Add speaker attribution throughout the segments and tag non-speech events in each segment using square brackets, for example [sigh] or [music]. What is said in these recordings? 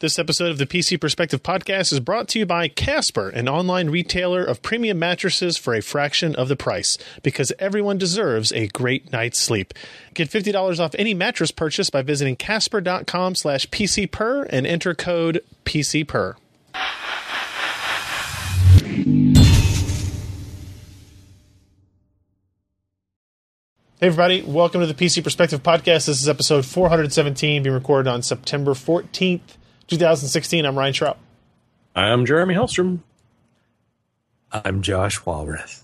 Speaker 1: This episode of the PC Perspective podcast is brought to you by Casper, an online retailer of premium mattresses for a fraction of the price, because everyone deserves a great night's sleep. Get $50 off any mattress purchase by visiting casper.com slash pcper and enter code pcper. Hey, everybody, welcome to the PC Perspective Podcast. This is episode 417, being recorded on September 14th, 2016. I'm Ryan Schraub.
Speaker 2: I'm Jeremy Hellstrom.
Speaker 3: I'm Josh Walrath.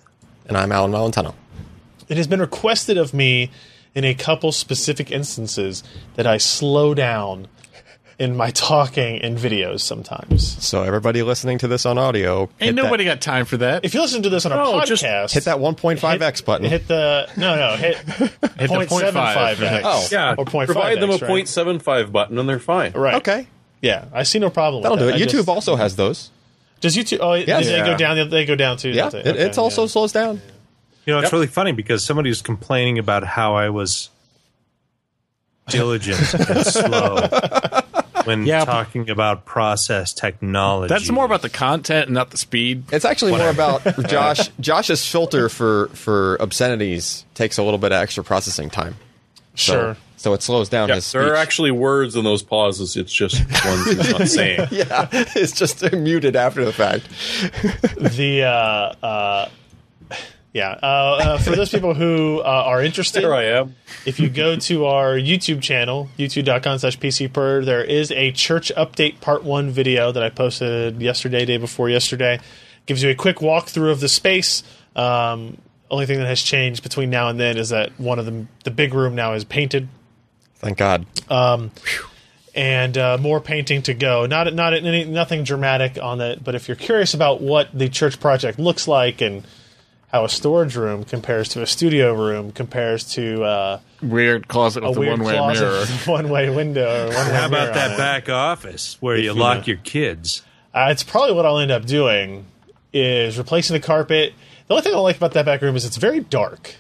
Speaker 4: And I'm Alan Valentino.
Speaker 1: It has been requested of me in a couple specific instances that I slow down in my talking and videos sometimes.
Speaker 4: So everybody listening to this on audio,
Speaker 3: Ain't
Speaker 4: hit that-
Speaker 3: nobody got time for that.
Speaker 1: If you listen to this on a
Speaker 2: No, just
Speaker 1: podcast,
Speaker 4: hit that 1.5x button.
Speaker 1: Hit the no, no,
Speaker 4: [laughs]
Speaker 1: hit,
Speaker 3: Hit the
Speaker 1: 0.75
Speaker 3: 0.5.
Speaker 1: X.
Speaker 4: Oh.
Speaker 2: Yeah,
Speaker 1: or 0.5
Speaker 2: provide them a
Speaker 1: X, right?
Speaker 2: 0.75 button and they're fine.
Speaker 1: right?
Speaker 4: okay,
Speaker 1: yeah, I see no problem.
Speaker 4: that'll do
Speaker 1: with
Speaker 4: it.
Speaker 1: that. I
Speaker 4: YouTube
Speaker 1: just-
Speaker 4: also has those.
Speaker 1: does YouTube. Oh,
Speaker 4: Yeah.
Speaker 1: they go
Speaker 3: Yeah.
Speaker 1: down. They go down too.
Speaker 4: Yeah,
Speaker 1: don't
Speaker 4: it,
Speaker 1: they? Okay,
Speaker 4: it's also
Speaker 1: yeah.
Speaker 4: slows down.
Speaker 5: You know, it's
Speaker 2: Yep.
Speaker 5: really funny because somebody was complaining about how I was diligent and slow when
Speaker 3: Yeah, but-
Speaker 5: talking about process technology.
Speaker 3: That's more about the content and not the speed.
Speaker 4: It's actually more about Josh. Josh's filter for for obscenities takes a little bit of extra processing time. So,
Speaker 1: sure.
Speaker 4: So it slows down
Speaker 2: Yeah,
Speaker 4: his
Speaker 2: there are
Speaker 4: speech.
Speaker 2: actually words in those pauses. It's just ones he's not saying.
Speaker 4: [laughs] yeah, it's just [laughs] muted after the fact.
Speaker 1: the uh, uh, yeah uh, uh, for those people who uh, are interested
Speaker 4: [laughs]
Speaker 2: There I am.
Speaker 1: if you go to our youtube channel youtube.com slash pcper there is a church update part one video that i posted yesterday day before yesterday gives you a quick walkthrough of the space um, only thing that has changed between now and then is that one of the, the big room now is painted
Speaker 4: Thank God.
Speaker 1: and uh, more painting to go. Not not any, nothing dramatic on it, but if you're curious about what the church project looks like and how a storage room compares to a studio room compares to uh,
Speaker 3: Weird closet
Speaker 1: a
Speaker 3: with the
Speaker 1: weird
Speaker 3: one-way mirror.
Speaker 1: closet, [laughs] one-way window, or one-way mirror
Speaker 5: How about
Speaker 1: on it.
Speaker 5: that back office where you lock your kids?
Speaker 1: Uh, it's probably what I'll end up doing is replacing the carpet. The only thing I like about that back room is it's very dark.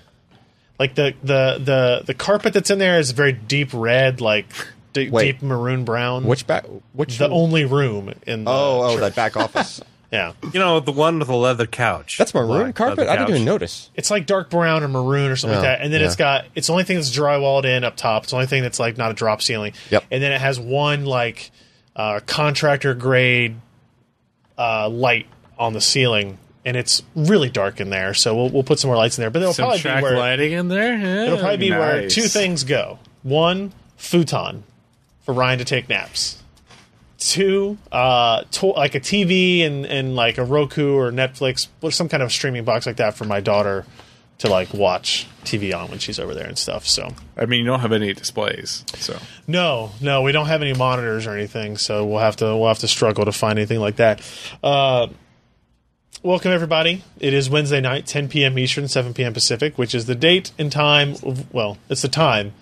Speaker 1: Like the the the the carpet that's in there is very deep red, like [laughs] d-
Speaker 4: Wait.
Speaker 1: deep maroon brown.
Speaker 4: Which back? Which
Speaker 1: the only room in the
Speaker 4: Oh, oh,
Speaker 1: church.
Speaker 4: that back office.
Speaker 1: yeah.
Speaker 5: You know, the one with the leather couch.
Speaker 4: That's my room
Speaker 5: Black leather
Speaker 4: carpet. I didn't even
Speaker 5: couch.
Speaker 4: notice.
Speaker 1: it's like dark brown or maroon or something
Speaker 4: Yeah,
Speaker 1: like that. And then it's
Speaker 4: yeah.
Speaker 1: got it's the only thing that's drywalled in up top. It's the only thing that's like not a drop ceiling.
Speaker 4: Yep.
Speaker 1: And then it has one like uh, contractor grade uh, light on the ceiling, and it's really dark in there. So we'll we'll put some more lights in there. But it'll
Speaker 3: Some
Speaker 1: probably be
Speaker 3: track
Speaker 1: where
Speaker 3: lighting in there. Yeah,
Speaker 1: it'll probably be where
Speaker 3: nice.
Speaker 1: two things go. One, futon for Ryan to take naps. Two, uh, to- like a TV and, and like a Roku or Netflix or some kind of streaming box like that for my daughter to like watch TV on when she's over there and stuff. So
Speaker 3: I mean, you don't have any displays, so
Speaker 1: no, no, we don't have any monitors or anything, so we'll have to we'll have to struggle to find anything like that. Uh, welcome everybody. It is Wednesday night, 10 p.m. Eastern, 7 p.m. Pacific, which is the date and time. Of, well, it's the time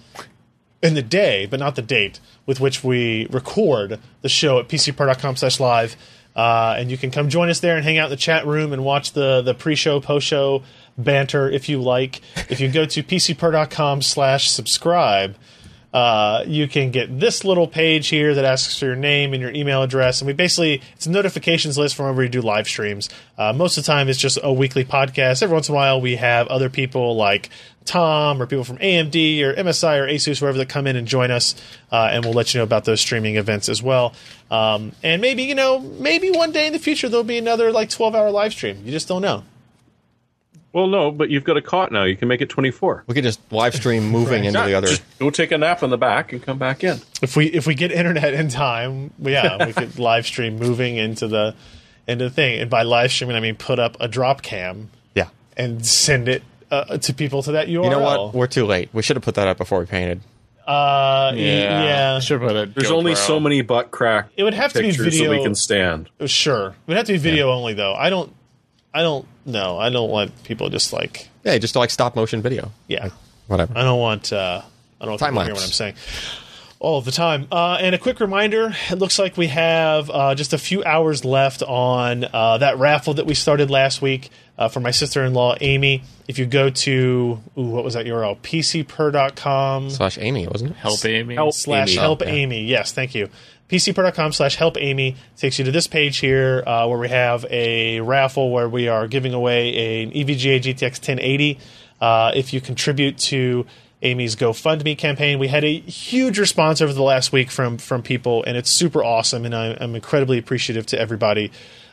Speaker 1: and the day, but not the date with which we record the show at pcpro.com slash live. Uh, and you can come join us there and hang out in the chat room and watch the, the pre-show, post-show banter if you like. If you go to pcpro.com slash subscribe, uh, you can get this little page here that asks for your name and your email address. And we basically, it's a notifications list from whenever we do live streams. Uh, most of the time, it's just a weekly podcast. Every once in a while, we have other people like Tom or people from AMD or MSI or Asus, wherever that come in and join us. Uh, and we'll let you know about those streaming events as well. Um, and maybe, you know, maybe one day in the future, there'll be another like 12 hour live stream. You just don't know.
Speaker 2: Well, no, but you've got a cot now. You can make it 24.
Speaker 4: We could just live stream moving into the other.
Speaker 2: Just go take a nap in the back and come back in.
Speaker 1: if we if we get internet [laughs] in time, yeah, we could live stream moving into the into the thing. And by live streaming, I mean put up a drop cam
Speaker 4: yeah.
Speaker 1: and send it uh, to people to that URL.
Speaker 4: You know what? We're too late. We should have put that up before we painted.
Speaker 1: Uh, yeah,
Speaker 3: Should put a
Speaker 2: There's only so many butt crack
Speaker 1: It would have to be
Speaker 2: pictures that
Speaker 1: video-
Speaker 2: we can stand.
Speaker 1: sure. It would have to be video only though. I don't, I don't know. I don't want people just like
Speaker 4: Yeah, just like stop motion video.
Speaker 1: yeah.
Speaker 4: Whatever.
Speaker 1: I don't want. Uh, I don't know if
Speaker 4: Time
Speaker 1: people hear
Speaker 4: lapse.
Speaker 1: what I'm saying. all the time. Uh, and a quick reminder: it looks like we have uh, just a few hours left on uh, that raffle that we started last week uh, for my sister-in-law Amy. If you go to ooh, what was that URL? PCPer.com
Speaker 4: Slash Amy, wasn't it?
Speaker 3: Help Amy.
Speaker 1: slash
Speaker 4: Amy.
Speaker 1: help
Speaker 4: Oh, yeah.
Speaker 1: Amy. Yes, thank you. PCPer.com slash help Amy takes you to this page here uh, where we have a raffle where we are giving away an E EVGA GTX 1080. Uh, if you contribute to Amy's GoFundMe campaign, we had a huge response over the last week from from people, and it's super awesome, and I'm, I'm incredibly appreciative to everybody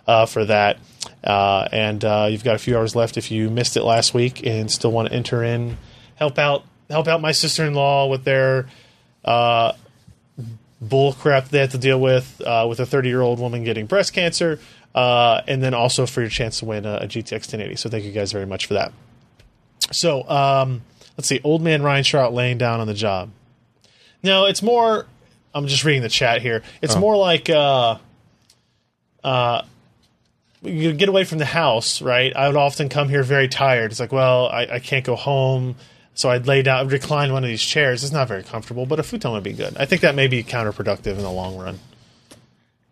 Speaker 1: uh, for that. Uh, and uh, you've got a few hours left if you missed it last week and still want to enter in, help out help out my sister-in-law with their uh, bull crap they have to deal with uh, with a 30 year old woman getting breast cancer, uh, and then also for your chance to win a, a GTX 1080. So thank you guys very much for that. So um, let's see, old man Ryan Shrout laying down on the job. No, it's more. I'm just reading the chat here. It's more like. Uh, you get away from the house, right? I would often come here very tired. It's like, well, I, I can't go home, so I'd lay down, recline one of these chairs. It's not very comfortable, but a futon would be good. I think that may be counterproductive in the long run.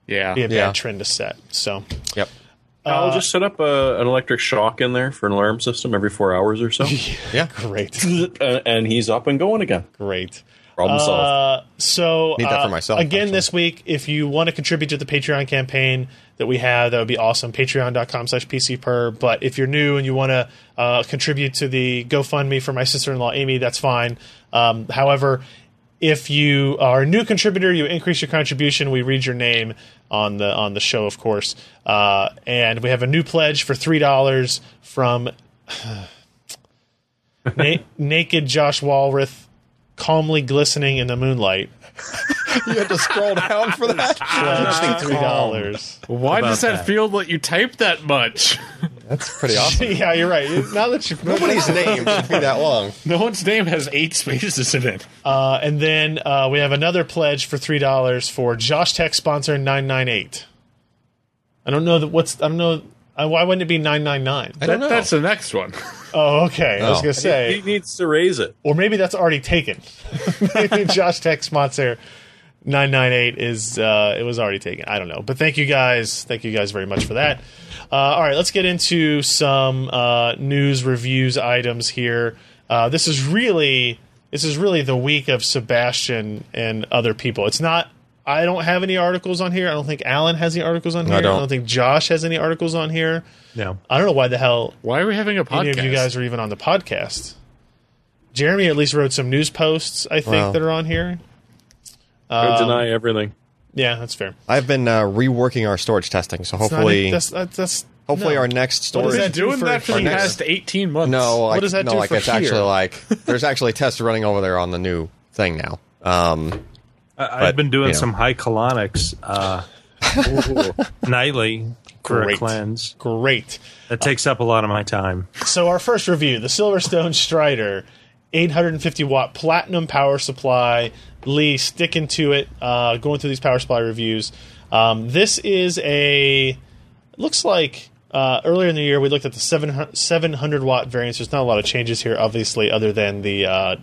Speaker 3: Yeah.
Speaker 1: Be a bad
Speaker 4: Yeah.
Speaker 1: trend to set. So, [laughs]
Speaker 4: Yep.
Speaker 2: I'll just set up a, an electric shock in there for an alarm system every four hours or so,
Speaker 4: Yeah.
Speaker 1: great,
Speaker 2: and, and he's up and going again.
Speaker 1: great. [laughs]
Speaker 4: Problem solved.
Speaker 1: Uh, so
Speaker 4: Need that for
Speaker 1: uh,
Speaker 4: myself,
Speaker 1: Again,
Speaker 4: actually.
Speaker 1: this week, if you want to contribute to the Patreon campaign that we have, that would be awesome. Patreon.com slash PCPer. But if you're new and you want to uh, contribute to the GoFundMe for my sister-in-law, Amy, that's fine. Um, however, if you are a new contributor, you increase your contribution. We read your name on the on the show, of course. Uh, and we have a new pledge for three dollars from [sighs] na- naked Josh Walrath, calmly glistening in the moonlight.
Speaker 4: you had to scroll down for [laughs] that.
Speaker 1: three dollars.
Speaker 3: Why does that,
Speaker 5: that?
Speaker 3: feel like you typed that much?
Speaker 4: That's pretty
Speaker 1: [laughs]
Speaker 4: awesome.
Speaker 1: yeah, you're right. Now that you
Speaker 4: Nobody's name took me that long.
Speaker 3: no one's name has eight spaces in it.
Speaker 1: uh, and then uh, we have another pledge for three dollars for Josh Tech sponsor nine nine eight. I don't know that what's I don't know I, why wouldn't it be nine nine nine?
Speaker 4: I don't know.
Speaker 3: That's the next one. [laughs]
Speaker 1: Oh, okay. I was
Speaker 4: Oh.
Speaker 1: gonna
Speaker 2: He
Speaker 1: say,
Speaker 2: needs to raise it.
Speaker 1: or maybe that's already taken. maybe Josh Tech sponsor. 998 is uh, it was already taken. I don't know, but thank you guys, thank you guys very much for that. Uh, all right, let's get into some uh, news reviews items here. Uh, this is really this is really the week of Sebastian and other people. It's not. I don't have any articles on here. I don't think Alan has any articles on here. I
Speaker 4: don't.
Speaker 1: don't think Josh has any articles on here.
Speaker 5: No.
Speaker 1: I don't know why the hell
Speaker 3: Why are we having a podcast?
Speaker 1: any of you guys are even on the podcast. Jeremy at least wrote some news posts, I think,
Speaker 4: Wow.
Speaker 1: that are on here. Um,
Speaker 2: I deny everything.
Speaker 1: Yeah, that's fair.
Speaker 4: I've been uh, reworking our storage testing, so
Speaker 1: It's not-
Speaker 4: hopefully,
Speaker 1: that's, that's, that's-
Speaker 4: hopefully
Speaker 1: no.
Speaker 4: our next
Speaker 1: What
Speaker 4: storage.
Speaker 1: does that do
Speaker 3: doing
Speaker 1: for-
Speaker 3: that for
Speaker 1: our
Speaker 3: the
Speaker 1: next-
Speaker 3: past 18 months.
Speaker 4: No, like,
Speaker 1: does that
Speaker 4: no,
Speaker 1: do
Speaker 4: like
Speaker 1: for
Speaker 4: it's
Speaker 1: here?
Speaker 4: actually
Speaker 1: [laughs]
Speaker 4: like there's actually tests running over there on the new thing now. Um,
Speaker 5: I,
Speaker 4: But,
Speaker 5: I've been doing
Speaker 4: you know.
Speaker 5: some high colonics uh, nightly for
Speaker 1: Great.
Speaker 5: a cleanse.
Speaker 1: Great.
Speaker 5: That takes up a lot of my time.
Speaker 1: So our first review, the Silverstone Strider, 850 watt platinum power supply. Lee sticking to it, uh, going through these power supply reviews. Um, this is a looks like uh, earlier in the year we looked at the 700, 700 watt variants. There's not a lot of changes here, obviously, other than the uh,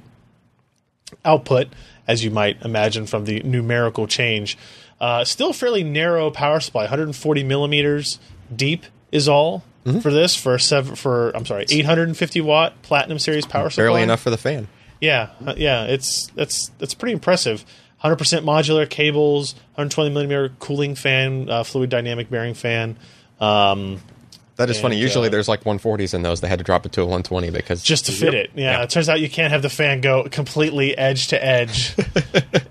Speaker 1: output, as you might imagine from the numerical change. Uh, still fairly narrow power supply, 140 millimeters deep is all
Speaker 4: Mm-hmm.
Speaker 1: for this for a sev- for I'm sorry, 850 watt platinum series power supply.
Speaker 4: barely enough for the fan.
Speaker 1: Yeah, uh, yeah, it's that's that's pretty impressive. 100% modular cables, 120 millimeter cooling fan, uh, fluid dynamic bearing fan. Um,
Speaker 4: That is funny.
Speaker 1: And,
Speaker 4: Usually
Speaker 1: uh,
Speaker 4: there's like 140s in those. They had to drop it to a 120 because
Speaker 1: just to fit it. Yeah, it turns out you can't have the fan go completely edge to edge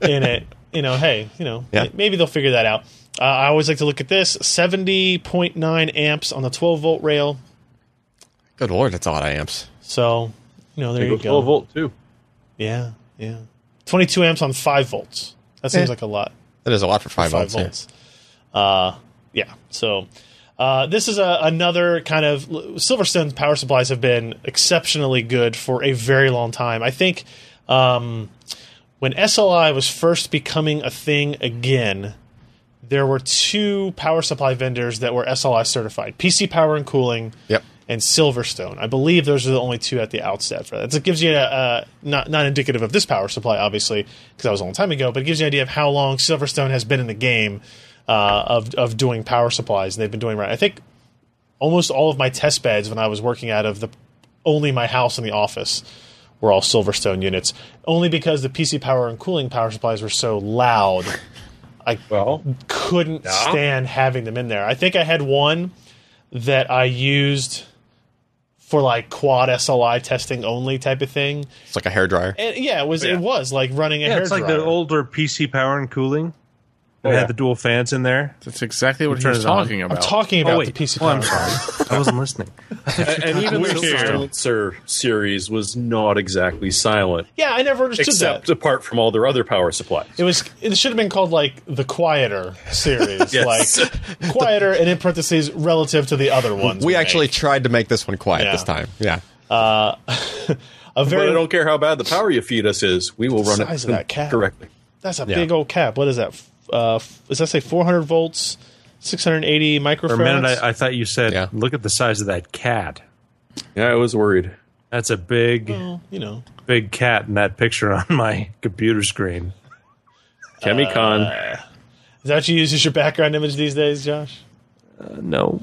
Speaker 1: in it. You know, hey, you know,
Speaker 4: Yeah.
Speaker 1: m- maybe they'll figure that out. Uh, I always like to look at this 70.9 amps on the 12 volt rail.
Speaker 4: good lord, that's a lot of amps.
Speaker 1: So, you know, there
Speaker 2: Go
Speaker 1: you
Speaker 2: 12
Speaker 1: go.
Speaker 2: volt too.
Speaker 1: [laughs] Yeah, yeah. 22 amps on 5 volts. That seems like a lot.
Speaker 4: That is a lot for five,
Speaker 1: five
Speaker 4: volts. yeah.
Speaker 1: volts. Uh, yeah. So uh, this is a, another kind of Silverstone's power supplies have been exceptionally good for a very long time. I think um, when SLI was first becoming a thing again. There were two power supply vendors that were SLI certified: PC Power and Cooling
Speaker 4: Yep.
Speaker 1: and Silverstone. I believe those are the only two at the outset for that. So it gives you a, uh, not not indicative of this power supply, obviously, because that was a long time ago, but it gives you an idea of how long Silverstone has been in the game uh, of of doing power supplies. And they've been doing right. I think almost all of my test beds when I was working out of the only my house and the office were all Silverstone units, only because the PC power and cooling power supplies were so
Speaker 5: [laughs]
Speaker 1: loud. I
Speaker 2: Well,
Speaker 1: couldn't stand having them in there. I think I had one that I used for like quad SLI testing only type of thing.
Speaker 4: It's like a hairdryer.
Speaker 1: And yeah, it was it was like running a
Speaker 5: Oh, Yeah,
Speaker 1: hair
Speaker 5: it's like the
Speaker 1: dryer.
Speaker 5: older PC power and cooling. They
Speaker 2: Yeah.
Speaker 5: had the dual fans in there.
Speaker 3: That's exactly what he
Speaker 5: Turn
Speaker 3: was
Speaker 5: it on.
Speaker 3: talking
Speaker 1: I'm
Speaker 3: about.
Speaker 1: talking
Speaker 5: Oh
Speaker 1: about
Speaker 5: wait,
Speaker 1: the PC
Speaker 5: oh,
Speaker 1: power.
Speaker 5: I'm [laughs] sorry, I wasn't listening.
Speaker 2: and, and even the
Speaker 3: Weird.
Speaker 2: Silencer series was not exactly silent,
Speaker 1: yeah, I never understood
Speaker 2: except
Speaker 1: that.
Speaker 2: apart from all their other power supplies.
Speaker 1: It was it should have been called like the quieter series,
Speaker 2: Yes.
Speaker 1: like quieter and in parentheses relative to the other ones.
Speaker 4: We
Speaker 1: make.
Speaker 4: actually tried to make this one quiet
Speaker 1: Yeah.
Speaker 4: this time. Yeah.
Speaker 1: a
Speaker 2: But
Speaker 1: very
Speaker 2: I don't care how bad the power you feed us is, we will run it
Speaker 1: Size of that cat.
Speaker 2: correctly.
Speaker 1: That's a big old cap. What is that? F- Uh, f- does that say 400 volts, 680
Speaker 5: For a minute,
Speaker 1: microfarads?
Speaker 5: I, I thought you said,
Speaker 4: Yeah.
Speaker 5: "Look at the size of that cat."
Speaker 2: Yeah, I was worried.
Speaker 5: That's a big,
Speaker 1: Well, you know,
Speaker 5: big cat in that picture on my computer screen.
Speaker 1: Uh,
Speaker 2: Chemicon,
Speaker 1: is that what you use as your background image these days, Josh?
Speaker 2: no.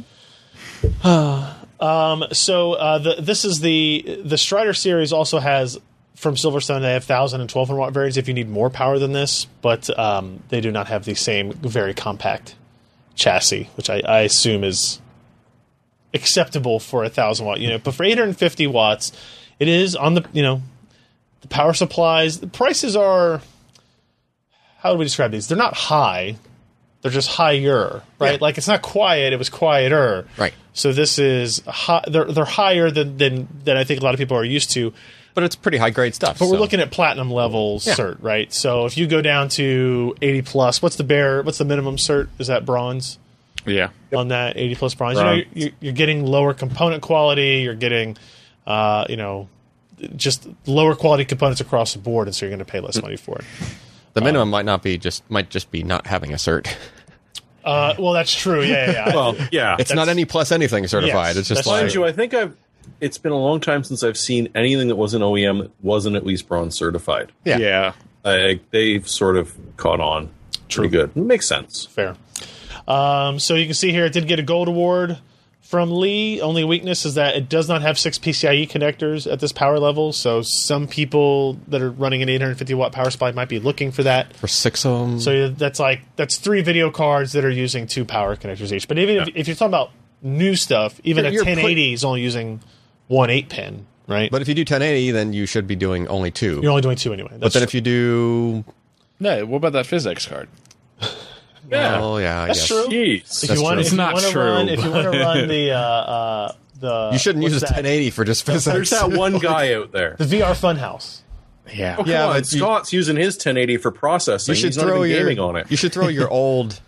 Speaker 1: So uh, the, this is the the Strider series also has from Silverstone they have thousand and twelve hundred watt variants if you need more power than this, but um, they do not have the same very compact chassis, which I, I assume is acceptable for a thousand watt unit. But for eight hundred and fifty watts, it is on the you know the power supplies. The prices are how do we describe these? They're not high. They're just higher, right? Like it's not quiet. It was quieter,
Speaker 4: Right.
Speaker 1: so this is hi- they're they're higher than, than than I think a lot of people are used to.
Speaker 4: But it's pretty high grade stuff.
Speaker 1: But we're looking at platinum level cert, right? So if you go down to eighty plus, what's the bare? What's the minimum cert? Is that bronze
Speaker 3: yeah.
Speaker 1: on that eighty plus bronze? You
Speaker 2: Bronze.
Speaker 1: know, you're, you're getting lower component quality. You're getting, uh, you know, just lower quality components across the board, and so you're going to pay less money for it.
Speaker 4: the minimum might not be just might just be not having a cert. [laughs]
Speaker 1: Uh, well, that's true. Yeah, yeah. yeah.
Speaker 2: Well, yeah.
Speaker 4: It's not any plus anything certified.
Speaker 1: Yes,
Speaker 4: it's just
Speaker 1: that's
Speaker 4: like
Speaker 2: Mind you, I think I've. It's been a long time since I've seen anything that was an OEM that wasn't at least bronze certified.
Speaker 4: Yeah.
Speaker 3: Yeah.
Speaker 2: I, they've sort of caught on. True. Pretty good. It makes sense.
Speaker 1: fair. Um, so you can see here, it did get a gold award from Lee. Only weakness is that it does not have six PCIe E connectors at this power level. So some people that are running an 850 watt power supply might be looking for that.
Speaker 4: for six of them.
Speaker 1: So that's like that's three video cards that are using two power connectors each. But even if, if you're talking about new stuff, even
Speaker 4: You're-
Speaker 1: a
Speaker 4: you're
Speaker 1: 1080 is only using one eight pin, right?
Speaker 4: but if you do 1080, then you should be doing only 2
Speaker 1: you're only doing two anyway.
Speaker 4: but
Speaker 1: That's
Speaker 4: then if you do,
Speaker 3: No, what about that physics card?
Speaker 4: oh yeah, I
Speaker 1: That's
Speaker 4: guess.
Speaker 1: true.
Speaker 2: Jeez.
Speaker 1: if
Speaker 4: that's
Speaker 1: you want, if
Speaker 4: true.
Speaker 3: It's
Speaker 1: you
Speaker 3: not
Speaker 1: want to
Speaker 3: true,
Speaker 1: run, if you want to
Speaker 3: [laughs]
Speaker 1: run the uh, uh, the
Speaker 4: You shouldn't use
Speaker 1: what's
Speaker 4: a
Speaker 1: that?
Speaker 4: 1080 for just
Speaker 2: There's
Speaker 4: physics.
Speaker 2: that one guy out there.
Speaker 1: the VR Funhouse.
Speaker 3: Yeah.
Speaker 2: Oh, come
Speaker 4: Yeah,
Speaker 2: on,
Speaker 4: but you-
Speaker 2: Scott's using his 1080 for processing.
Speaker 4: You should
Speaker 2: He's not
Speaker 4: throw
Speaker 2: even
Speaker 4: your
Speaker 2: gaming on it.
Speaker 4: You should throw your old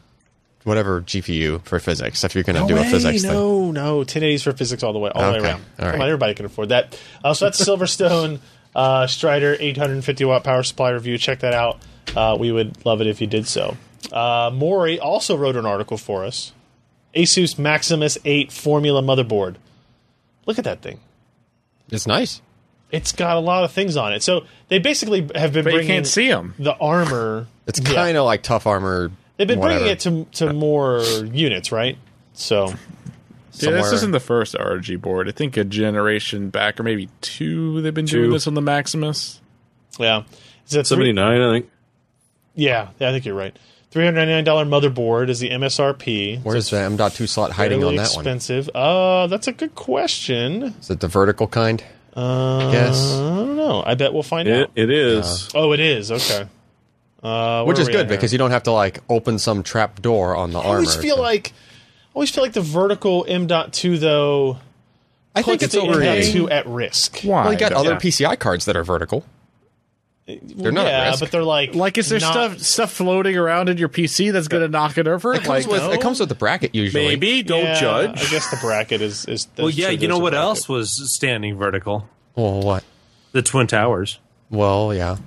Speaker 4: whatever GPU for physics if you're going to do a
Speaker 1: way,
Speaker 4: physics thing.
Speaker 1: no, no, 1080s for physics all the way, all the
Speaker 4: Okay,
Speaker 1: way around.
Speaker 4: all right.
Speaker 1: Come on, everybody can afford that. Uh, so that's Silverstone uh, Strider 850 watt power supply review. Check that out. Uh, we would love it if you did so. Uh, Maury also wrote an article for us. Asus Maximus 8 Formula motherboard. Look at that thing.
Speaker 4: It's nice.
Speaker 1: It's got a lot of things on it. So they basically have been
Speaker 3: But you
Speaker 1: bringing
Speaker 3: can't see them.
Speaker 1: the armor.
Speaker 4: It's
Speaker 1: Yeah.
Speaker 4: kind of like tough armor.
Speaker 1: They've been
Speaker 4: whatever.
Speaker 1: bringing it to to more units, right? So
Speaker 3: Yeah, this
Speaker 4: somewhere.
Speaker 3: isn't the first RG board. I think a generation back, or maybe two, they've been doing this on the Maximus.
Speaker 1: yeah. Is that three-
Speaker 2: 79, I think.
Speaker 1: Yeah, yeah, I think you're right. Three hundred ninety nine dollar motherboard is the MSRP.
Speaker 4: Where's the M.2 slot hiding on
Speaker 1: Fairly
Speaker 4: that one?
Speaker 1: expensive. Uh, that's a good question.
Speaker 4: Is it the vertical kind? Uh, yes.
Speaker 1: I don't know. I bet we'll find
Speaker 2: It,
Speaker 1: out.
Speaker 2: it is.
Speaker 1: Oh, it is okay. Uh,
Speaker 4: Which is good because you don't have to like open some trap door on the
Speaker 1: I
Speaker 4: armor.
Speaker 1: always feel like I always feel like the vertical M dot two though
Speaker 4: I think
Speaker 1: puts
Speaker 4: it's
Speaker 1: the M dot
Speaker 4: overrated.
Speaker 1: two at risk.
Speaker 3: Why?
Speaker 4: Well, you got [laughs]
Speaker 3: though?
Speaker 4: other
Speaker 2: Yeah.
Speaker 4: PCI cards that are vertical. They're not
Speaker 1: yeah,
Speaker 4: at risk.
Speaker 1: but they're like
Speaker 3: Like, is there
Speaker 1: not-
Speaker 3: stuff stuff floating around in your PC that's going to knock it over?
Speaker 4: it comes
Speaker 3: Like,
Speaker 4: with
Speaker 1: no.
Speaker 4: it comes with the bracket usually.
Speaker 2: Maybe. Don't
Speaker 1: Yeah, I
Speaker 2: judge.
Speaker 1: guess the bracket is is.
Speaker 5: Well, yeah,
Speaker 1: true,
Speaker 5: you
Speaker 1: there's
Speaker 5: know
Speaker 1: a
Speaker 5: what
Speaker 1: bracket.
Speaker 5: else was standing vertical?
Speaker 4: Well, what?
Speaker 5: The Twin Towers.
Speaker 4: Well, yeah.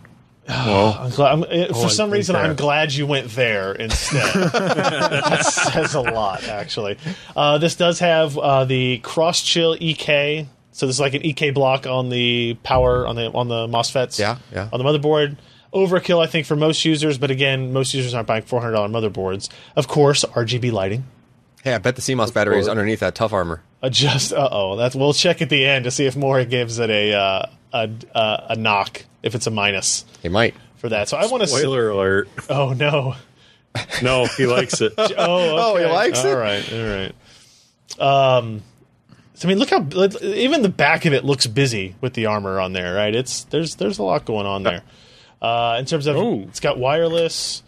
Speaker 1: I'm glad, I'm, uh, for
Speaker 5: I
Speaker 1: some
Speaker 5: think
Speaker 1: reason,
Speaker 5: that-
Speaker 1: I'm glad you went there instead. that says a lot, actually. Uh, this does have uh, the cross chill EK, so this is like an EK block on the power on the on the MOSFETs.
Speaker 4: Yeah, yeah.
Speaker 1: On the motherboard, overkill, I think, for most users. But again, most users aren't buying $400 motherboards. Of course, RGB lighting.
Speaker 4: Hey, I bet the CMOS battery is underneath that tough armor.
Speaker 1: Adjust. Uh oh. That's. We'll check at the end to see if Mora gives it a uh, a uh, a knock if it's a minus
Speaker 4: It might.
Speaker 1: for that. So I want to.
Speaker 2: Spoiler alert.
Speaker 1: Oh no.
Speaker 2: No, he likes it.
Speaker 1: [laughs] Oh,
Speaker 4: Oh, he
Speaker 1: okay.
Speaker 4: likes it?
Speaker 1: All right, all right. Um, so I mean, look how like, even the back of it looks busy with the armor on there, right? It's there's there's a lot going on there. Uh, in terms of
Speaker 3: Oh.
Speaker 1: it's got wireless,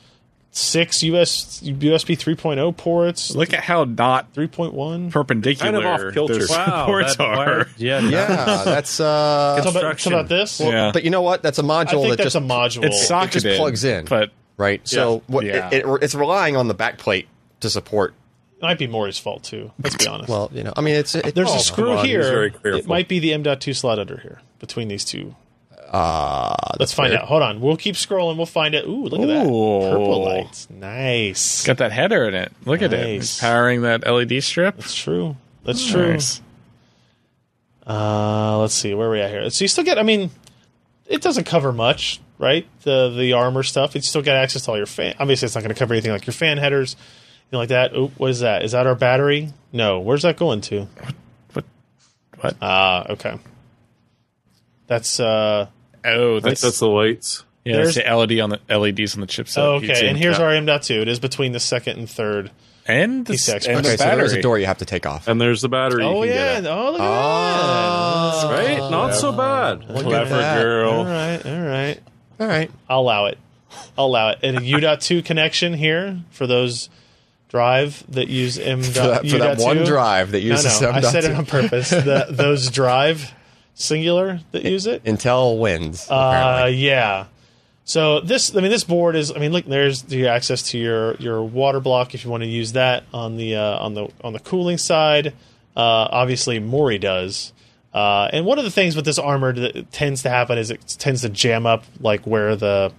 Speaker 1: six US USB 3.0 ports,
Speaker 3: Look at how not
Speaker 1: 3.1.
Speaker 3: perpendicular
Speaker 2: Kind of off-kilter.
Speaker 3: [laughs]
Speaker 5: [laughs]
Speaker 3: those
Speaker 5: Wow,
Speaker 3: supports
Speaker 5: that wire-
Speaker 3: are.
Speaker 5: yeah,
Speaker 4: Yeah, that's uh. [laughs]
Speaker 1: Talk about, talk
Speaker 5: construction.
Speaker 1: about this.
Speaker 3: Yeah.
Speaker 4: But you know what? That's a
Speaker 1: I
Speaker 4: module
Speaker 1: think
Speaker 4: that
Speaker 1: that's
Speaker 4: just
Speaker 1: a module.
Speaker 3: It's
Speaker 4: it
Speaker 3: socketed,
Speaker 4: just plugs in,
Speaker 3: but
Speaker 4: right? So what,
Speaker 3: Yeah.
Speaker 4: it, it, it's relying on the back plate to support.
Speaker 1: might be Maury's fault too. Let's be honest.
Speaker 4: Well, you know, I mean, it's it,
Speaker 1: there's
Speaker 4: oh,
Speaker 1: a screw
Speaker 2: on, he's
Speaker 1: here.
Speaker 2: very careful.
Speaker 1: It might be the M.2 slot under here between these two
Speaker 4: Uh,
Speaker 1: Let's find
Speaker 4: weird.
Speaker 1: out. Hold on. We'll keep scrolling. We'll find it. Ooh, look at that.
Speaker 3: Ooh.
Speaker 1: Purple lights. Nice.
Speaker 3: got that header in it. Look at it.
Speaker 1: Nice.
Speaker 3: It's powering that LED strip.
Speaker 1: That's true. That's true.
Speaker 3: Nice.
Speaker 1: Uh, let's see. Where are we at here? So you still get, I mean, it doesn't cover much, right? The the armor stuff. You still got access to all your fan. Obviously, it's not going to cover anything like your fan headers, you know, like that. Oop, what is that? Is that our battery? No. Where's that going to?
Speaker 3: What? What?
Speaker 1: Ah, okay. That's, uh,
Speaker 3: oh, that's,
Speaker 2: That's the lights.
Speaker 3: yeah, that's
Speaker 1: there's-
Speaker 3: the LED on the LEDs on the chipset.
Speaker 1: oh,
Speaker 3: You can see
Speaker 1: okay. And
Speaker 3: them
Speaker 1: here's
Speaker 3: tap.
Speaker 1: our M.2. It is between the second and third.
Speaker 3: and the,
Speaker 1: P6.
Speaker 3: and
Speaker 4: Okay,
Speaker 3: the
Speaker 4: so
Speaker 3: battery.
Speaker 4: there's a door you have to take off.
Speaker 2: And there's the battery.
Speaker 1: Oh,
Speaker 2: you can
Speaker 1: yeah.
Speaker 2: get at.
Speaker 1: Oh, look at that.
Speaker 4: Oh,
Speaker 2: Right? Not so
Speaker 4: Look
Speaker 2: bad.
Speaker 4: at that.
Speaker 1: All right, all right.
Speaker 4: All right.
Speaker 1: I'll allow it. I'll allow it. And a U.2 [laughs] connection here for those drive that use M.
Speaker 4: [laughs] [laughs] For that, for that one drive that
Speaker 1: No,
Speaker 4: uses
Speaker 1: no, I said it
Speaker 4: 7.2.
Speaker 1: on purpose. The,
Speaker 4: [laughs]
Speaker 1: those drive singular that use it.
Speaker 4: Intel wins.
Speaker 1: Uh,
Speaker 4: apparently.
Speaker 1: yeah. So this, I mean, this board is. I mean, look, there's the access to your your water block if you want to use that on the uh, on the on the cooling side. Uh, obviously, Mori does. Uh, and one of the things with this armor that tends to happen is it tends to jam up like where the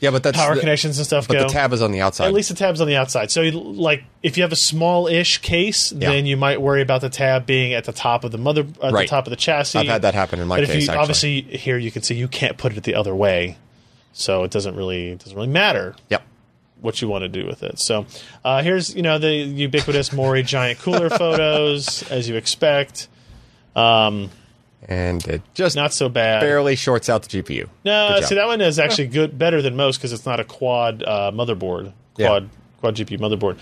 Speaker 4: yeah, but that's
Speaker 1: power
Speaker 4: the,
Speaker 1: connections and stuff
Speaker 4: But
Speaker 1: go.
Speaker 4: the tab is on the outside.
Speaker 1: At least the tab's on the outside. So, you- like, if you have a small-ish case,
Speaker 4: Yeah.
Speaker 1: then you might worry about the tab being at the top of the mother, at
Speaker 4: Right.
Speaker 1: the top of the chassis.
Speaker 4: I've had that happen in my
Speaker 1: But if
Speaker 4: case.
Speaker 1: you,
Speaker 4: actually.
Speaker 1: obviously, here you can see you can't put it the other way, so it doesn't really it doesn't really matter
Speaker 4: Yep.
Speaker 1: what you want to do with it. So, uh, here's you know the ubiquitous Mori giant cooler [laughs] photos as you expect.
Speaker 4: And it just
Speaker 1: Not so bad.
Speaker 4: barely shorts out the GPU.
Speaker 1: No,
Speaker 4: Good
Speaker 1: see
Speaker 4: job.
Speaker 1: that one is actually good, better than most because it's not a quad uh, motherboard,
Speaker 4: Yeah.
Speaker 1: quad quad GPU motherboard.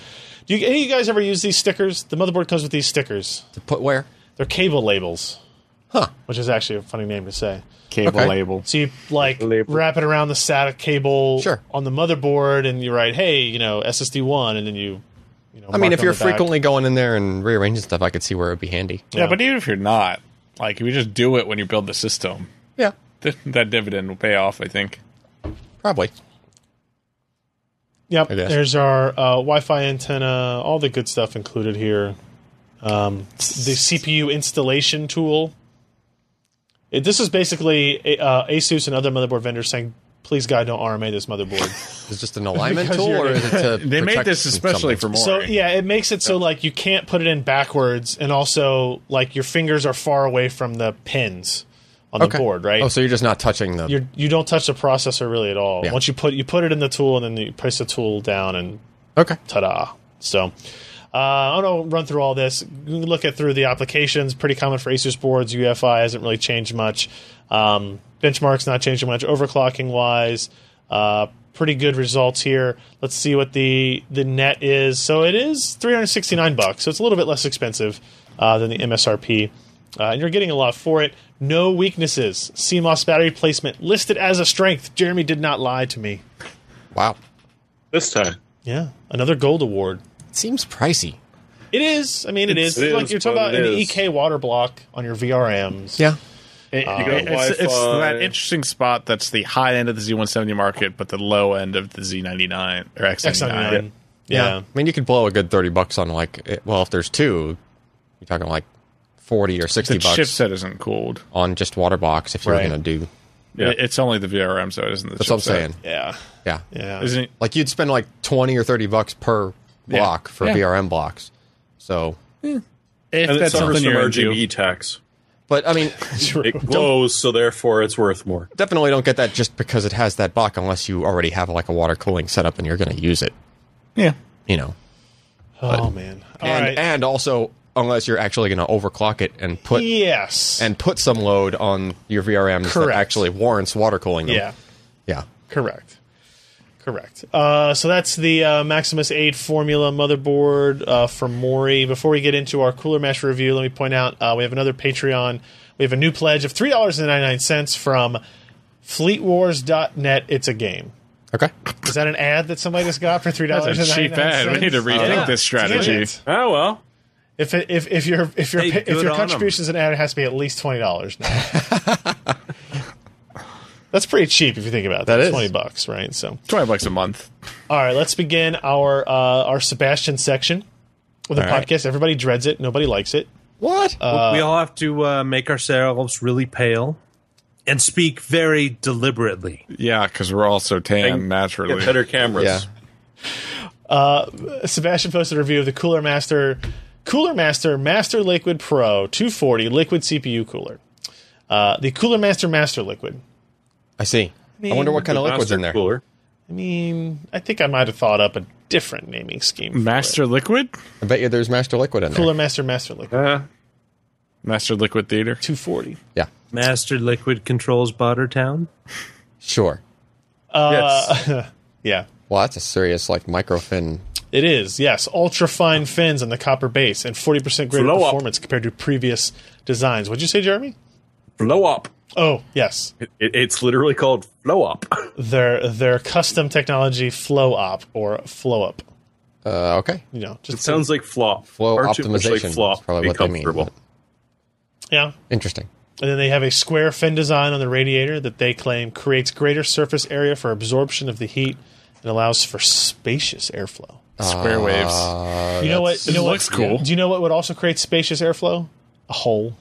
Speaker 1: Do you, any of you guys ever use these stickers? The motherboard comes with these stickers.
Speaker 4: To put where?
Speaker 1: They're cable labels,
Speaker 4: Huh.
Speaker 1: which is actually a funny name to say.
Speaker 3: cable
Speaker 4: Okay.
Speaker 3: label.
Speaker 1: So you like wrap it around the SATA cable
Speaker 4: Sure.
Speaker 1: on the motherboard, and you write, "Hey, you know SSD one," and then you, you know.
Speaker 4: I mean,
Speaker 1: mark
Speaker 4: if
Speaker 1: on
Speaker 4: you're
Speaker 1: the back.
Speaker 4: frequently going in there and rearranging stuff, I could see where it would be handy.
Speaker 3: Yeah, but even if you're not, like, if you just do it when you build the system,
Speaker 4: Yeah,
Speaker 3: th- [laughs] that dividend will pay off. I think.
Speaker 4: probably.
Speaker 1: Yep.
Speaker 4: I guess.
Speaker 1: There's our uh, Wi-Fi antenna, all the good stuff included here. Um, the CPU installation tool. It, this is basically uh, ASUS and other motherboard vendors saying, "Please, God, don't RMA this
Speaker 4: [laughs]
Speaker 1: motherboard."
Speaker 4: It's
Speaker 1: [laughs]
Speaker 4: just an alignment
Speaker 1: Because
Speaker 4: tool,
Speaker 1: you're-
Speaker 4: or is it
Speaker 1: [laughs]
Speaker 4: to
Speaker 3: They made
Speaker 4: protect
Speaker 3: this especially
Speaker 4: something?
Speaker 3: for
Speaker 1: so
Speaker 3: more.
Speaker 1: yeah, it makes it so like you can't put it in backwards, and also like your fingers are far away from the pins on the
Speaker 4: Okay.
Speaker 1: board, right?
Speaker 4: Oh, so you're just not touching the.
Speaker 1: You're- you don't touch the processor really at all.
Speaker 4: Yeah.
Speaker 1: Once you put you put it in the tool, and then you press the tool down, and
Speaker 4: okay.
Speaker 1: ta-da. So uh, I don't know, run through all this. You can Look at through the applications. Pretty common for Asus boards. UFI hasn't really changed much. Um, benchmarks not changing much. Overclocking wise, uh, pretty good results here. Let's see what the the net is. So it is 369 bucks. So it's a little bit less expensive uh, than the MSRP. Uh, and you're getting a lot for it. No weaknesses. CMOS battery placement listed as a strength. Jeremy did not lie to me.
Speaker 4: Wow.
Speaker 2: This time.
Speaker 1: Yeah, another gold award.
Speaker 4: It seems pricey.
Speaker 1: It is. I mean, it is.
Speaker 2: It
Speaker 1: It's like
Speaker 2: is,
Speaker 1: you're talking
Speaker 2: but
Speaker 1: about
Speaker 2: it
Speaker 1: an
Speaker 2: is.
Speaker 1: EK water block on your VRMs.
Speaker 4: Yeah.
Speaker 2: you got
Speaker 3: Uh, It's, it's
Speaker 2: Wi-Fi.
Speaker 3: that interesting spot that's the high end of the Z170 market, but the low end of the Z99 or X99.
Speaker 1: X99.
Speaker 4: yeah,
Speaker 1: Yeah.
Speaker 4: I mean, you could blow a good thirty bucks on like, it- well, if there's two, you're talking like forty or sixty
Speaker 3: The
Speaker 4: bucks
Speaker 3: chipset isn't cooled.
Speaker 4: on just water box if you were
Speaker 1: Right.
Speaker 4: going to do
Speaker 2: Yeah.
Speaker 3: It- It's only the VRM, so it isn't the
Speaker 4: That's what I'm
Speaker 3: chipset.
Speaker 4: saying.
Speaker 1: Yeah.
Speaker 4: Yeah.
Speaker 1: Yeah.
Speaker 3: Isn't it?
Speaker 4: Like you'd spend like 20 or 30 bucks per
Speaker 3: Yeah.
Speaker 4: block for
Speaker 3: Yeah.
Speaker 4: VRM blocks. So,
Speaker 3: If
Speaker 2: and it
Speaker 3: that's
Speaker 2: suffers
Speaker 3: something
Speaker 2: from
Speaker 3: you're
Speaker 2: merging
Speaker 3: into,
Speaker 2: [laughs] e-tax.
Speaker 4: but I mean,
Speaker 2: It glows, so therefore it's worth more.
Speaker 4: definitely don't get that just because it has that block unless you already have like a water cooling setup and you're going to use it,
Speaker 3: yeah,
Speaker 4: you know.
Speaker 1: Oh man. All right.
Speaker 4: And and also unless you're actually going to overclock it and put
Speaker 1: yes.
Speaker 4: and put some load on your VRMs that
Speaker 1: Correct.
Speaker 4: actually warrants water cooling them.
Speaker 1: yeah.
Speaker 4: Yeah.
Speaker 1: Correct. Correct. Uh, so that's the uh, Maximus 8 formula motherboard uh, from Mori. Before we get into our Cooler Mash review, let me point out uh, we have another Patreon. We have a new pledge of $3.99 from FleetWars.net. It's a game.
Speaker 4: Okay.
Speaker 1: Is that an ad that somebody just got for $3.99?
Speaker 3: that's a cheap ad. We need to rethink
Speaker 1: Yeah.
Speaker 3: this
Speaker 1: Damn
Speaker 3: strategy.
Speaker 1: it.
Speaker 5: Oh,
Speaker 2: Ah, well.
Speaker 1: If, it, if, if, your if, your
Speaker 5: Hey,
Speaker 1: pa- if
Speaker 5: good
Speaker 1: your
Speaker 5: on 'em.
Speaker 1: contribution is an ad, it has to be at least $20 now. [laughs] That's pretty cheap if you think about it. That
Speaker 4: is.
Speaker 1: 20 bucks, right? So
Speaker 3: Twenty bucks a month.
Speaker 1: All right, let's begin our uh, our Sebastian section of the
Speaker 3: All right.
Speaker 1: podcast. Everybody dreads it. Nobody likes it.
Speaker 4: What?
Speaker 5: we all have to uh, make ourselves really pale and speak very deliberately.
Speaker 3: Yeah, because we're all so tan
Speaker 2: And
Speaker 3: naturally.
Speaker 2: Get better cameras.
Speaker 4: yeah.
Speaker 1: Sebastian posted a review of the Cooler Master Cooler Master Master Liquid Pro 240 liquid CPU cooler. Uh, the Cooler Master Master Liquid.
Speaker 4: I see. I wonder what kind of liquid's in
Speaker 2: Master
Speaker 4: there.
Speaker 2: Cooler.
Speaker 1: I mean, I think I might have thought up a different naming scheme. for it.
Speaker 3: Master Liquid,
Speaker 4: I bet you there's master liquid in
Speaker 1: Cooler Master Master Liquid
Speaker 3: Master Liquid Theater.
Speaker 1: 240.
Speaker 4: there. Yeah.
Speaker 5: Master Liquid controls Bottertown.
Speaker 4: Sure.
Speaker 2: yes.
Speaker 1: Yeah.
Speaker 4: Well, that's a serious like microfin.
Speaker 1: It is, yes. Ultra fine fins on the copper base and 40% greater
Speaker 2: Blow up.
Speaker 1: performance compared to previous designs. What'd you say, Jeremy?
Speaker 2: Blow up.
Speaker 1: Oh, yes.
Speaker 2: It, it's literally called blow up.
Speaker 1: their their custom technology flow op or flow up.
Speaker 4: Uh, okay.
Speaker 1: You know, just
Speaker 2: [laughs] Sounds like flop.
Speaker 4: Flow
Speaker 2: Or too much
Speaker 4: optimization
Speaker 2: Like
Speaker 4: is
Speaker 2: flop.
Speaker 4: probably
Speaker 2: Be
Speaker 4: what they mean.
Speaker 2: comfortable.
Speaker 1: yeah.
Speaker 4: Interesting.
Speaker 1: And then they have a square fin design on the radiator that they claim creates greater surface area for absorption of the heat and allows for spacious airflow.
Speaker 3: Square waves.
Speaker 1: you know what? You know what?
Speaker 3: Oh, looks cool.
Speaker 1: Do you know what would also create spacious airflow? A hole,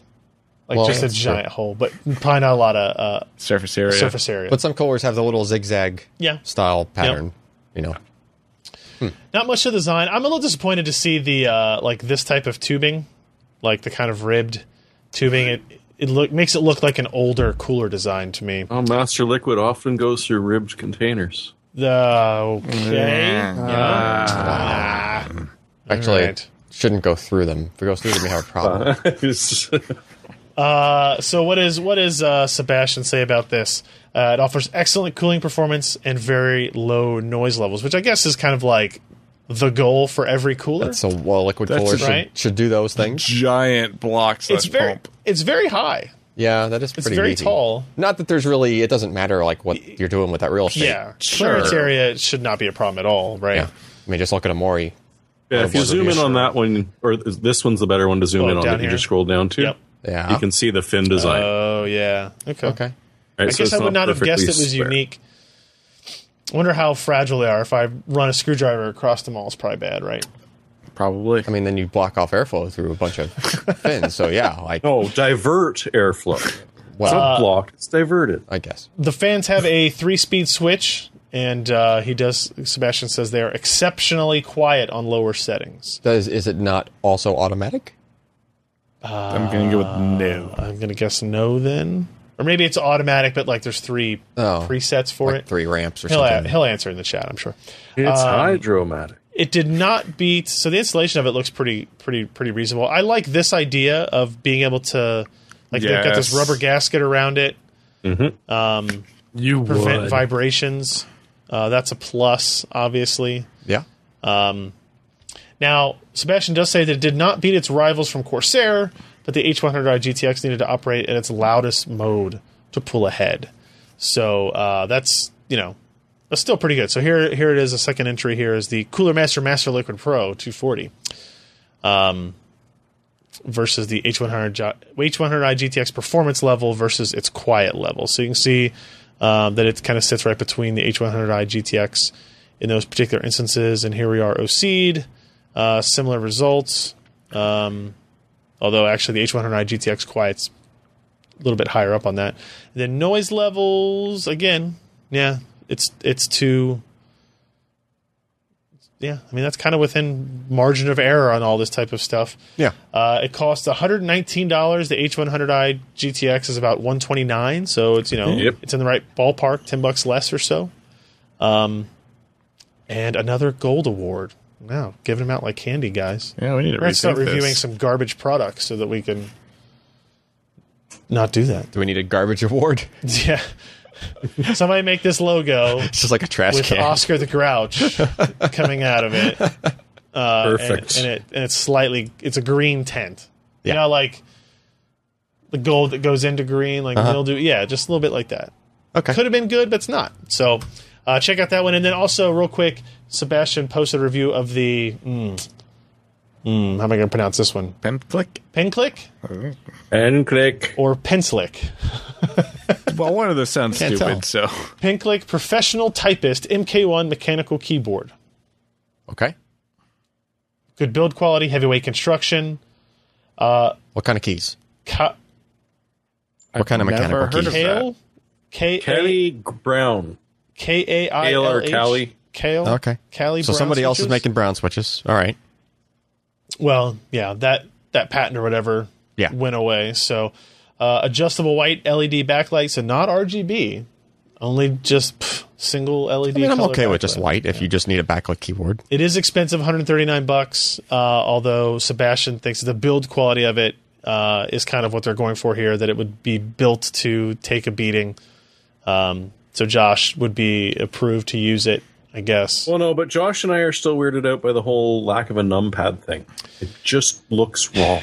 Speaker 1: like
Speaker 4: Well,
Speaker 1: just a
Speaker 4: that's true.
Speaker 1: giant hole, but probably not a lot of uh,
Speaker 3: Surface area.
Speaker 1: surface area.
Speaker 4: But some coolers have the little zigzag
Speaker 1: Yeah.
Speaker 4: style pattern. You know.
Speaker 1: not much to the design. I'm a little disappointed to see the uh, like this type of tubing, like the kind of ribbed tubing. It it look makes it look like an older, cooler design to me.
Speaker 2: Oh, Master Liquid often goes through ribbed containers. [laughs]
Speaker 1: The okay,
Speaker 4: Actually,
Speaker 1: Alright.
Speaker 4: shouldn't go through them. If it goes through them,
Speaker 1: [laughs]
Speaker 4: we have a problem.
Speaker 2: It's-
Speaker 1: Uh, so what is what is uh, Sebastian say about this? Uh, it offers excellent cooling performance and very low noise levels, which I guess is kind of like the goal for every cooler.
Speaker 4: so, well, liquid
Speaker 3: That's
Speaker 4: coolers should,
Speaker 1: right.
Speaker 4: should do those things.
Speaker 3: Giant blocks.
Speaker 1: it's very
Speaker 3: pump.
Speaker 1: it's very high.
Speaker 4: Yeah, that is pretty.
Speaker 1: very
Speaker 4: easy.
Speaker 1: tall.
Speaker 4: Not that there's really. It doesn't matter like what you're doing with that real estate.
Speaker 1: Yeah,
Speaker 3: Sure.
Speaker 1: clearance area should not be a problem at all, right?
Speaker 4: Yeah. I mean, just look at Amori.
Speaker 2: yeah, if you
Speaker 4: Otherwise,
Speaker 2: zoom
Speaker 4: it'd
Speaker 2: in
Speaker 4: be
Speaker 2: on that one, or th- this one's the better one to zoom
Speaker 1: Oh,
Speaker 2: in on
Speaker 1: down
Speaker 2: that you
Speaker 1: here?
Speaker 2: just scroll down to,
Speaker 1: Yep.
Speaker 4: Yeah.
Speaker 2: you can see the fin design.
Speaker 1: Oh yeah. Okay.
Speaker 4: okay.
Speaker 2: Right,
Speaker 1: I
Speaker 2: so
Speaker 1: guess
Speaker 2: it's
Speaker 1: I would not have
Speaker 2: perfectly
Speaker 1: guessed it was
Speaker 2: square.
Speaker 1: unique. I wonder how fragile they are. If I run a screwdriver across them all, it's probably bad, right?
Speaker 3: probably.
Speaker 4: I mean, then you block off airflow through
Speaker 1: [laughs]
Speaker 4: a bunch of fins. So yeah, like
Speaker 2: No, Oh, divert airflow.
Speaker 4: well,
Speaker 2: It's blocked. It's diverted.
Speaker 4: I guess.
Speaker 1: The fans have a three-speed switch, and uh, he does. Sebastian says they are exceptionally quiet on lower settings.
Speaker 4: Does is it not also automatic?
Speaker 3: I'm gonna go with no.
Speaker 1: I'm gonna guess no then, or maybe it's automatic, but like there's three
Speaker 4: Oh.
Speaker 1: presets for
Speaker 4: Like
Speaker 1: it.
Speaker 4: three ramps or
Speaker 1: He'll, a-
Speaker 4: something.
Speaker 1: he'll answer in the chat, I'm sure.
Speaker 2: It's
Speaker 1: Uh,
Speaker 2: hydromatic.
Speaker 1: it did not beat so the installation of it looks pretty pretty pretty reasonable i like this idea of being able to like they've got this
Speaker 3: Yes.
Speaker 1: rubber gasket around it
Speaker 5: You
Speaker 1: prevent
Speaker 5: would.
Speaker 1: vibrations uh, that's a plus obviously
Speaker 4: yeah.
Speaker 1: now sebastian does say that it did not beat its rivals from corsair but the h100i gtx needed to operate in its loudest mode to pull ahead so uh, that's you know that's still pretty good so here here it is a second entry here is the cooler master master liquid pro 240 versus the H100 jo- H100i GTX performance level versus its quiet level. So you can see um, that it kind of sits right between the H100i GTX in those particular instances. And here we are OC'd, uh, similar results. Um, although actually the H100i GTX quiet's a little bit higher up on that. then noise levels again, yeah, it's it's too. Yeah, I mean that's kind of within margin of error on all this type of stuff.
Speaker 4: Yeah.
Speaker 1: Uh, it costs one hundred nineteen dollars. The H one hundred i GTX is about one twenty nine, so it's you know
Speaker 2: Yep.
Speaker 1: it's in the right ballpark, ten bucks less or so. Um, and another gold award. Wow, giving them out like candy, guys.
Speaker 3: Yeah, we need to
Speaker 1: We're gonna start
Speaker 3: rethink
Speaker 1: reviewing
Speaker 3: this.
Speaker 1: some garbage products so that we can not do that.
Speaker 4: Do we need a garbage [laughs] award?
Speaker 1: Yeah. Somebody make this logo
Speaker 4: It's just like a trash
Speaker 1: with
Speaker 4: can.
Speaker 1: Oscar the Grouch coming out of it. Uh, and-
Speaker 2: Perfect.
Speaker 1: And, it, and it's slightly, it's a green tint. You
Speaker 4: Yeah.
Speaker 1: know, like the gold that goes into green, like mildew. Yeah, just a little bit like that.
Speaker 4: Okay.
Speaker 1: Could have been good, but it's not. So uh, check out that one. And then also, real quick, Sebastian posted a review of the. Mm, mm, how am I going to pronounce this one?
Speaker 3: Pen click.
Speaker 1: Penclick
Speaker 2: And click.
Speaker 1: or Pencilick?
Speaker 3: Well, one of those sounds
Speaker 4: Can't
Speaker 3: stupid. So [laughs]
Speaker 1: Penclick Professional Typist MK1 Mechanical Keyboard.
Speaker 4: okay.
Speaker 1: Good build quality, heavyweight construction.
Speaker 4: What kind of keys?
Speaker 1: Ka-
Speaker 4: What kind of
Speaker 3: never
Speaker 4: mechanical
Speaker 3: heard
Speaker 4: keys?
Speaker 3: of that.
Speaker 1: Kale? K A
Speaker 2: Kelly Brown.
Speaker 1: K A I L H?
Speaker 2: Kale or Cali?
Speaker 1: Kale.
Speaker 4: Okay.
Speaker 1: Cali.
Speaker 4: so
Speaker 1: brown
Speaker 4: somebody else is
Speaker 1: switches?
Speaker 4: making brown switches. All right.
Speaker 1: Well, yeah, that that patent or whatever
Speaker 4: Yeah.
Speaker 1: went away. So uh, adjustable white E LED backlight, so not RGB, only just pff, single LED.
Speaker 4: I mean, I'm
Speaker 1: color
Speaker 4: okay with just
Speaker 1: backlight.
Speaker 4: white if you just need a backlit keyboard.
Speaker 1: It is expensive, 139 bucks. Uh, although Sebastian thinks the build quality of it uh, is kind of what they're going for here, that it would be built to take a beating. Um, so Josh would be approved to use it, I guess.
Speaker 2: Well, Oh, no, but Josh and I are still weirded out by the whole lack of a numpad thing. It just looks wrong.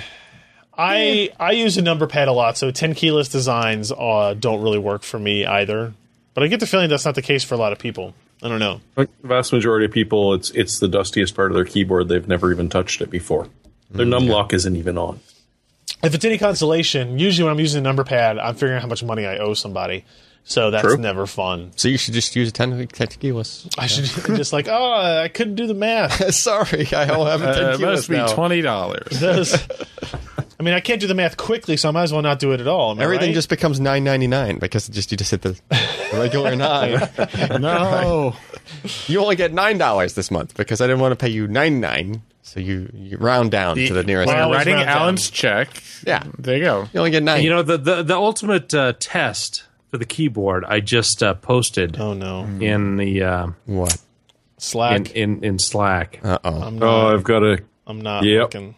Speaker 1: I I use a number pad a lot, so 10 keyless designs uh, don't really work for me either. But I get the feeling that's not the case for a lot of people. I don't know.
Speaker 2: Like the vast majority of people, it's it's the dustiest part of their keyboard. They've never even touched it before. Their num lock isn't even on.
Speaker 1: if it's any consolation, usually when I'm using a number pad, I'm figuring out how much money I owe somebody. So that's
Speaker 2: True.
Speaker 1: never fun.
Speaker 4: So you should just use a 10 keyless.
Speaker 1: I [laughs] should just like, oh, I couldn't do the math.
Speaker 4: [laughs] Sorry, I don't have a 10
Speaker 3: uh, it
Speaker 4: keyless
Speaker 3: must be
Speaker 4: now.
Speaker 3: twenty dollars.
Speaker 1: Those- I mean, I can't do the math quickly, so I might as well not do it at all. am I
Speaker 4: Everything
Speaker 1: right?
Speaker 4: just becomes 9.99 because it just you just hit the regular nine. [laughs]
Speaker 3: no,
Speaker 4: You only get nine dollars this month because I didn't want to pay you nine nine, so you, you round down to the nearest.
Speaker 1: Wow.
Speaker 3: You're
Speaker 1: Always
Speaker 3: writing
Speaker 1: round down.
Speaker 3: Alan's check.
Speaker 4: Yeah,
Speaker 3: There you go.
Speaker 4: you only get nine.
Speaker 5: [laughs] You know the the, the ultimate uh, test for the keyboard I just uh, posted
Speaker 1: Oh no,
Speaker 5: in the uh,
Speaker 4: what?
Speaker 5: in,
Speaker 1: Slack.
Speaker 5: in in Slack.
Speaker 4: Uh oh,
Speaker 1: I'm not.
Speaker 2: Oh, I've got a
Speaker 1: I'm not
Speaker 2: Yep.
Speaker 1: looking.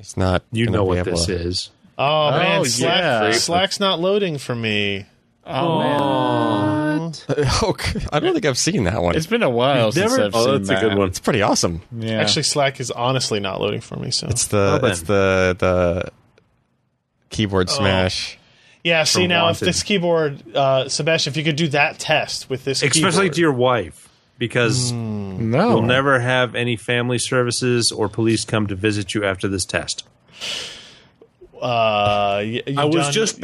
Speaker 4: it's not.
Speaker 5: you
Speaker 4: gonna
Speaker 5: know
Speaker 4: be
Speaker 5: what
Speaker 4: able
Speaker 5: this
Speaker 4: to-
Speaker 5: is.
Speaker 1: Oh, man, Slack,
Speaker 3: yeah.
Speaker 1: Slack's not loading for me.
Speaker 3: Oh, man,
Speaker 4: [laughs] Oh, c- I don't think I've seen that one.
Speaker 3: it's
Speaker 4: It's,
Speaker 3: been a while since
Speaker 5: Never-
Speaker 3: I've
Speaker 2: oh,
Speaker 3: seen
Speaker 2: that's a
Speaker 3: that.
Speaker 2: good one.
Speaker 4: pretty awesome.
Speaker 3: Yeah.
Speaker 1: Actually, Slack is honestly not loading for me. So
Speaker 4: It's the
Speaker 5: Well
Speaker 4: it's the the keyboard smash.
Speaker 1: yeah, see now if
Speaker 5: Wanted.
Speaker 1: this keyboard, uh, Sebastian, if you could do that test with this,
Speaker 5: Especially
Speaker 1: keyboard.
Speaker 5: to your wife, because
Speaker 3: no,
Speaker 5: you'll never have any family services or police come to visit you after this test.
Speaker 1: Uh, y- you
Speaker 2: I was
Speaker 1: done-
Speaker 2: just
Speaker 1: you-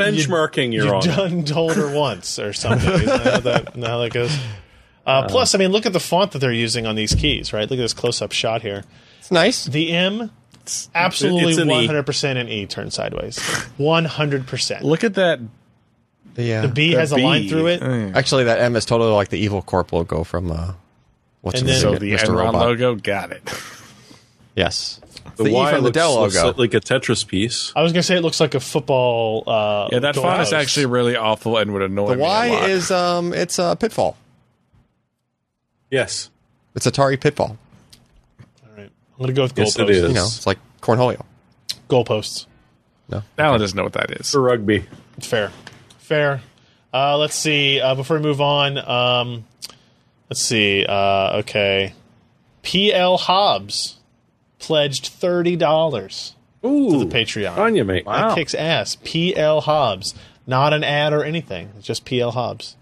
Speaker 1: [laughs]
Speaker 2: benchmarking your
Speaker 1: you
Speaker 2: honor.
Speaker 1: done told her once or something. Isn't that how that, isn't how that goes? Uh, plus, I mean, look at the font that they're using on these keys, right? Look at this close-up shot here.
Speaker 4: It's nice.
Speaker 1: The M, absolutely
Speaker 2: it's an E.
Speaker 1: one hundred percent an E turned sideways, one hundred percent.
Speaker 3: look at that.
Speaker 4: Yeah.
Speaker 1: B has a
Speaker 2: B.
Speaker 1: line through it, and
Speaker 4: uh, Actually, that M is totally like the evil corp logo from uh, what's
Speaker 1: And
Speaker 4: his
Speaker 1: then-
Speaker 3: So
Speaker 4: name?
Speaker 3: the
Speaker 4: Mr.
Speaker 3: Enron
Speaker 4: Robot.
Speaker 3: logo got it.
Speaker 4: Yes, It's
Speaker 2: The,
Speaker 4: the, E
Speaker 2: Y
Speaker 4: from the
Speaker 2: looks,
Speaker 4: Dell
Speaker 2: looks
Speaker 4: logo.
Speaker 2: like a Tetris piece.
Speaker 1: I was gonna say it looks like a football. Uh,
Speaker 3: Yeah, that font
Speaker 1: dollhouse.
Speaker 3: is actually really awful and would annoy
Speaker 4: the
Speaker 3: me. a
Speaker 4: Y
Speaker 3: lot.
Speaker 4: is um, it's uh, pitfall.
Speaker 2: Yes.
Speaker 4: It's Atari pitfall.
Speaker 1: All right. I'm gonna go with
Speaker 2: Yes, it
Speaker 1: goalposts.
Speaker 2: is.
Speaker 4: You know, it's like cornholio.
Speaker 1: Goalposts.
Speaker 3: Alan doesn't know what that is.
Speaker 2: For rugby.
Speaker 1: Fair. Fair. Uh, let's see. Uh, before we move on, um, let's see. Uh, okay. P.L. Hobbs pledged $30
Speaker 2: Ooh.
Speaker 1: to Patreon.
Speaker 2: On you, mate.
Speaker 1: That kicks ass. P.L. Hobbs. Not an ad or anything. It's just P.L. Hobbs.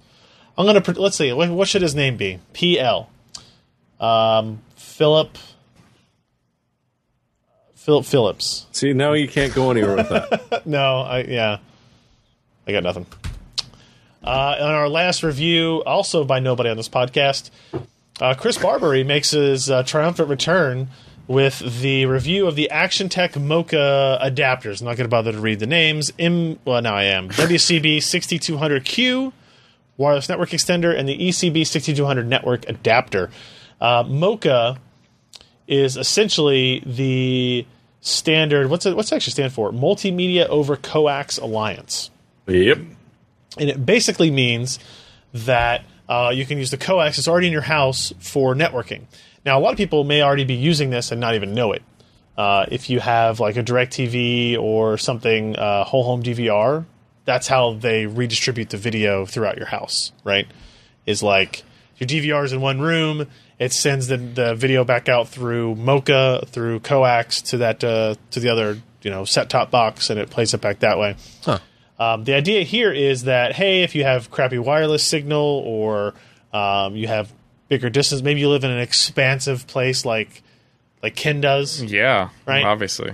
Speaker 1: I'm going to, pr- let's see. What, what should his name be? P.L. Um, Philip. Philip Phillips.
Speaker 2: See, now you can't go anywhere with that.
Speaker 1: No, I yeah, I got nothing. Uh, on our last review, also by nobody on this podcast, uh, Chris Barbary makes his uh, triumphant return with the review of the Action Tech Mocha adapters. I'm not going to bother to read the names. M, well, now I am. WCB 6200Q wireless network extender and the E ECB 6200 network adapter. Uh, Mocha is essentially the standard. What's it, what's it actually stand for? Multimedia over Coax Alliance
Speaker 2: [laughs] Yep.
Speaker 1: and it basically means that uh, you can use the coax that's already in your house for networking. Now, a lot of people may already be using this and not even know it. Uh, if you have like a DirecTV or something, uh, whole home DVR, that's how they redistribute the video throughout your house, right? Is like your DVR is in one room, it sends the, the video back out through Mocha, through coax to that uh, to the other you know set top box, and it plays it back that way. Um, the idea here is that hey, if you have crappy wireless signal or um, you have bigger distance, maybe you live in an expansive place like like Ken does.
Speaker 3: Yeah,
Speaker 1: Right.
Speaker 3: Obviously,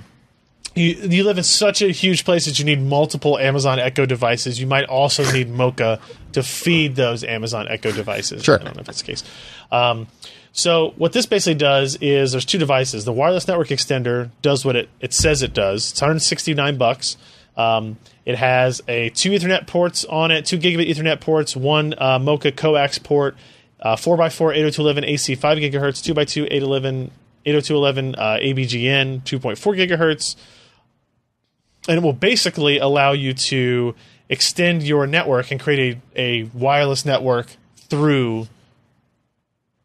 Speaker 1: You, you live in such a huge place that you need multiple Amazon Echo devices. You might also need Mocha to feed those Amazon Echo devices.
Speaker 4: Sure.
Speaker 1: I don't know if that's the case. Um, so what this basically does is there's two devices. The wireless network extender does what it, it says it does. It's 169 bucks. Um, it has a two Ethernet ports on it, two gigabit Ethernet ports, one uh, Mocha coax port, uh, 4x4 802.11 AC 5 gigahertz, 2x2 811 802.11 uh, ABGN 2.4 gigahertz, and it will basically allow you to extend your network and create a, a wireless network through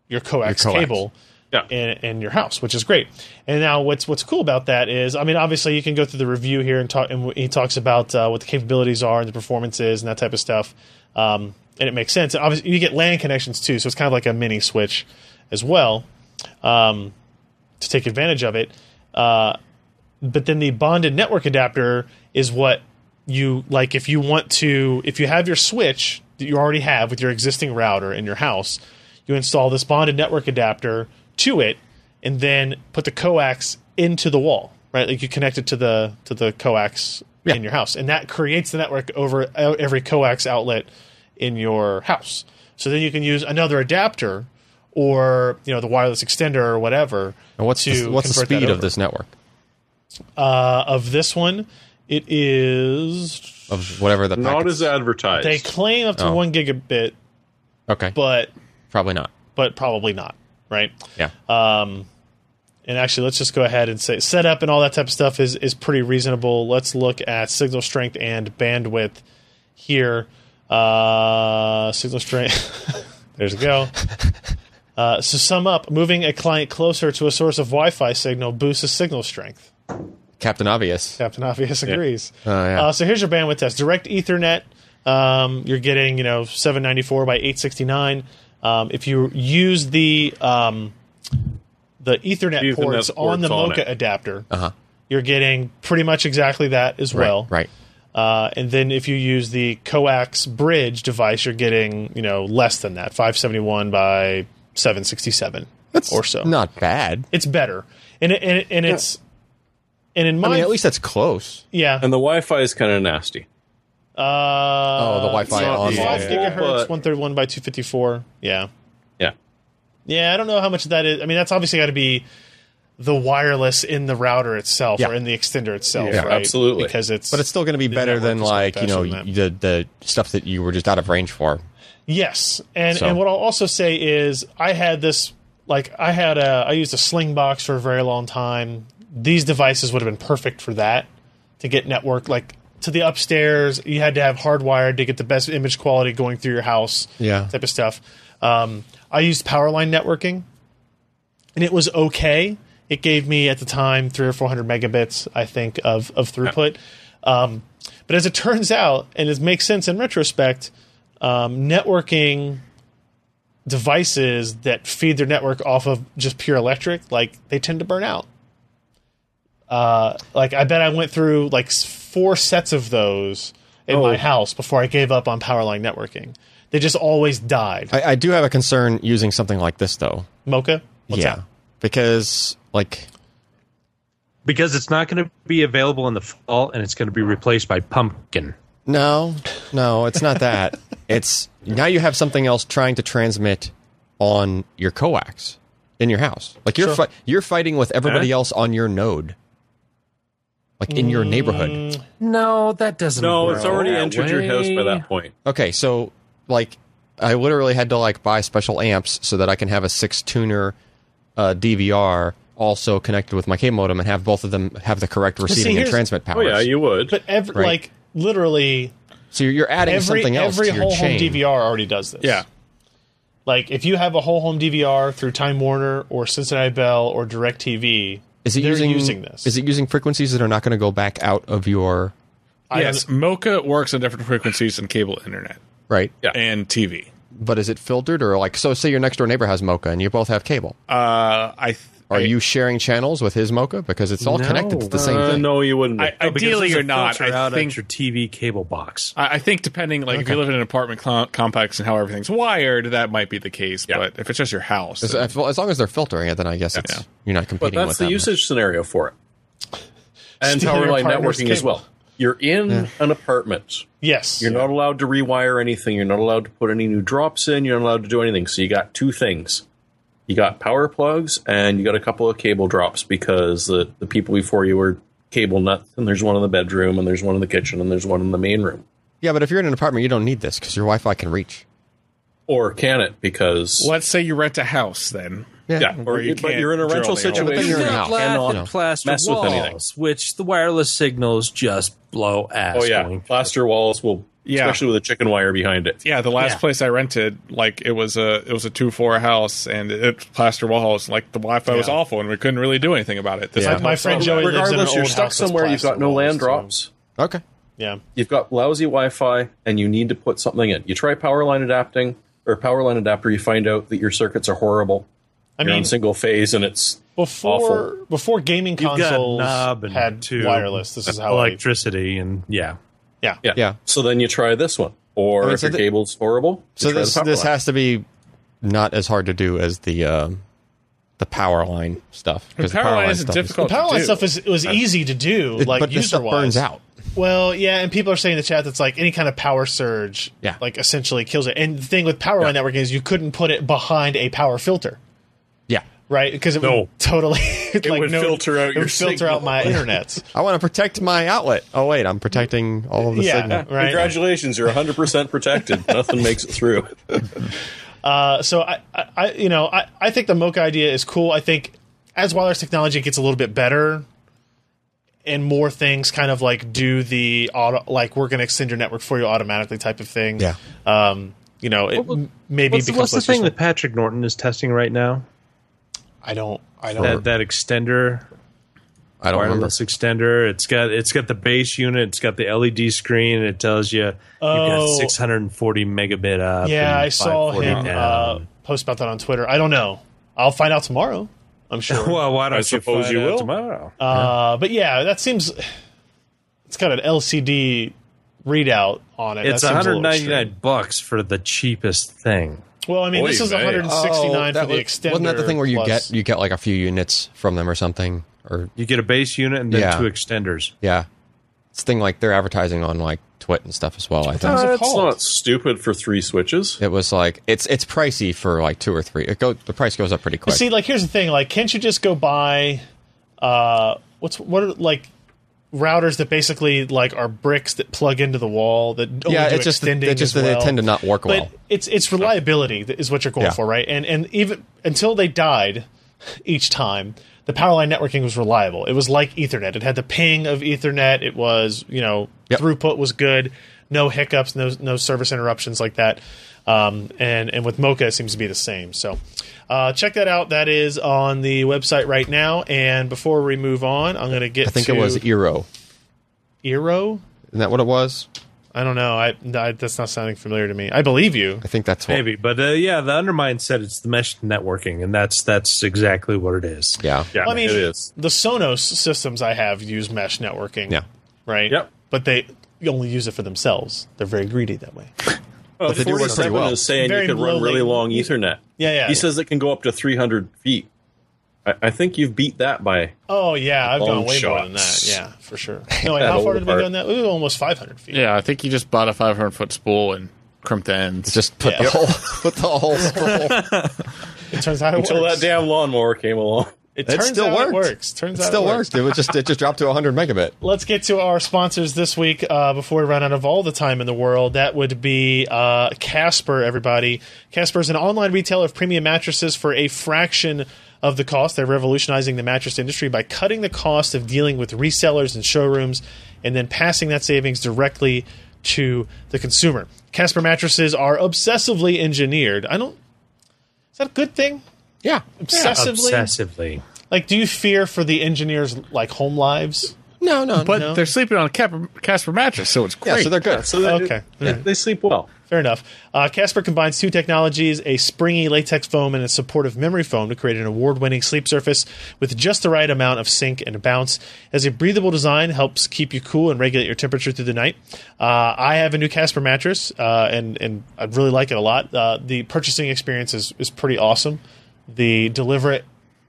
Speaker 1: your coax,
Speaker 4: coax.
Speaker 1: cable
Speaker 2: Yeah.
Speaker 1: in, in your house, which is great. And now, what's what's cool about that is, I mean, obviously, you can go through the review here and talk, and he talks about uh, what the capabilities are and the performance is and that type of stuff. Um, and it makes sense. And obviously, you get LAN connections too, so it's kind of like a mini switch as well um, to take advantage of it. Uh, but then the bonded network adapter is what you like if you want to if you have your switch that you already have with your existing router in your house you install this bonded network adapter to it and then put the coax into the wall right like you connect it to the to the coax in your house and that creates the network over e- every coax outlet in your house so then you can use another adapter or you know the wireless extender or whatever
Speaker 4: And what's
Speaker 1: to
Speaker 4: the, what's the
Speaker 1: convert that
Speaker 4: speed of
Speaker 1: over.
Speaker 4: this network
Speaker 1: Uh, of this one, it is
Speaker 4: of whatever the
Speaker 2: Not
Speaker 4: packets-
Speaker 2: as advertised.
Speaker 1: they claim up to
Speaker 4: Oh.
Speaker 1: one gigabit,
Speaker 4: okay,
Speaker 1: but
Speaker 4: probably not.
Speaker 1: but probably not, right?
Speaker 4: Yeah,
Speaker 1: Uh, And actually, let's just go ahead and say setup and all that type of stuff is is pretty reasonable. Let's look at signal strength and bandwidth here. Uh, signal strength. [laughs] There's a go. Uh, so sum up, moving a client closer to a source of Wi-Fi signal boosts the signal strength.
Speaker 4: Captain Obvious.
Speaker 1: Captain Obvious agrees.
Speaker 4: Oh, yeah.
Speaker 1: Uh, so here's your bandwidth test. Direct Ethernet, um, you're getting you know 794 by 869. Um, if you use the um, the Ethernet,
Speaker 2: Ethernet
Speaker 1: ports, on the
Speaker 2: ports on
Speaker 1: Mocha
Speaker 2: it.
Speaker 1: adapter, you're getting pretty much exactly that as
Speaker 4: Uh-huh. Right,
Speaker 1: well.
Speaker 4: right.
Speaker 1: Uh, and then if you use the coax bridge device, you're getting you know less than that, 571 by 767 or so.
Speaker 4: Not bad.
Speaker 1: It's better, and it, and, it, and it's and in my
Speaker 4: I mean, at least that's close.
Speaker 1: yeah.
Speaker 2: and the Wi-Fi is kind of nasty.
Speaker 1: Uh,
Speaker 4: Oh, the Wi-Fi
Speaker 1: it's
Speaker 4: on
Speaker 1: five
Speaker 2: wall.
Speaker 1: gigahertz,
Speaker 2: But-
Speaker 1: one thirty one by two fifty four. Yeah,
Speaker 2: Yeah.
Speaker 1: yeah. I don't know how much that is. I mean, that's obviously got to be the wireless in the router itself
Speaker 4: Yeah.
Speaker 1: or in the extender itself.
Speaker 2: Yeah,
Speaker 1: right?
Speaker 2: absolutely.
Speaker 1: Because it's
Speaker 4: But it's still going to be better
Speaker 1: network
Speaker 4: than
Speaker 1: is
Speaker 4: like you know
Speaker 1: faster than
Speaker 4: the the stuff that you were just out of range for.
Speaker 1: Yes, and
Speaker 4: So-
Speaker 1: and what I'll also say is I had this like I had a I used a sling box for a very long time. These devices would have been perfect for that to get network like to the upstairs. You had to have hardwired to get the best image quality going through your house.
Speaker 4: Yeah.
Speaker 1: type of stuff. Um, I used Powerline networking, and it was okay. It gave me at the time three or four hundred megabits, I think, of of throughput. Um, but as it [laughs] turns out, and it makes sense in retrospect, um, networking devices that feed their network off of just pure electric, like they tend to burn out. Uh, like I bet I went through like s- four sets of those in
Speaker 4: Oh.
Speaker 1: my house before I gave up on powerline networking. They just always died.
Speaker 4: I, I do have a concern using something like this though.
Speaker 1: Mocha, what's
Speaker 4: yeah,
Speaker 1: that?
Speaker 4: because like
Speaker 5: because it's not going to be available in the fall and it's going to be replaced by pumpkin.
Speaker 4: no, no, it's
Speaker 1: [laughs]
Speaker 4: not that. it's now you have something else trying to transmit on your coax. in your house. Like you're
Speaker 1: Sure.
Speaker 4: fi- you're fighting with everybody
Speaker 5: Yeah.
Speaker 4: else on your node, like in your neighborhood.
Speaker 1: Mm.
Speaker 5: No, that doesn't.
Speaker 2: No,
Speaker 5: work
Speaker 2: it's already
Speaker 5: that
Speaker 2: entered your house by
Speaker 5: way.
Speaker 2: that point.
Speaker 4: Okay, so like I literally had to like buy special amps so that I can have a six tuner uh, DVR also connected with my cable modem and have both of them have the correct receiving and
Speaker 1: here's-
Speaker 4: transmit
Speaker 2: Oh
Speaker 4: powers.
Speaker 2: yeah, you would.
Speaker 1: But every
Speaker 4: Right.
Speaker 1: like literally
Speaker 4: so you're, you're adding
Speaker 1: every
Speaker 4: something else
Speaker 1: every
Speaker 4: to your
Speaker 1: whole
Speaker 4: chain.
Speaker 1: home DVR already does this.
Speaker 3: Yeah.
Speaker 1: Like if you have a whole home DVR through Time Warner or Cincinnati Bell or DirecTV,
Speaker 4: Is it
Speaker 1: they're
Speaker 4: using,
Speaker 1: this.
Speaker 4: Is it using frequencies that are not going to go back out of your
Speaker 1: I
Speaker 3: yes, Mocha works on different frequencies than cable internet
Speaker 4: right?
Speaker 2: Yeah.
Speaker 3: and TV.
Speaker 4: But is it filtered or like so? Say your next door neighbor has Mocha and you both have cable.
Speaker 3: Uh, I th-
Speaker 4: Are
Speaker 3: I-
Speaker 4: you sharing channels with his Mocha because it's all connected to the same
Speaker 2: Uh,
Speaker 4: thing?
Speaker 2: no, you wouldn't.
Speaker 3: I-
Speaker 5: No, because
Speaker 3: Ideally
Speaker 5: there's a
Speaker 3: or not,
Speaker 5: filter
Speaker 3: I
Speaker 5: out at
Speaker 3: think-
Speaker 5: your TV cable box.
Speaker 3: I I think depending, like if you live in an apartment cl- complex and how everything's wired, that might be the case. But if it's just your house,
Speaker 4: As,
Speaker 3: then-
Speaker 4: as well- as long as they're filtering it, then I guess it's
Speaker 3: Yeah.
Speaker 4: you're not
Speaker 2: but
Speaker 4: competing
Speaker 2: that's
Speaker 4: with
Speaker 2: the
Speaker 4: them.
Speaker 2: usage scenario for it. And
Speaker 1: Steal
Speaker 2: power
Speaker 1: your
Speaker 2: line
Speaker 1: partner's
Speaker 2: networking as
Speaker 1: cable.
Speaker 2: well. You're in an apartment.
Speaker 1: yes.
Speaker 2: You're not allowed to rewire anything. You're not allowed to put any new drops in. You're not allowed to do anything. So you got two things. You got power plugs and you got a couple of cable drops because the, the people before you were cable nuts and there's one in the bedroom and there's one in the kitchen and there's one in the main room.
Speaker 4: Yeah, but if you're in an apartment, you don't need this because your Wi-Fi can reach.
Speaker 2: Or can it because
Speaker 3: let's say you rent a house, then
Speaker 2: yeah, or
Speaker 3: you
Speaker 2: you, but
Speaker 3: can't
Speaker 2: you're in a
Speaker 3: drill
Speaker 2: rental
Speaker 3: the hole.
Speaker 4: But then
Speaker 2: situation.
Speaker 4: you're in a
Speaker 5: You've got
Speaker 4: house.
Speaker 5: pla-
Speaker 2: Cannot
Speaker 5: plaster
Speaker 2: mess with
Speaker 5: walls,
Speaker 2: anything.
Speaker 5: which the wireless signals just blow ass.
Speaker 2: Oh yeah,
Speaker 5: going.
Speaker 2: plaster walls will,
Speaker 3: Yeah.
Speaker 2: especially with a chicken wire behind it.
Speaker 3: yeah, the last
Speaker 5: Yeah.
Speaker 3: place I rented, like it was a it was a two floor house and it plaster walls. Like the Wi Fi was
Speaker 1: Yeah.
Speaker 3: awful and we couldn't really do anything about it. This
Speaker 4: Yeah.
Speaker 3: is
Speaker 1: My friend Joey lives in an
Speaker 2: Regardless,
Speaker 1: old
Speaker 2: you're
Speaker 1: house
Speaker 2: stuck
Speaker 1: that's
Speaker 2: somewhere. You've got
Speaker 1: plastered
Speaker 2: no
Speaker 1: walls,
Speaker 2: land
Speaker 1: so-
Speaker 2: drops.
Speaker 4: Okay,
Speaker 1: Yeah.
Speaker 2: You've got lousy Wi-Fi, and you need to put something in. You try power line adapting or power line adapter. You find out that your circuits are horrible.
Speaker 1: I
Speaker 2: You're
Speaker 1: mean,
Speaker 2: on single phase, and it's
Speaker 1: before
Speaker 2: awful.
Speaker 1: before gaming
Speaker 5: You've got
Speaker 1: consoles
Speaker 5: knob and
Speaker 1: had
Speaker 5: tube,
Speaker 1: wireless, this is how I,
Speaker 5: electricity and yeah.
Speaker 1: yeah.
Speaker 2: yeah.
Speaker 4: Yeah.
Speaker 2: So then you try this one, or
Speaker 4: I mean,
Speaker 2: if
Speaker 4: so
Speaker 2: your
Speaker 4: the-
Speaker 2: cable's horrible. you
Speaker 4: so
Speaker 2: try
Speaker 4: this
Speaker 2: the power
Speaker 4: this
Speaker 2: line.
Speaker 4: has to be not as hard to do as the um, the power line stuff because
Speaker 3: power, line isn't
Speaker 4: stuff
Speaker 3: difficult.
Speaker 1: Power line
Speaker 3: to do.
Speaker 1: stuff is, was easy to do,
Speaker 4: It-
Speaker 1: like
Speaker 4: but this
Speaker 1: user
Speaker 4: stuff
Speaker 1: wise.
Speaker 4: burns out.
Speaker 1: Well, yeah, and people are saying in the chat that's like any kind of power surge,
Speaker 4: Yeah.
Speaker 1: like essentially kills it. And the thing with power line networking is you couldn't put it behind a power filter,
Speaker 4: Yeah,
Speaker 1: right? Because it
Speaker 5: No.
Speaker 1: would totally [laughs] it
Speaker 2: would filter out
Speaker 1: it
Speaker 2: your
Speaker 1: would filter out
Speaker 2: signal.
Speaker 4: [laughs]
Speaker 1: my internet.
Speaker 4: I want to protect my outlet. Oh wait, I'm protecting all of the
Speaker 1: Yeah.
Speaker 4: signal.
Speaker 1: Right.
Speaker 2: Congratulations, you're 100 percent
Speaker 4: [laughs]
Speaker 2: protected. Nothing makes it through.
Speaker 1: so I, I, I you know, I, I think the Mocha idea is cool. I think as wireless technology gets a little bit better and more things kind of like do the auto, like we're going to extend your network for you automatically type of thing.
Speaker 4: Yeah.
Speaker 1: Um, you know, it
Speaker 5: What-
Speaker 1: maybe
Speaker 5: What's,
Speaker 1: becomes
Speaker 5: what's the
Speaker 1: less
Speaker 5: thing
Speaker 1: useful.
Speaker 5: that Patrick Norton is testing right now?
Speaker 1: I don't, I don't,
Speaker 5: That, that extender,
Speaker 4: I don't remember.
Speaker 5: wireless extender. It's got it's got the base unit. It's got the LED screen. and It tells you you've got
Speaker 1: Oh.
Speaker 5: 640 megabit up.
Speaker 1: yeah,
Speaker 5: and
Speaker 1: I saw
Speaker 5: 540
Speaker 1: him
Speaker 5: down.
Speaker 1: uh, post about that on Twitter. I don't know. I'll find out tomorrow. I'm sure.
Speaker 5: [laughs] well, why don't
Speaker 2: I
Speaker 5: you
Speaker 2: suppose
Speaker 5: find
Speaker 2: you
Speaker 5: out
Speaker 2: will.
Speaker 5: tomorrow?
Speaker 1: uh, but yeah, that seems, it's got an LCD readout on it.
Speaker 5: it's
Speaker 1: That seems a little
Speaker 5: 199
Speaker 1: extreme.
Speaker 5: bucks for the cheapest thing.
Speaker 1: Well, I mean,
Speaker 2: Oy
Speaker 1: this is
Speaker 2: vey.
Speaker 1: 169
Speaker 4: Oh,
Speaker 1: for the
Speaker 4: was-
Speaker 1: extender.
Speaker 4: Wasn't that the thing where you
Speaker 1: plus-
Speaker 4: get you get like a few units from them or something? Or
Speaker 5: You get a base unit and then
Speaker 4: Yeah.
Speaker 5: two extenders.
Speaker 4: yeah, it's a thing like they're advertising on like Twit and stuff as well. I think
Speaker 2: That's
Speaker 1: it
Speaker 2: it's
Speaker 1: called?
Speaker 2: not stupid for three switches.
Speaker 4: it was like it's it's pricey for like two or three. It go the price goes up pretty quick.
Speaker 1: See, like, here's the thing. Like, can't you just go buy, uh, what's what are like routers that basically like are bricks that plug into the wall that only
Speaker 4: yeah,
Speaker 1: do
Speaker 4: it's just that-
Speaker 1: extending
Speaker 4: it's just
Speaker 1: as
Speaker 4: that
Speaker 1: well.
Speaker 4: they tend to not work
Speaker 1: but
Speaker 4: well.
Speaker 1: it's it's reliability that is what you're going
Speaker 4: Yeah.
Speaker 1: for, right? And and even until they died, each time the power line networking was reliable. It was like Ethernet. It had the ping of Ethernet. It was you know
Speaker 4: Yep.
Speaker 1: throughput was good, no hiccups, no no service interruptions like that. Um, and and with Mocha, it seems to be the same. So uh, check that out. That is on the website right now. And before we move on, I'm going to get.
Speaker 4: I think it was Eero.
Speaker 1: Eero.
Speaker 4: Isn't that what it was?
Speaker 1: I don't know. I, I that's not sounding familiar to me. I believe you.
Speaker 4: I think that's what.
Speaker 5: Maybe, but uh, yeah, the undermine said it's the mesh networking, and that's that's exactly what it is.
Speaker 4: Yeah.
Speaker 2: Yeah,
Speaker 1: I mean,
Speaker 2: it is.
Speaker 1: the Sonos systems I have use mesh networking.
Speaker 4: Yeah.
Speaker 1: Right.
Speaker 2: Yep.
Speaker 1: But they only use it for themselves. They're very greedy that way.
Speaker 2: But
Speaker 4: they do work pretty well.
Speaker 2: is saying
Speaker 1: Very
Speaker 2: you can run
Speaker 1: low
Speaker 2: really
Speaker 1: latency.
Speaker 2: long Ethernet.
Speaker 1: Yeah, yeah.
Speaker 2: He says it can go up to 300 feet. I, I think you've beat that by.
Speaker 1: Oh yeah, I've
Speaker 2: Long
Speaker 1: gone way more than that.
Speaker 2: shots.
Speaker 1: Yeah, for sure. No, wait, how
Speaker 2: old
Speaker 1: far did we
Speaker 2: part.
Speaker 1: go on that? Ooh, almost 500 feet.
Speaker 3: Yeah, I think you just bought a 500 foot spool and crimped the ends.
Speaker 4: Just [laughs] put
Speaker 1: Yeah.
Speaker 4: the whole put the whole spool.
Speaker 1: It turns out it
Speaker 2: until
Speaker 1: works.
Speaker 2: that damn lawnmower came along.
Speaker 1: [laughs] it
Speaker 4: It
Speaker 1: turns
Speaker 4: still
Speaker 1: out
Speaker 4: worked.
Speaker 1: it works. Turns
Speaker 4: it
Speaker 1: out
Speaker 4: still
Speaker 1: it works.
Speaker 4: works. It was just it just dropped to
Speaker 1: [laughs]
Speaker 4: 100 megabit.
Speaker 1: let's get to our sponsors this week uh, before we run out of all the time in the world. That would be uh, Casper, everybody. Casper is an online retailer of premium mattresses for a fraction of the cost. They're revolutionizing the mattress industry by cutting the cost of dealing with resellers and showrooms and then passing that savings directly to the consumer. Casper mattresses are obsessively engineered. I don't. Is that a good thing?
Speaker 4: Yeah.
Speaker 1: Obsessively?
Speaker 5: Obsessively.
Speaker 1: Like, do you fear for the engineers' like home lives?
Speaker 4: No, no.
Speaker 3: But
Speaker 1: No.
Speaker 3: they're sleeping on a Cap- Casper mattress, so it's
Speaker 4: yeah,
Speaker 3: great.
Speaker 4: so they're good.
Speaker 2: So they,
Speaker 1: Okay.
Speaker 2: they, they sleep well.
Speaker 1: Fair enough. Uh, Casper combines two technologies, a springy latex foam and a supportive memory foam, to create an award winning sleep surface with just the right amount of sink and bounce. As a breathable design, helps keep you cool and regulate your temperature through the night. Uh, I have a new Casper mattress, uh, and, and I really like it a lot. Uh, the purchasing experience is, is pretty awesome. The deliver it,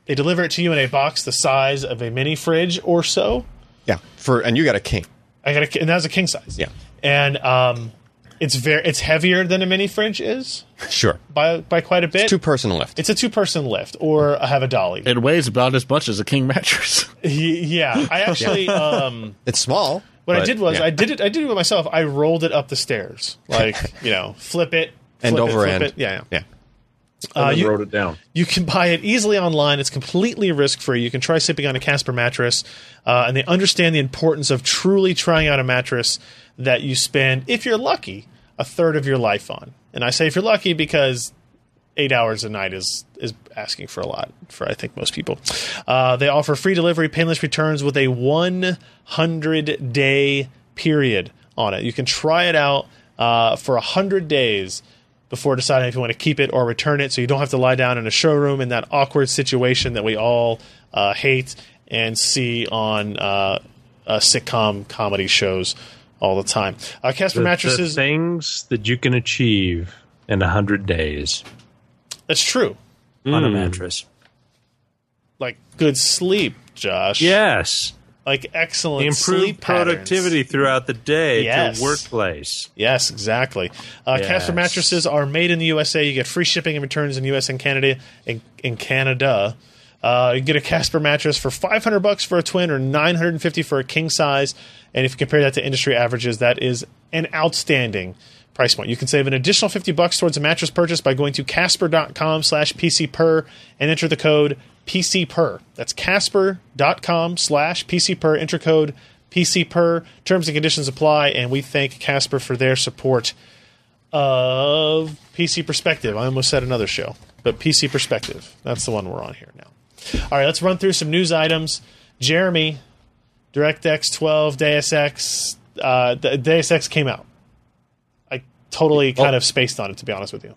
Speaker 1: they deliver it to you in a box the size of a mini fridge or so.
Speaker 4: Yeah. For and you got a king.
Speaker 1: I got a, ki- and that was a king size.
Speaker 4: Yeah.
Speaker 1: and um, it's very it's heavier than a mini fridge is
Speaker 4: Sure.
Speaker 1: by by quite a bit.
Speaker 4: Two person lift.
Speaker 1: It's a two person lift, or I have a dolly.
Speaker 3: it weighs about as much as a king mattress.
Speaker 1: Y- yeah, I actually um,
Speaker 4: It's small.
Speaker 1: what I
Speaker 4: but-
Speaker 1: did was
Speaker 4: yeah.
Speaker 1: I did it I did it myself. I rolled it up the stairs, like you know, flip it,
Speaker 4: end
Speaker 1: flip it,
Speaker 4: over
Speaker 1: flip
Speaker 4: end.
Speaker 1: It. Yeah, yeah.
Speaker 4: Yeah.
Speaker 1: Uh,
Speaker 2: and
Speaker 1: you-
Speaker 2: wrote it down.
Speaker 1: You can buy it easily online. It's completely risk free. You can try sleeping on a Casper mattress, uh, and they understand the importance of truly trying out a mattress that you spend, if you're lucky, a third of your life on. And I say if you're lucky because eight hours a night is is asking for a lot for I think most people. Uh, they offer free delivery, painless returns with a 100 day period on it. You can try it out uh, for 100 days before deciding if you want to keep it or return it, so you don't have to lie down in a showroom in that awkward situation that we all uh, hate and see on uh, uh, sitcom comedy shows all the time. Uh, Casper
Speaker 5: The, the
Speaker 1: mattresses.
Speaker 5: things that you can achieve in 100 days
Speaker 1: that's true.
Speaker 5: on a mattress.
Speaker 1: Like good sleep, Josh.
Speaker 5: Yes.
Speaker 1: like excellent
Speaker 5: Improve
Speaker 1: sleep patterns.
Speaker 5: productivity throughout the day at
Speaker 1: Yes.
Speaker 5: your workplace.
Speaker 1: Yes, exactly. Uh, Casper
Speaker 5: Yes.
Speaker 1: mattresses are made in the USA. You get free shipping and returns in the US and Canada. In, in Canada, uh, you get a Casper mattress for 500 bucks for a twin or 950 for a king size. And if you compare that to industry averages, that is an outstanding price point. You can save an additional 50 bucks towards a mattress purchase by going to casper.com slash pcper and enter the code pcper. That's casper.com slash pcper. Enter code PC per terms and conditions apply, and we thank Casper for their support of PC Perspective. I almost said another show, but PC Perspective. That's the one we're on here now. All right, let's run through some news items. Jeremy, DirectX 12, Deus Ex, uh, De- Deus Ex came out. I totally
Speaker 4: Oh.
Speaker 1: kind of spaced on it, to be honest with you.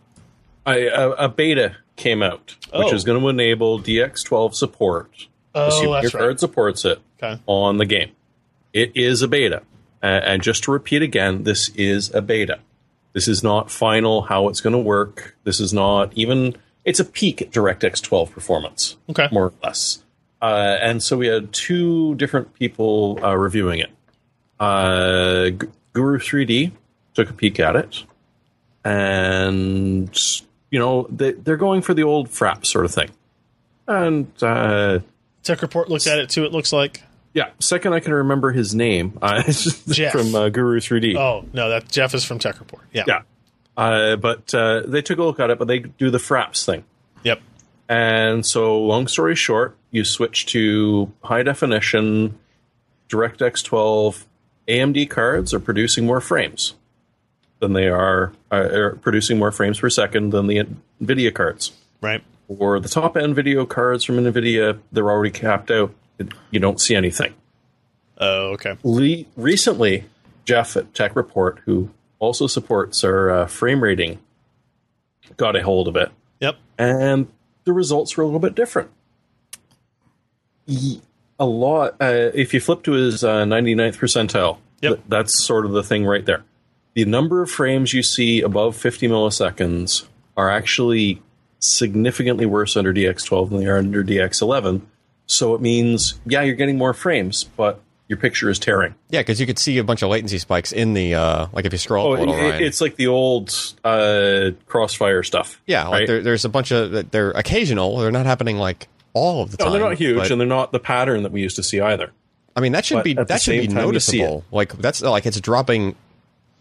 Speaker 2: I, a, a beta came out, which
Speaker 1: Oh.
Speaker 2: is going to enable DX12 support.
Speaker 1: Oh,
Speaker 2: the
Speaker 1: that's
Speaker 2: card
Speaker 1: right.
Speaker 2: supports it
Speaker 1: Okay.
Speaker 2: on the game. It is a beta, A- and just to repeat again, this is a beta. This is not final how it's going to work. This is not even. It's a peak at DirectX 12 performance,
Speaker 1: Okay.
Speaker 2: more or less. Uh, and so we had two different people uh, reviewing it. Uh, G- Guru 3D took a peek at it and you know they, they're going for the old frap sort of thing and uh,
Speaker 1: Tech Report looked at it too, it looks like.
Speaker 2: yeah second i can remember his name [laughs] uh, it's just
Speaker 1: Jeff.
Speaker 2: from uh, guru 3d
Speaker 1: Oh, no, that Jeff is from Tech Report. Yeah.
Speaker 2: yeah uh, but uh, they took a look at it but they do the fraps thing
Speaker 1: Yep.
Speaker 2: and so long story short you switch to high definition directx 12 amd cards are producing more frames than they are, uh, are producing more frames per second than the nvidia cards
Speaker 1: Right.
Speaker 2: or the top end video cards from NVIDIA, they're already capped out. It- You don't see anything.
Speaker 1: Oh, okay.
Speaker 2: Le- recently, Jeff at Tech Report, who also supports our uh, frame rating, got a hold of it,
Speaker 1: Yep.
Speaker 2: and the results were a little bit different. Ye- A lot. Uh, if you flip to his uh, 99th percentile,
Speaker 1: Yep.
Speaker 2: th- that's sort of the thing right there. The number of frames you see above 50 milliseconds are actually significantly worse under DX12 than they are under DX11. So it means, yeah, you're getting more frames, but your picture is tearing.
Speaker 4: Yeah, because you could see a bunch of latency spikes in the uh, like if you scroll
Speaker 2: Oh,
Speaker 4: up a little,
Speaker 2: it-
Speaker 4: Ryan.
Speaker 2: it's like the old uh, crossfire stuff.
Speaker 4: yeah, like
Speaker 2: right?
Speaker 4: there, there's a bunch of that- they're occasional. They're not happening like all of the
Speaker 2: No,
Speaker 4: time.
Speaker 2: they're not huge,
Speaker 4: but-
Speaker 2: and they're not the pattern that we used to see either.
Speaker 4: I mean, that should
Speaker 2: but
Speaker 4: be
Speaker 2: at the
Speaker 4: that should be
Speaker 2: same time you see it.
Speaker 4: noticeable. Like that's like it's dropping.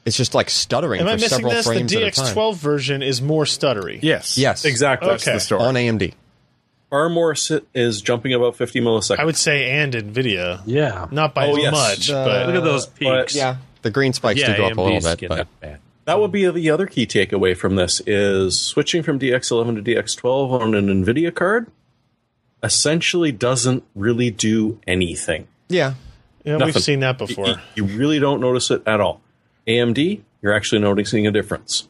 Speaker 4: It's just like stuttering
Speaker 1: Am
Speaker 4: for
Speaker 1: I missing
Speaker 4: several
Speaker 1: this? The
Speaker 4: frames at a time.
Speaker 1: DX12 version is more stuttery.
Speaker 3: [laughs] Yes.
Speaker 4: Yes,
Speaker 2: Exactly.
Speaker 3: That's
Speaker 1: Okay.
Speaker 3: the story.
Speaker 4: on AMD.
Speaker 2: Armor si- is jumping about 50 milliseconds.
Speaker 1: I would say and NVIDIA.
Speaker 5: Yeah.
Speaker 1: Not by
Speaker 2: Oh, yes.
Speaker 1: much,
Speaker 4: The-
Speaker 1: but
Speaker 5: Look at those peaks.
Speaker 4: Yeah, the green spikes do go up a
Speaker 5: AMD's
Speaker 4: little bit,
Speaker 5: getting
Speaker 4: but
Speaker 5: up bad.
Speaker 2: that would be the other key takeaway from this is switching from DX11 to DX12 on an NVIDIA card essentially doesn't really do anything.
Speaker 4: yeah,
Speaker 1: yeah, we've
Speaker 2: Nothing. E-
Speaker 1: seen that
Speaker 2: You-
Speaker 1: before.
Speaker 2: You, you really don't notice it at all. AMD, you're actually noticing a difference.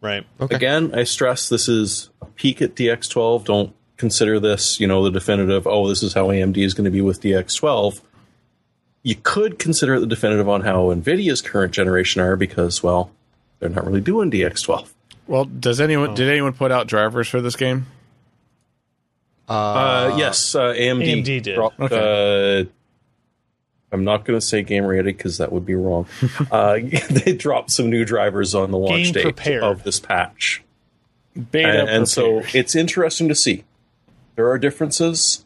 Speaker 1: Right.
Speaker 4: Okay.
Speaker 2: Again, I stress this is a peek at DX12. Don't consider this, you know, the definitive, oh, this is how AMD is going to be with DX12. You could consider it the definitive on how NVIDIA's current generation are because, well, they're not really doing DX12.
Speaker 3: Well, does anyone did anyone put out drivers for this game?
Speaker 2: Uh, yes, uh, AMD,
Speaker 1: AMD did.
Speaker 2: dropped, uh, I'm not going to say game rated because that would be wrong. uh, [laughs] they dropped some new drivers on the launch
Speaker 1: Game
Speaker 2: date
Speaker 1: prepared.
Speaker 2: of this patch.
Speaker 3: Beta
Speaker 2: and, and so
Speaker 3: prepared.
Speaker 2: it's interesting to see. There are differences.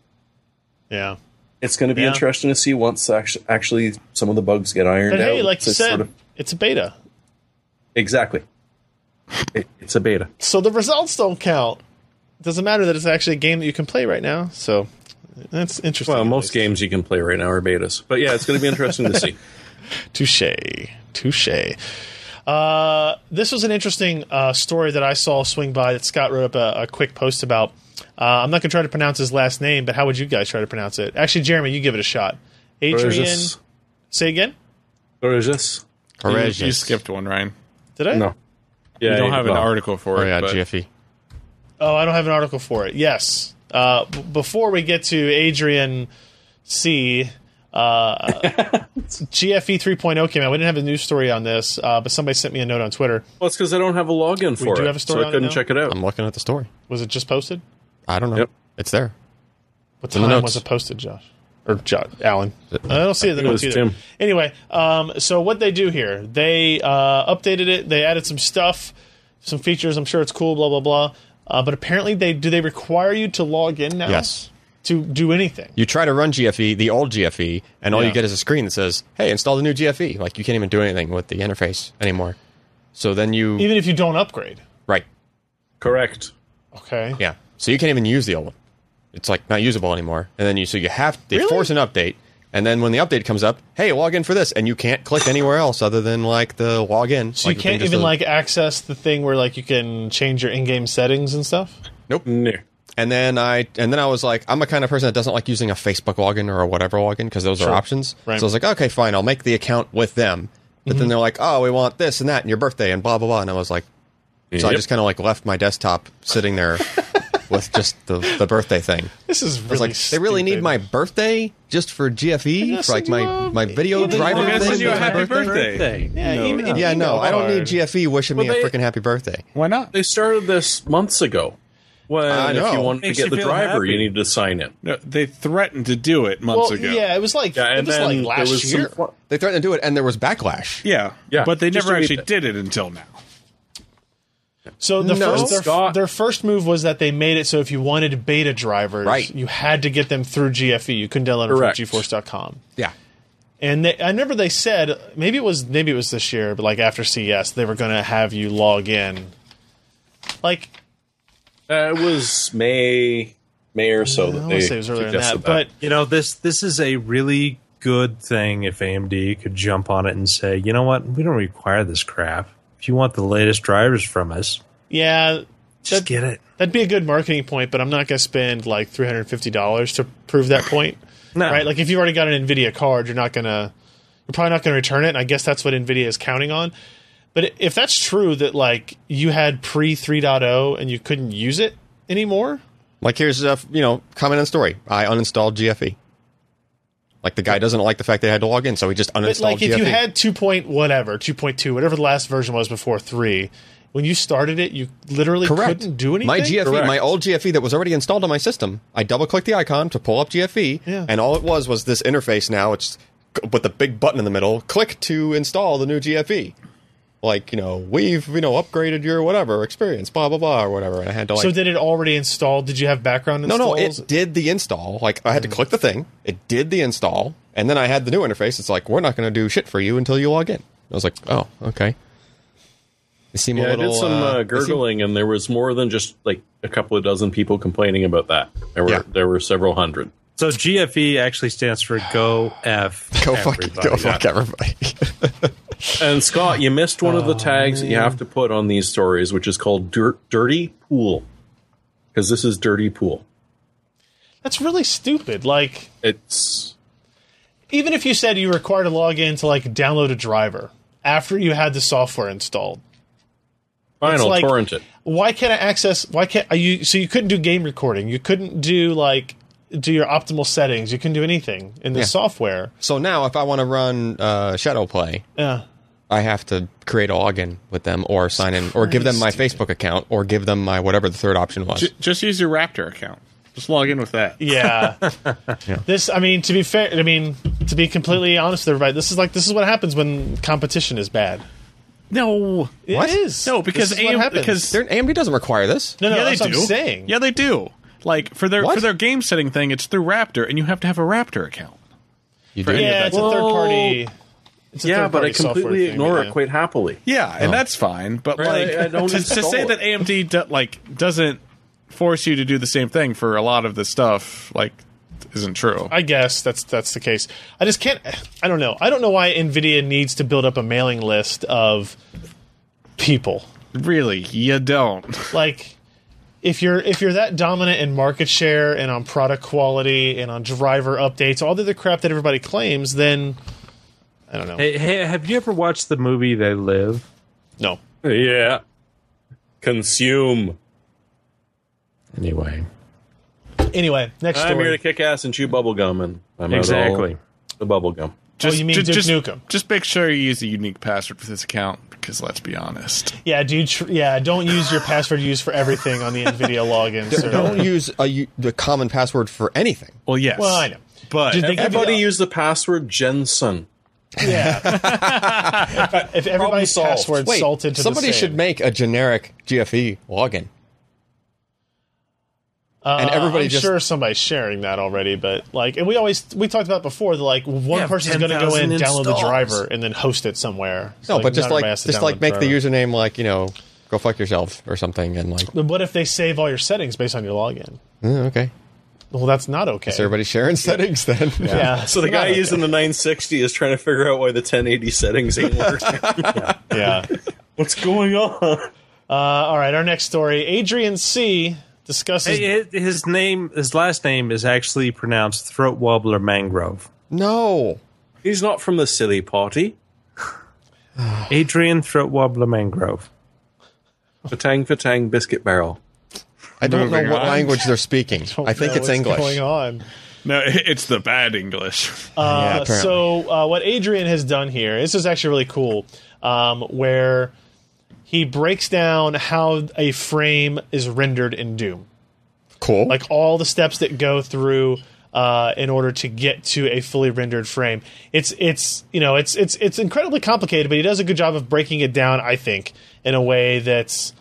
Speaker 1: Yeah.
Speaker 2: It's going to be
Speaker 1: Yeah.
Speaker 2: interesting to see once actually, actually some of the bugs get ironed
Speaker 1: But
Speaker 2: out.
Speaker 1: hey, like
Speaker 2: It's
Speaker 1: you said,
Speaker 2: sort of-
Speaker 1: it's a beta.
Speaker 2: exactly. It- it's a beta.
Speaker 1: So the results don't count. doesn't matter that it's actually a game that you can play right now. So that's interesting.
Speaker 2: Well,
Speaker 1: at
Speaker 2: most
Speaker 1: least.
Speaker 2: games you can play right now are betas, but yeah, it's going to be interesting to see.
Speaker 1: Touche. Touche. Uh, this was an interesting uh, story that I saw swing by that Scott wrote up a, a quick post about. Uh, I'm not going to try to pronounce his last name, but how would you guys try to pronounce it? Actually, Jeremy, you give it a shot. [laughs] Adrian,
Speaker 2: Burgess.
Speaker 1: say again.
Speaker 2: Burgess.
Speaker 3: You,
Speaker 4: Courageous.
Speaker 3: you skipped one, Ryan.
Speaker 1: Did I?
Speaker 2: No. Yeah,
Speaker 3: You don't have an
Speaker 2: well,
Speaker 3: article for
Speaker 4: Oh
Speaker 3: it.
Speaker 4: yeah,
Speaker 3: but
Speaker 4: Jiffy.
Speaker 1: Oh, I don't have an article for it. Yes. Uh, b- before we get to Adrian C, uh, E GFE 3.0 came out. We didn't have a news story on this, uh, but somebody sent me a note on Twitter.
Speaker 2: Well, it's because I don't have a login for
Speaker 1: do
Speaker 2: it,
Speaker 1: have a story
Speaker 2: so
Speaker 1: on
Speaker 2: I
Speaker 1: it
Speaker 2: couldn't
Speaker 1: now.
Speaker 2: check it out.
Speaker 4: I'm looking at the story.
Speaker 1: Was it just posted?
Speaker 4: I don't know.
Speaker 2: Yep.
Speaker 4: It's there.
Speaker 1: What
Speaker 4: the
Speaker 1: time
Speaker 4: notes.
Speaker 1: was it posted, Josh? Or Josh, Alan? I don't see it in the
Speaker 2: it
Speaker 1: notes
Speaker 2: was
Speaker 1: either.
Speaker 2: Tim.
Speaker 1: Anyway, um, so what they do here, they uh, updated it. They added some stuff, some features. I'm sure it's cool. Blah blah blah. Uh, but apparently, they do they require you to log in now?
Speaker 4: Yes.
Speaker 1: To do anything.
Speaker 4: You try to run GFE, the old GFE, and all
Speaker 1: Yeah.
Speaker 4: you get is a screen that says, "Hey, install the new GFE." Like you can't even do anything with the interface anymore. So then you
Speaker 1: Even if you don't upgrade.
Speaker 4: right,
Speaker 2: Correct.
Speaker 1: Okay.
Speaker 4: yeah. So you can't even use the old one. It's like not usable anymore. And then you so you have they
Speaker 1: Really?
Speaker 4: force an update, and then when the update comes up, hey, log in for this, and you can't click anywhere else other than like the login.
Speaker 1: So you can't even like access the thing where like you can change your in-game settings and stuff.
Speaker 2: No.
Speaker 4: And then I and then I was like, I'm the kind of person that doesn't like using a Facebook login or a whatever login because those are options.
Speaker 1: Right. Mhm.
Speaker 4: So I was like, okay, fine, I'll make the account with them. But then they're like, oh, we want this and that and your birthday and blah blah blah. And I was like, so I
Speaker 2: Yep.
Speaker 4: just kind of like left my desktop
Speaker 1: [laughs]
Speaker 4: sitting there with just the, the birthday thing.
Speaker 1: This is
Speaker 4: I was
Speaker 1: really.
Speaker 4: like, they really need
Speaker 1: stupid.
Speaker 4: my birthday just for GFE
Speaker 1: gonna
Speaker 4: for like
Speaker 1: send you
Speaker 4: my
Speaker 1: a-
Speaker 4: my video driver.
Speaker 3: I'm gonna
Speaker 4: thing
Speaker 3: send you a
Speaker 4: that's my
Speaker 3: happy birthday.
Speaker 1: Yeah, even- even
Speaker 4: Yeah, no, I don't
Speaker 1: card.
Speaker 4: need GFE wishing me a
Speaker 2: they-
Speaker 4: freaking happy birthday.
Speaker 3: Why not?
Speaker 2: They started this months ago. When
Speaker 4: I know.
Speaker 2: if you wanted to
Speaker 5: Makes
Speaker 2: get
Speaker 5: you
Speaker 2: the
Speaker 5: feel
Speaker 2: driver,
Speaker 5: happy.
Speaker 2: you needed to sign in.
Speaker 3: No, they threatened to do it months
Speaker 1: Well,
Speaker 3: ago.
Speaker 1: yeah, it was like
Speaker 2: Yeah,
Speaker 1: it
Speaker 2: and
Speaker 1: was
Speaker 2: then
Speaker 1: like last
Speaker 2: there was
Speaker 1: year.
Speaker 2: some fl-
Speaker 4: They threatened to do it, and there was backlash.
Speaker 3: Yeah.
Speaker 2: Yeah,
Speaker 3: But they
Speaker 2: just
Speaker 3: never
Speaker 2: delete
Speaker 3: actually
Speaker 2: it.
Speaker 3: did it until now.
Speaker 1: So the
Speaker 4: No.
Speaker 1: first their,
Speaker 2: Scott-
Speaker 1: their first move was that they made it so if you wanted beta drivers,
Speaker 4: Right.
Speaker 1: you had to get them through GFE. You couldn't download
Speaker 2: Correct.
Speaker 1: it from GeForce.com.
Speaker 4: Yeah,
Speaker 1: And they, I remember they said maybe it was maybe it was this year, but like after CES, they were going to have you log in. Like
Speaker 2: Uh, it was May, May or so
Speaker 1: I
Speaker 2: that
Speaker 1: want
Speaker 2: they
Speaker 1: to say it was earlier than that,
Speaker 2: suggested
Speaker 1: but
Speaker 5: You know, this this is a really good thing if AMD could jump on it and say, you know what, we don't require this crap. If you want the latest drivers from us,
Speaker 1: yeah,
Speaker 5: just
Speaker 1: That-
Speaker 5: get it.
Speaker 1: that'd be a good marketing point. But I'm not going to spend like three hundred fifty dollars to prove that point,
Speaker 5: No.
Speaker 1: right? Like if you've already got an Nvidia card, you're not gonna you're probably not going to return it. And I guess that's what Nvidia is counting on. But if that's true that like you had pre 3.0 and you couldn't use it anymore,
Speaker 4: Like here's a you know comment on story. I uninstalled GFE. Like the guy doesn't like the fact they had to log in, so he just
Speaker 1: but
Speaker 4: uninstalled E.
Speaker 1: like
Speaker 4: GFE.
Speaker 1: if you had 2. point whatever, 2.2, whatever the last version was before 3, when you started it, you literally
Speaker 4: Correct.
Speaker 1: couldn't do anything.
Speaker 4: My GFE,
Speaker 2: Correct.
Speaker 4: my old GFE that was already installed on my system. I double clicked the icon to pull up E, GFE,
Speaker 1: Yeah.
Speaker 4: and all it was was this interface. Now it's with the big button in the middle, click to install the new GFE. Like, you know, we've, you know, upgraded your whatever experience, blah, blah, blah, or whatever. And I had to like.
Speaker 1: so did it already install? Did you have background
Speaker 4: no,
Speaker 1: installs?
Speaker 4: no, it did the install. Like, I had to click the thing, it did the install, and then I had the new interface. It's like, we're not going to do shit for you until you log in. I was like, oh, okay. It seemed a
Speaker 2: Yeah,
Speaker 4: little.
Speaker 2: I did some
Speaker 4: uh,
Speaker 2: uh,
Speaker 4: it seemed-
Speaker 2: gurgling, and there was more than just like a couple of dozen people complaining about that. There were
Speaker 4: Yeah.
Speaker 2: there were several hundred.
Speaker 5: So GFE actually stands for Go F.
Speaker 4: [sighs] Go fuck,
Speaker 5: everybody.
Speaker 4: go fuck everybody. [laughs]
Speaker 2: And Scott, you missed one of
Speaker 1: Oh,
Speaker 2: the tags that you have to put on these stories, which is called dirt, "dirty pool," because this is dirty pool.
Speaker 1: That's really stupid. Like,
Speaker 2: It's
Speaker 1: even if you said you required to log in to like download a driver after you had the software installed,
Speaker 2: final
Speaker 1: like-
Speaker 2: torrent it.
Speaker 1: why can't I access? Why can't are you? So you couldn't do game recording. You couldn't do like do your optimal settings. You couldn't do anything in the
Speaker 4: Yeah.
Speaker 1: software. Uh,
Speaker 4: so now, if I want to run uh, Shadow Play,
Speaker 1: Yeah.
Speaker 4: I have to create a login with them or sign in or give them my Facebook account or give them my whatever the third option was.
Speaker 3: J- just use your Raptor account. Just log in with that. [laughs]
Speaker 1: Yeah. This, I mean, to be fair, I mean, to be completely honest with everybody, this is like this is what happens when competition is bad.
Speaker 3: No,
Speaker 1: It is.
Speaker 3: no, because
Speaker 1: This is what
Speaker 3: AM,
Speaker 1: happens.
Speaker 3: because
Speaker 4: Their AMD doesn't require this.
Speaker 1: no, no,
Speaker 3: yeah,
Speaker 1: that's
Speaker 3: they
Speaker 1: what
Speaker 3: do.
Speaker 1: I'm saying.
Speaker 3: Yeah, they do. Like for their
Speaker 4: What?
Speaker 3: for their game setting thing, it's through Raptor, and you have to have a Raptor account.
Speaker 4: You
Speaker 3: For
Speaker 4: do.
Speaker 3: any of
Speaker 1: yeah,
Speaker 3: that
Speaker 1: it's a third party. It's a
Speaker 2: Yeah,
Speaker 1: third
Speaker 2: but I
Speaker 1: party software
Speaker 2: completely
Speaker 1: thing,
Speaker 2: ignore
Speaker 1: yeah.
Speaker 2: it quite happily.
Speaker 3: Yeah,
Speaker 1: Oh.
Speaker 3: and that's fine. But
Speaker 2: Right,
Speaker 3: like
Speaker 2: I don't
Speaker 3: to, to
Speaker 2: install
Speaker 3: say
Speaker 2: it.
Speaker 3: that AMD do, like doesn't force you to do the same thing for a lot of the stuff like isn't true.
Speaker 1: I guess that's that's the case. I just can't. I don't know. I don't know why Nvidia needs to build up a mailing list of people.
Speaker 3: really, you don't. [laughs]
Speaker 1: Like, if you're if you're that dominant in market share and on product quality and on driver updates, all the other crap that everybody claims, then I don't know.
Speaker 5: Hey, hey, have you ever watched the movie They Live?
Speaker 1: No,
Speaker 2: Yeah, consume.
Speaker 5: Anyway,
Speaker 1: Anyway, next
Speaker 2: I'm here to
Speaker 1: story.
Speaker 2: kick ass and chew bubble gum, and I'm out
Speaker 5: exactly.
Speaker 2: all the bubble gum.
Speaker 1: Oh, you mean
Speaker 3: ju-
Speaker 1: Duke
Speaker 3: just,
Speaker 1: Nukem.
Speaker 3: Just make sure you use a unique password for this account because let's be honest.
Speaker 1: Yeah, dude. Tr- yeah, don't use your password used for everything on the Nvidia login. sir.
Speaker 4: [laughs] Don't use a, u- the common password for anything.
Speaker 3: Well, yes.
Speaker 1: Well, I know.
Speaker 3: But
Speaker 1: Did they give you
Speaker 2: Everybody
Speaker 1: the-
Speaker 2: use the password Jensen.
Speaker 1: Yeah. if everybody's
Speaker 2: solved.
Speaker 1: password
Speaker 4: Wait,
Speaker 1: salted to
Speaker 4: somebody
Speaker 1: the same.
Speaker 4: should make a generic GFE login. and everybody
Speaker 1: Uh, I'm
Speaker 4: just
Speaker 1: sure somebody's sharing that already, but like, and we always we talked about before that like one
Speaker 5: Yeah,
Speaker 1: person's going to go in,
Speaker 5: 10,000
Speaker 1: download the
Speaker 5: installs.
Speaker 1: driver, and then host it somewhere. It's
Speaker 4: no, but just
Speaker 1: not
Speaker 4: like
Speaker 1: everybody has to
Speaker 4: just
Speaker 1: download
Speaker 4: like make the
Speaker 1: driver.
Speaker 4: username like you know go fuck yourself or something and
Speaker 1: [laughs]
Speaker 4: like
Speaker 1: But what if they save all your settings based on your login?
Speaker 4: eh, okay,
Speaker 1: Well, that's not okay.
Speaker 4: so everybody sharing settings then.
Speaker 1: yeah.
Speaker 2: So the
Speaker 1: it's not
Speaker 2: guy
Speaker 1: okay.
Speaker 2: using the 960 is trying to figure out why the 1080 settings ain't [laughs] working.
Speaker 1: yeah.
Speaker 2: What's going on?
Speaker 1: Uh, all right, our next story. Adrian C discusses.
Speaker 5: Hey, hi- his name, his last name is actually pronounced throat wobbler mangrove.
Speaker 4: [laughs] No,
Speaker 2: He's not from the silly party.
Speaker 5: Adrian throat wobbler mangrove.
Speaker 2: Fatang fatang biscuit barrel.
Speaker 4: I don't know
Speaker 3: Moving
Speaker 4: what
Speaker 3: on.
Speaker 4: language they're speaking. I think
Speaker 1: know
Speaker 4: it's
Speaker 1: what's
Speaker 4: English.
Speaker 1: Going on.
Speaker 3: no, [laughs] it- it's the bad English.
Speaker 1: Uh,
Speaker 4: apparently.
Speaker 1: so uh, what Adrian has done here, this is actually really cool, um, where he breaks down how a frame is rendered in Doom,
Speaker 4: Cool.
Speaker 1: like all the steps that go through uh, in order to get to a fully rendered frame. It's it's you know it's it's it's incredibly complicated, but he does a good job of breaking it down. I think in a way that's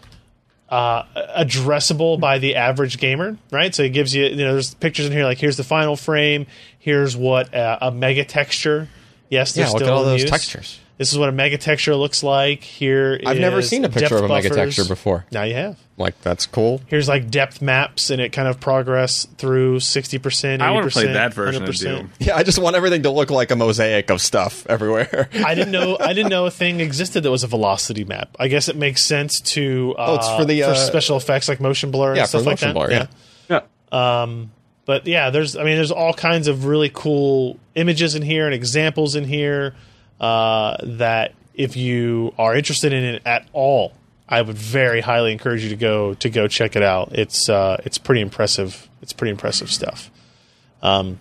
Speaker 1: uh, addressable by the average gamer, right? So it gives you, you know, there's pictures in here like here's the final frame, here's what uh, a mega texture. Yes, they're
Speaker 4: yeah, look
Speaker 1: still
Speaker 4: at all
Speaker 1: in
Speaker 4: those
Speaker 1: use.
Speaker 4: textures.
Speaker 1: This is what a mega texture looks like. Here,
Speaker 4: I've never
Speaker 1: is
Speaker 4: seen a picture
Speaker 1: depth
Speaker 4: of a mega
Speaker 1: buffers.
Speaker 4: texture before.
Speaker 1: Now you have.
Speaker 4: Like that's cool.
Speaker 1: Here's like depth maps, and it kind of progress through sixty percent.
Speaker 3: I
Speaker 1: want to
Speaker 3: play that version of
Speaker 1: 100%.
Speaker 3: Doom.
Speaker 4: Yeah, [laughs] I just want everything to look like a mosaic of stuff
Speaker 1: [laughs]
Speaker 4: everywhere.
Speaker 1: I didn't know. I didn't know a thing existed that was a velocity map. I guess it makes sense to. Uh,
Speaker 4: it's for the, uh,
Speaker 1: special effects like motion blur and
Speaker 4: yeah, for
Speaker 1: stuff like
Speaker 4: motion
Speaker 1: that.
Speaker 4: blur. Yeah.
Speaker 2: Yeah.
Speaker 1: but yeah, there's I mean there's all kinds of really cool images in here and examples in here uh, that if you are interested in it at all, I would very highly encourage you to go to go check it out. It's uh, it's pretty impressive. It's pretty impressive stuff. Um,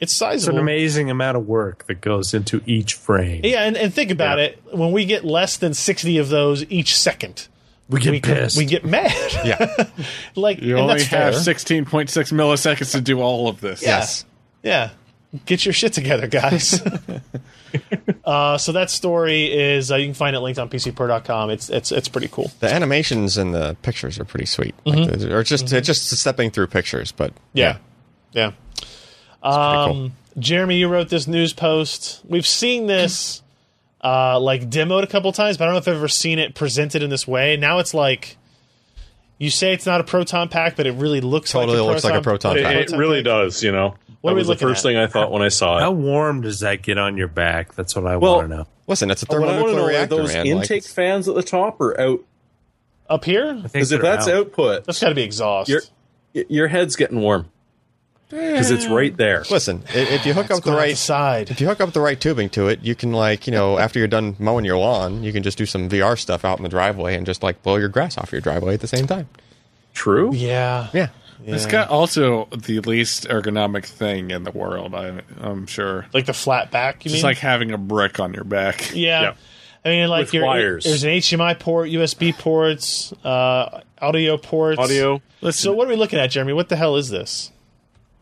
Speaker 1: it's
Speaker 5: It's an
Speaker 1: sizable.
Speaker 5: amazing amount of work that goes into each frame.
Speaker 1: yeah, and, and think about it. When we get less than sixty of those each second,
Speaker 5: we get
Speaker 1: we
Speaker 5: pissed.
Speaker 1: we get mad.
Speaker 4: Yeah.
Speaker 1: [laughs] like
Speaker 3: You
Speaker 1: and
Speaker 3: only
Speaker 1: that's
Speaker 3: have
Speaker 1: fair.
Speaker 3: sixteen point six milliseconds to do all of this.
Speaker 1: Yeah. Yeah. get your shit together,
Speaker 4: [laughs]
Speaker 1: guys. uh, so that story is uh, you can find it linked on pcpro.com. It's it's it's pretty cool.
Speaker 4: The animations and the pictures are pretty sweet. Like, those are- or just it's just stepping through pictures, but
Speaker 1: Yeah, yeah.
Speaker 4: pretty cool.
Speaker 1: Um, Jeremy, you wrote this news post. We've seen this uh, like demoed a couple times, but I don't know if I've ever seen it presented in this way. Now it's like you say it's not a proton pack, but it really looks
Speaker 4: Totally
Speaker 1: like a
Speaker 4: looks like a proton
Speaker 1: but
Speaker 4: pack.
Speaker 2: It, it really does, you know.
Speaker 1: What are
Speaker 2: that
Speaker 1: we
Speaker 2: was the
Speaker 1: looking
Speaker 2: first
Speaker 1: at?
Speaker 2: thing I thought when I saw it.
Speaker 5: How warm does that get on your back? That's what I
Speaker 2: Well-
Speaker 5: want to know.
Speaker 4: listen, it's a
Speaker 2: what I want to
Speaker 4: thermonuclear
Speaker 2: know are
Speaker 4: reactor,
Speaker 2: those
Speaker 4: man. Like,
Speaker 2: intake fans at the top or out?
Speaker 1: Up here,
Speaker 5: I think
Speaker 2: Because if
Speaker 5: they're
Speaker 2: that's
Speaker 5: out.
Speaker 2: output,
Speaker 1: that's got to be exhaust.
Speaker 2: your y- your head's getting warm because it's right there.
Speaker 4: listen, i- if you hook up the
Speaker 1: Going out
Speaker 4: right
Speaker 1: the side.
Speaker 4: if you hook up the right tubing to it, you can like
Speaker 2: [laughs]
Speaker 4: you know after you're done mowing your lawn, you can just do some VR stuff out in the driveway and just like blow your grass off your driveway at the same time.
Speaker 2: True.
Speaker 1: Yeah.
Speaker 4: [laughs] Yeah,
Speaker 3: It's got also the least ergonomic thing in the world. I, I'm sure.
Speaker 1: Like the flat back, you
Speaker 3: Just
Speaker 1: mean?
Speaker 3: like having a brick on your back.
Speaker 1: yeah.
Speaker 2: Yeah.
Speaker 1: I mean, like
Speaker 2: With
Speaker 1: your,
Speaker 2: wires.
Speaker 1: there's an HDMI port, USB ports, uh, audio ports,
Speaker 2: Audio.
Speaker 3: Listen,
Speaker 1: So what are we looking at, Jeremy? What the hell is this?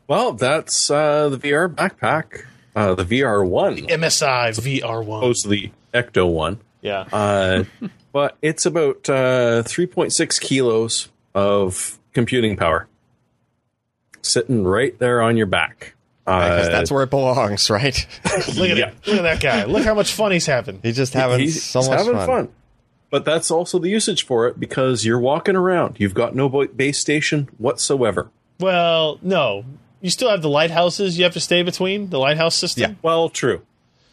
Speaker 2: Well, that's uh, the VR backpack, uh, the VR one,
Speaker 1: MSI VR1.
Speaker 2: opposed to the Ecto one.
Speaker 1: yeah.
Speaker 2: Uh, but it's about uh, 3.6 kilos of computing power sitting right there on your back.
Speaker 4: because
Speaker 2: Uh,
Speaker 4: that's where it belongs, [laughs] right?
Speaker 1: Look at
Speaker 2: yeah.
Speaker 1: it. Look at that guy. Look how much fun he's
Speaker 2: [laughs]
Speaker 1: having.
Speaker 4: He's just having
Speaker 2: he's,
Speaker 4: so
Speaker 2: he's
Speaker 4: much
Speaker 2: having
Speaker 4: fun.
Speaker 2: fun. But that's also the usage for it because you're walking around. You've got no bo- base station whatsoever.
Speaker 1: Well, no. You still have the lighthouses you have to stay between, the lighthouse system.
Speaker 2: Well, true.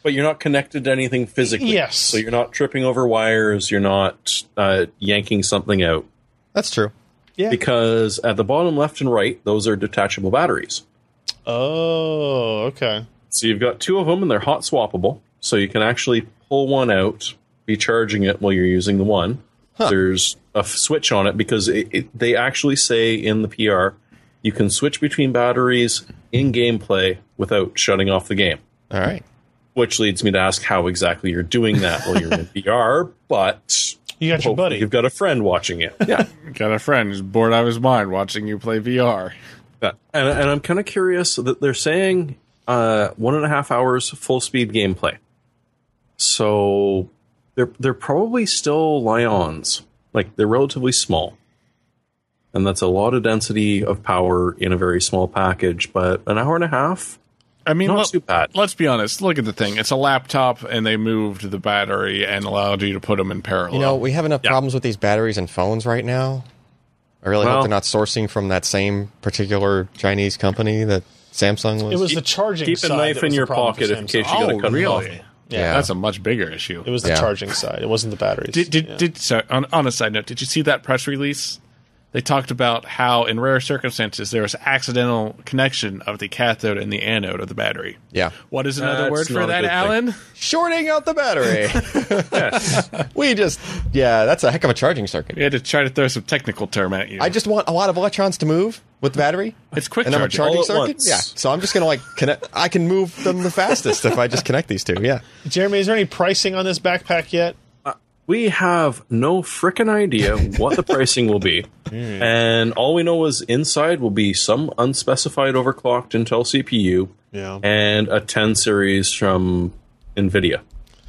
Speaker 2: But you're not connected to anything physically.
Speaker 1: Yes.
Speaker 2: So you're not tripping over wires. You're not uh, yanking something out.
Speaker 4: That's true.
Speaker 2: Because at the bottom left and right, those are detachable batteries.
Speaker 1: Oh, okay.
Speaker 2: So you've got two of them and they're hot swappable. So you can actually pull one out, be charging it while you're using the one. There's a f- switch on it because it, it, they actually say in the PR you can switch between batteries in gameplay without shutting off the game.
Speaker 4: All right.
Speaker 2: Which leads me to ask how exactly you're doing that while you're in VR, but
Speaker 1: You got your
Speaker 2: hopefully
Speaker 1: buddy.
Speaker 2: you've got a friend watching it. Yeah.
Speaker 3: got a friend who's bored out of his mind watching you play VR.
Speaker 2: and, and I'm kind of curious that they're saying uh, one and a half hours full speed gameplay. So they're they're probably still Lyons. Like they're relatively small. And that's a lot of density of power in a very small package, but an hour and a half?
Speaker 3: I mean,
Speaker 2: Not
Speaker 3: let,
Speaker 2: too bad.
Speaker 3: us be honest. Look at the thing. It's a laptop, and they moved the battery and allowed you to put them in parallel.
Speaker 4: You know, we have enough problems with these batteries and phones right now. I really
Speaker 2: Well-
Speaker 4: hope they're not sourcing from that same particular Chinese company that Samsung was.
Speaker 1: it was the charging
Speaker 2: Keep a
Speaker 1: side.
Speaker 2: knife
Speaker 1: that
Speaker 2: in
Speaker 1: was the
Speaker 2: your
Speaker 1: problem for
Speaker 2: pocket if in
Speaker 1: Samsung.
Speaker 2: case you
Speaker 3: oh,
Speaker 2: gotta cut it off.
Speaker 3: really?
Speaker 1: Yeah.
Speaker 3: That's a much bigger issue.
Speaker 1: It was the
Speaker 4: Yeah.
Speaker 1: charging side. It wasn't the batteries.
Speaker 3: Did, did,
Speaker 1: Yeah.
Speaker 3: did sorry, on, on a side note, did you see that press release? They talked about how, in rare circumstances, there was accidental connection of the cathode and the anode of the battery.
Speaker 4: yeah.
Speaker 3: What is another
Speaker 2: That's
Speaker 3: word
Speaker 2: not
Speaker 3: for
Speaker 2: a
Speaker 3: that,
Speaker 2: good thing.
Speaker 3: Alan?
Speaker 4: [laughs] Shorting out the battery. [laughs] we just, yeah, that's a heck of a charging circuit.
Speaker 3: We had to try to throw some technical term at you.
Speaker 4: I just want a lot of electrons to move with the battery.
Speaker 3: it's quick
Speaker 4: And I'm a charging
Speaker 3: charging.
Speaker 2: All at
Speaker 4: circuit?
Speaker 2: once.
Speaker 4: Yeah. So I'm just going to like connect. I can move them the fastest if I just connect these two. Yeah.
Speaker 1: Jeremy, is there any pricing on this backpack yet?
Speaker 2: We have no frickin' idea what the pricing
Speaker 1: [laughs]
Speaker 2: will be.
Speaker 1: Hmm.
Speaker 2: And all we know is inside will be some unspecified overclocked Intel CPU
Speaker 1: Yeah.
Speaker 2: and a 10 series from NVIDIA.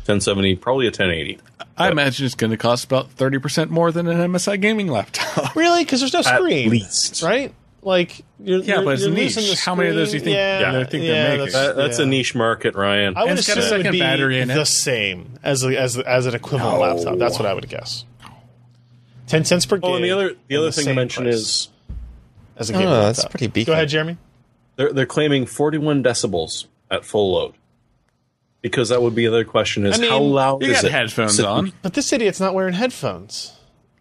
Speaker 2: 1070, probably a 1080.
Speaker 3: I imagine it's going to cost about thirty percent more than an MSI
Speaker 4: [laughs]
Speaker 3: gaming laptop.
Speaker 1: Really? Because there's no screen.
Speaker 2: least.
Speaker 1: Right? Like, you're,
Speaker 3: Yeah,
Speaker 1: you're,
Speaker 3: but it's
Speaker 1: you're
Speaker 3: niche.
Speaker 1: losing the
Speaker 3: How many of those do you think-
Speaker 1: Yeah,
Speaker 3: yeah, I think they're
Speaker 1: yeah, that's-
Speaker 3: making.
Speaker 2: That, that's
Speaker 1: yeah.
Speaker 2: a niche market, Ryan.
Speaker 1: I would
Speaker 3: And it's got a
Speaker 1: assume it would
Speaker 3: second
Speaker 1: be
Speaker 3: battery in it.
Speaker 1: the same as a- as as an equivalent laptop. That's what I would guess. Ten cents per gig.
Speaker 2: oh, and the other the
Speaker 1: and
Speaker 2: other
Speaker 1: the
Speaker 2: thing to
Speaker 1: same
Speaker 2: mention
Speaker 1: price
Speaker 2: is Oh,
Speaker 1: as a
Speaker 4: I don't
Speaker 1: gaming
Speaker 4: know, that's
Speaker 1: laptop.
Speaker 4: pretty beefy.
Speaker 1: Go ahead, Jeremy.
Speaker 2: they're they're claiming 41 decibels at full load. Because that would be the other question is
Speaker 1: I mean,
Speaker 2: how loud
Speaker 3: You
Speaker 2: is
Speaker 3: got
Speaker 2: it?
Speaker 3: headphones
Speaker 2: Sit-
Speaker 3: on.
Speaker 1: But this idiot's not wearing headphones.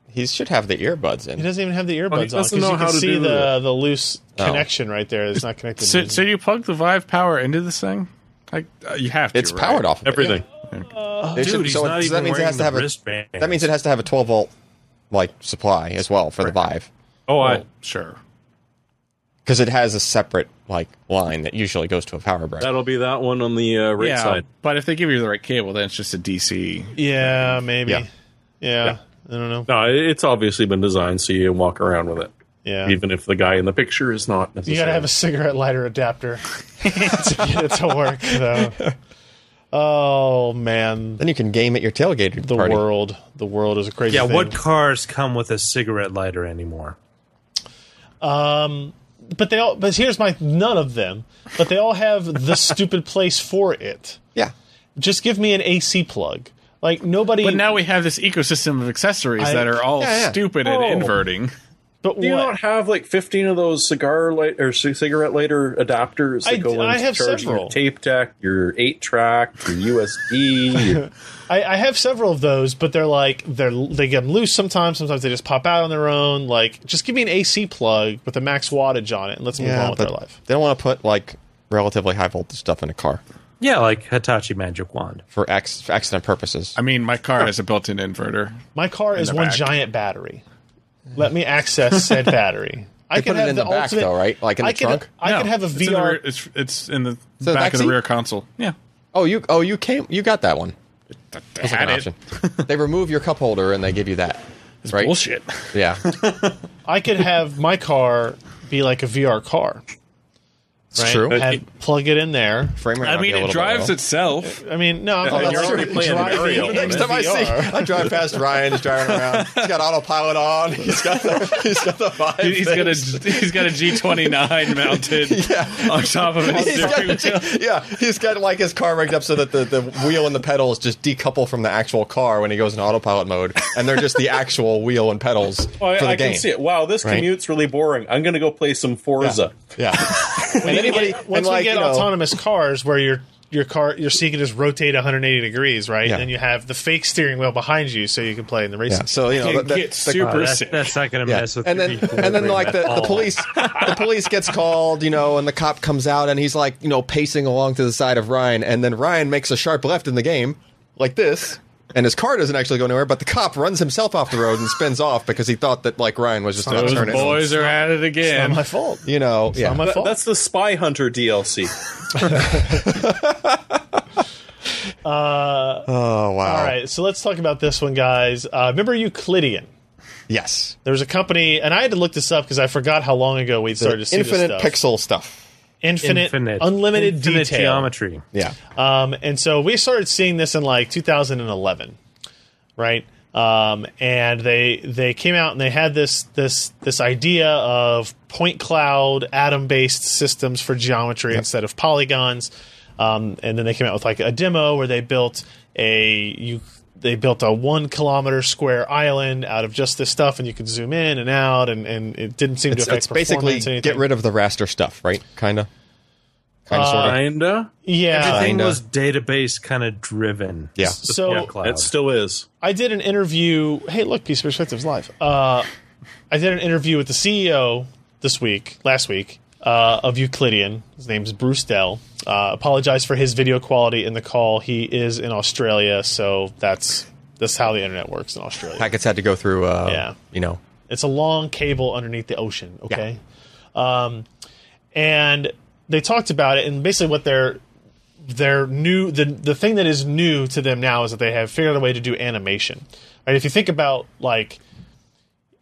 Speaker 4: He should have the earbuds
Speaker 1: He
Speaker 4: in.
Speaker 1: doesn't even have the earbuds
Speaker 2: he
Speaker 1: on
Speaker 2: doesn't
Speaker 1: because
Speaker 2: know
Speaker 1: you
Speaker 2: how
Speaker 1: can
Speaker 2: to
Speaker 1: see
Speaker 2: do
Speaker 1: the
Speaker 2: that.
Speaker 1: the loose
Speaker 2: Oh.
Speaker 1: connection right there. It's not connected.
Speaker 3: So, so you plug the Vive power into this thing? Like uh, you have to.
Speaker 4: It's
Speaker 3: right?
Speaker 4: powered off of it,
Speaker 2: Everything.
Speaker 4: yeah. They should-
Speaker 5: Dude, he's
Speaker 4: so it-
Speaker 5: not
Speaker 4: so
Speaker 5: even
Speaker 4: that means it
Speaker 5: wearing
Speaker 4: has to
Speaker 5: the
Speaker 4: have a
Speaker 5: wristband.
Speaker 4: That means it has to have a 12 volt like supply as well for the Vive
Speaker 2: Oh, I,
Speaker 3: Oh, sure.
Speaker 4: because it has a separate like line that usually goes to a power brick.
Speaker 2: that'll be that one on the uh, right
Speaker 3: yeah,
Speaker 2: side.
Speaker 3: but if they give you the right cable, then it's just a DC.
Speaker 1: yeah, maybe. Yeah.
Speaker 4: Yeah.
Speaker 1: I don't know.
Speaker 2: No, it- it's obviously been designed so you can walk around with it.
Speaker 1: Yeah.
Speaker 2: even if the guy in the picture is not
Speaker 1: You
Speaker 2: necessarily.
Speaker 1: gotta have a cigarette lighter adapter [laughs] to get it to work, though. Oh man,
Speaker 4: Then you can game at your tailgate
Speaker 1: the
Speaker 4: party.
Speaker 1: world, the world is a crazy.
Speaker 5: Yeah,
Speaker 1: thing.
Speaker 5: what cars come with a cigarette lighter anymore?
Speaker 1: But they all. But here's my none of them. But they all have the stupid place for it.
Speaker 4: Yeah.
Speaker 1: Just give me an AC plug. Like nobody.
Speaker 3: But now we have this ecosystem of accessories
Speaker 1: I-
Speaker 3: that are all
Speaker 4: Yeah, yeah.
Speaker 3: stupid
Speaker 2: Oh.
Speaker 3: and inverting.
Speaker 1: but
Speaker 2: Do you
Speaker 1: what?
Speaker 2: not have like fifteen of those cigar light or c- cigarette lighter adapters that
Speaker 1: I-
Speaker 2: go into
Speaker 1: I have
Speaker 2: charging
Speaker 1: several.
Speaker 2: your tape deck, your eight track,
Speaker 1: [laughs]
Speaker 2: your USB? your-
Speaker 1: I, I have several of those, but they're like they're they get them loose sometimes. Sometimes they just pop out on their own. Like just give me an AC plug with a max wattage on it, and let's move on
Speaker 4: Yeah,
Speaker 1: with
Speaker 4: but
Speaker 1: our life.
Speaker 4: they don't want to put like relatively high voltage stuff in a car
Speaker 5: Yeah, like Hitachi Magic Wand.
Speaker 4: for, ac- for accident purposes.
Speaker 3: I mean, my car has a built-in inverter.
Speaker 1: My car is
Speaker 3: the
Speaker 1: one
Speaker 3: back.
Speaker 1: giant battery. Let me access
Speaker 4: [laughs]
Speaker 1: said battery. I
Speaker 4: put it in the back, though, right? Like in the
Speaker 1: I could,
Speaker 4: trunk?
Speaker 1: I
Speaker 3: No,
Speaker 1: could have a
Speaker 3: it's In the rear,
Speaker 1: VR.
Speaker 3: it's it's in the
Speaker 4: the
Speaker 3: back of the
Speaker 4: backseat?
Speaker 3: rear console. Yeah,
Speaker 4: Oh, you oh you came you got that one.
Speaker 3: I
Speaker 4: It's like
Speaker 3: had
Speaker 4: an
Speaker 3: it.
Speaker 4: option. they remove your cup holder and they give you that. Right?
Speaker 3: Bullshit. [laughs]
Speaker 4: Yeah.
Speaker 1: I could have my car be like a VR car. It's
Speaker 4: true.
Speaker 1: Have, plug it in there.
Speaker 4: Frame rate [laughs]
Speaker 3: I
Speaker 4: might be
Speaker 3: mean,
Speaker 4: a
Speaker 3: it
Speaker 4: little
Speaker 3: drives
Speaker 4: below.
Speaker 3: itself.
Speaker 1: I mean, no, I'm
Speaker 2: And
Speaker 1: not
Speaker 2: you're
Speaker 4: true.
Speaker 2: already playing the
Speaker 1: Driving
Speaker 2: aerial.
Speaker 1: in
Speaker 2: man.
Speaker 4: [laughs] Next time I see,
Speaker 1: VR.
Speaker 4: I drive past Ryan. He's driving around. He's got autopilot on. He's got the, he's got the
Speaker 3: [laughs]
Speaker 4: vibe.
Speaker 3: He's got a [laughs] he's got a G twenty nine mounted [laughs] on top of his
Speaker 4: He's got
Speaker 3: steering wheel.
Speaker 4: the- yeah, he's got like his car rigged up so that the, the wheel and the pedals just decouple from the actual car when he goes in autopilot mode, and they're just the actual wheel and pedals
Speaker 2: Oh, I,
Speaker 4: for the
Speaker 2: I
Speaker 4: game.
Speaker 2: can see it. Wow, this
Speaker 4: right?
Speaker 2: commute's really boring. I'm going to go play some Forza.
Speaker 4: Yeah, and anybody
Speaker 1: Once
Speaker 4: and like
Speaker 1: we get
Speaker 4: you know,
Speaker 1: autonomous cars where your your car your seat can just rotate 180 degrees, right?
Speaker 4: Yeah.
Speaker 1: And then you have the fake steering wheel behind you, so you can play in the racing.
Speaker 4: yeah, so you know
Speaker 3: It
Speaker 4: that- that-
Speaker 3: gets
Speaker 4: the-
Speaker 3: super
Speaker 5: Oh, that-
Speaker 3: sick.
Speaker 5: that's not going to mess with
Speaker 4: and
Speaker 5: your
Speaker 4: then
Speaker 5: equilibrium
Speaker 4: and then like
Speaker 5: at
Speaker 4: the, the
Speaker 5: all.
Speaker 4: police the police gets called you know and the cop comes out and he's like you know pacing along to the side of Ryan and then Ryan makes a sharp left in the game like this and his car doesn't actually go nowhere but the cop runs himself off the road and spins off because he thought that like Ryan was just going to
Speaker 3: Those
Speaker 4: turn it
Speaker 3: boys are at it
Speaker 1: Not
Speaker 3: again.
Speaker 1: my fault.
Speaker 4: you know yeah
Speaker 1: Not my
Speaker 2: That-
Speaker 1: fault.
Speaker 2: that's the Spy Hunter DLC.
Speaker 4: oh wow
Speaker 1: All right, so let's talk about this one, guys. Uh, remember Euclidean?
Speaker 4: yes
Speaker 1: There was a company, and I had to look this up because I forgot how long ago we started to see
Speaker 4: infinite
Speaker 1: this stuff.
Speaker 4: pixel stuff
Speaker 1: infinite, unlimited
Speaker 5: infinite
Speaker 1: detail.
Speaker 5: geometry.
Speaker 4: yeah
Speaker 1: Um, and so we started seeing this in like 2011, right? Um, and they they came out and they had this this this idea of point cloud atom based systems for geometry instead of polygons. Um, and then they came out with like a demo where they built a you they built a one kilometer square island out of just this stuff, and you could zoom in and out, and, and it didn't seem
Speaker 4: it's,
Speaker 1: to affect
Speaker 4: it's basically
Speaker 1: performance or
Speaker 4: get
Speaker 1: anything.
Speaker 4: rid of the raster stuff right kind of kind of
Speaker 1: Uh,
Speaker 4: sort of
Speaker 2: Kinda.
Speaker 1: yeah.
Speaker 5: Everything
Speaker 4: Kinda.
Speaker 5: was database kind of driven.
Speaker 4: Yeah.
Speaker 1: So-
Speaker 5: Yeah, cloud.
Speaker 2: It still is.
Speaker 1: I did an interview. Hey, look, Piece of Perspectives live. Uh, I did an interview with the CEO this week, last week, uh, of Euclidean. His name's Bruce Dell. Uh, apologize for his video quality in the call. He is in Australia, so that's that's how the internet works in Australia.
Speaker 4: packets had to go through uh,
Speaker 1: Yeah.
Speaker 4: you know
Speaker 1: It's a long cable underneath the ocean. Okay. Um, and they talked about it, and basically what their their new the the thing that is new to them now is that they have figured out a way to do animation. Right? If you think about like.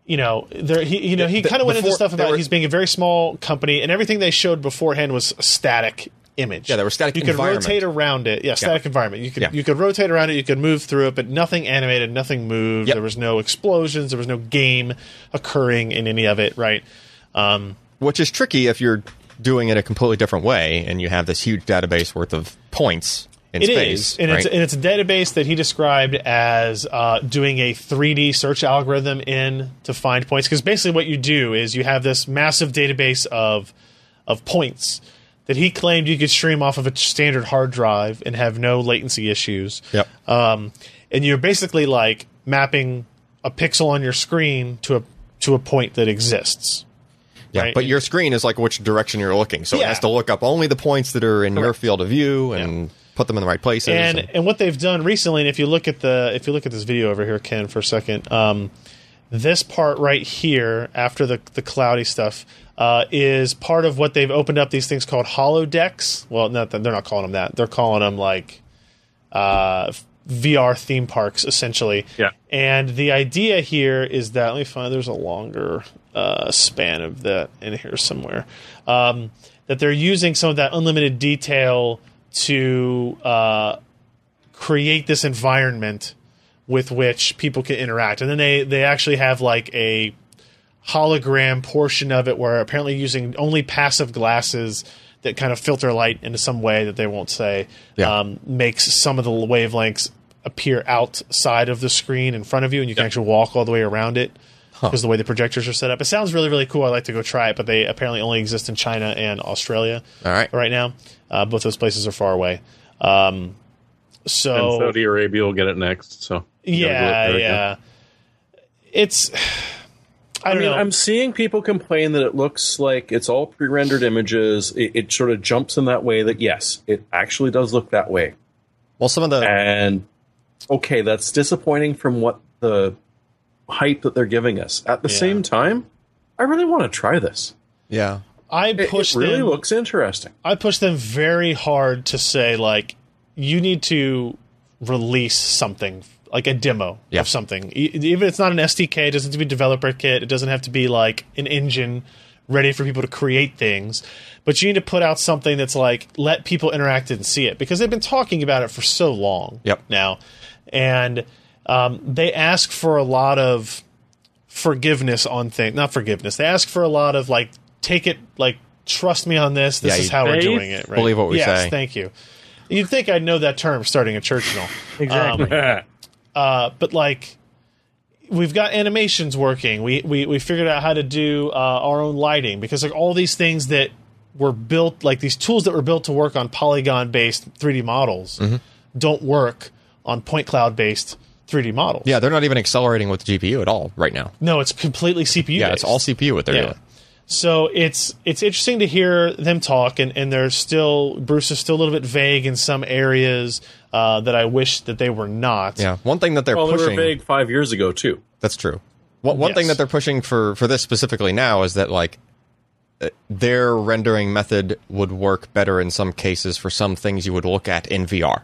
Speaker 1: You know, there he you know he
Speaker 4: The-
Speaker 1: kind of went into
Speaker 4: before-
Speaker 1: stuff
Speaker 4: they
Speaker 1: about
Speaker 4: were-
Speaker 1: he's being a very small company, and everything they showed beforehand was a static image.
Speaker 4: Yeah, they were static
Speaker 1: You could
Speaker 4: environment.
Speaker 1: rotate around it. Yeah, static environment. You could
Speaker 4: Yeah.
Speaker 1: you could rotate around it. You could move through it, but nothing animated, nothing moved.
Speaker 4: Yep.
Speaker 1: There was no explosions. There was no game occurring in any of it. Right. Um,
Speaker 4: which is tricky if you're doing it a completely different way and you have this huge database worth of points in
Speaker 1: it is,
Speaker 4: space.
Speaker 1: and it's
Speaker 4: right?
Speaker 1: and it's a database that he described as uh, doing a 3D search algorithm in to find points. Because basically, what you do is you have this massive database of of points that he claimed you could stream off of a standard hard drive and have no latency issues.
Speaker 4: Yep.
Speaker 1: um, and you're basically like mapping a pixel on your screen to a to a point that exists.
Speaker 4: yeah.
Speaker 1: right.
Speaker 4: But your screen is like which direction you're looking. So
Speaker 1: Yeah.
Speaker 4: it has to look up only the points that are in your field of view and put them in the right places.
Speaker 1: And
Speaker 4: and-
Speaker 1: and what they've done recently, and if you look at the if you look at this video over here, Ken, for a second, um, this part right here after the the cloudy stuff. Uh, is part of what they've opened up these things called hollow decks. Well, not that they're not calling them that. They're calling them like uh, f- VR theme parks essentially.
Speaker 2: Yeah.
Speaker 1: And the idea here is that let me find there's a longer uh, span of that in here somewhere. Um, that they're using some of that unlimited detail to uh, create this environment with which people can interact, and then they they actually have like a hologram portion of it where apparently using only passive glasses that kind of filter light into some way that they won't say
Speaker 4: Yeah.
Speaker 1: um, makes some of the wavelengths appear outside of the screen in front of you and you can actually walk all the way around it because the way the projectors are set up it sounds really really cool i'd like to go try it but they apparently only exist in china and australia
Speaker 4: All right.
Speaker 1: right now uh, both those places are far away um, so Oh.
Speaker 2: And Saudi Arabia will get it next. So you gotta go up
Speaker 1: yeah
Speaker 2: there again.
Speaker 1: yeah it's i
Speaker 2: I
Speaker 1: don't
Speaker 2: mean,
Speaker 1: know
Speaker 2: I'm seeing people complain that it looks like it's all pre-rendered images. It, it sort of jumps in that way. That yes, it actually does look that way.
Speaker 4: Well, some of the
Speaker 1: Uh,
Speaker 2: And okay, that's disappointing from what the hype that they're giving us. At the
Speaker 1: Yeah.
Speaker 2: same time, I really want to try this.
Speaker 4: yeah.
Speaker 1: i
Speaker 2: It,
Speaker 1: pushed
Speaker 2: it really
Speaker 1: them-
Speaker 2: looks interesting.
Speaker 1: I push them very hard to say like you need to release something like a demo
Speaker 4: Yeah.
Speaker 1: of something. E- Even if it's not an SDK, it doesn't have to be a developer kit. It doesn't have to be like an engine ready for people to create things. But you need to put out something that's like let people interact and see it because they've been talking about it for so long
Speaker 4: Yep.
Speaker 1: now, and um, they ask for a lot of forgiveness on things. Not forgiveness. They ask for a lot of like, take it like, trust me on this. This
Speaker 4: Yeah,
Speaker 1: is
Speaker 4: you-
Speaker 1: how we're
Speaker 2: Faith?
Speaker 1: doing it. Right?
Speaker 4: Believe what we
Speaker 1: yes,
Speaker 4: say.
Speaker 1: Thank you. You'd think I'd know that term starting at Churchill,
Speaker 5: Exactly.
Speaker 1: uh, but like. We've got animations working. We, we we figured out how to do uh, our own lighting because like all these things that were built, like these tools that were built to work on polygon based 3D models,
Speaker 4: Mm-hmm.
Speaker 1: don't work on point cloud based 3D models.
Speaker 4: Yeah, they're not even accelerating with the GPU at all right now.
Speaker 1: No, it's completely CPU.
Speaker 4: Yeah, it's all CPU what they're
Speaker 1: Yeah.
Speaker 4: doing.
Speaker 1: So it's it's interesting to hear them talk, and and they're still Bruce is still a little bit vague in some areas uh, that I wish that they were not.
Speaker 4: Yeah, one thing that they're
Speaker 2: Well, Oh, they were
Speaker 4: pushing.
Speaker 2: big five years ago too.
Speaker 4: That's true. One, one
Speaker 1: Yes.
Speaker 4: thing that they're pushing for for this specifically now is that like uh, their rendering method would work better in some cases for some things you would look at in VR.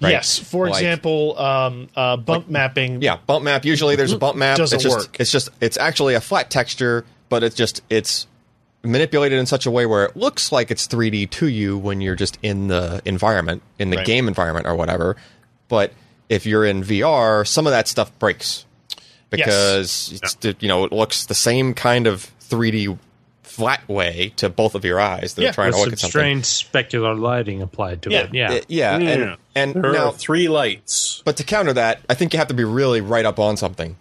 Speaker 4: Right.
Speaker 1: Yes. For
Speaker 4: Like-
Speaker 1: example, um, uh, bump mapping.
Speaker 4: Yeah, bump map. Usually there's a bump map.
Speaker 1: Doesn't
Speaker 4: it's just,
Speaker 1: work.
Speaker 4: It's just it's actually a flat texture, but it's just it's manipulated in such a way where it looks like it's 3D to you when you're just in the environment, in the
Speaker 1: Right.
Speaker 4: game environment or whatever. But if you're in VR, some of that stuff breaks because it's, you know it looks the same kind of 3D flat way to both of your eyes that
Speaker 1: Yeah.
Speaker 4: are trying
Speaker 5: With
Speaker 4: to look
Speaker 5: some
Speaker 4: at something.
Speaker 5: strange specular lighting applied to
Speaker 1: Yeah.
Speaker 5: it. Yeah.
Speaker 4: Uh, Yeah,
Speaker 2: Yeah.
Speaker 4: and, and
Speaker 2: There
Speaker 4: now,
Speaker 2: are three lights.
Speaker 4: but to counter that, I think you have to be really right up on something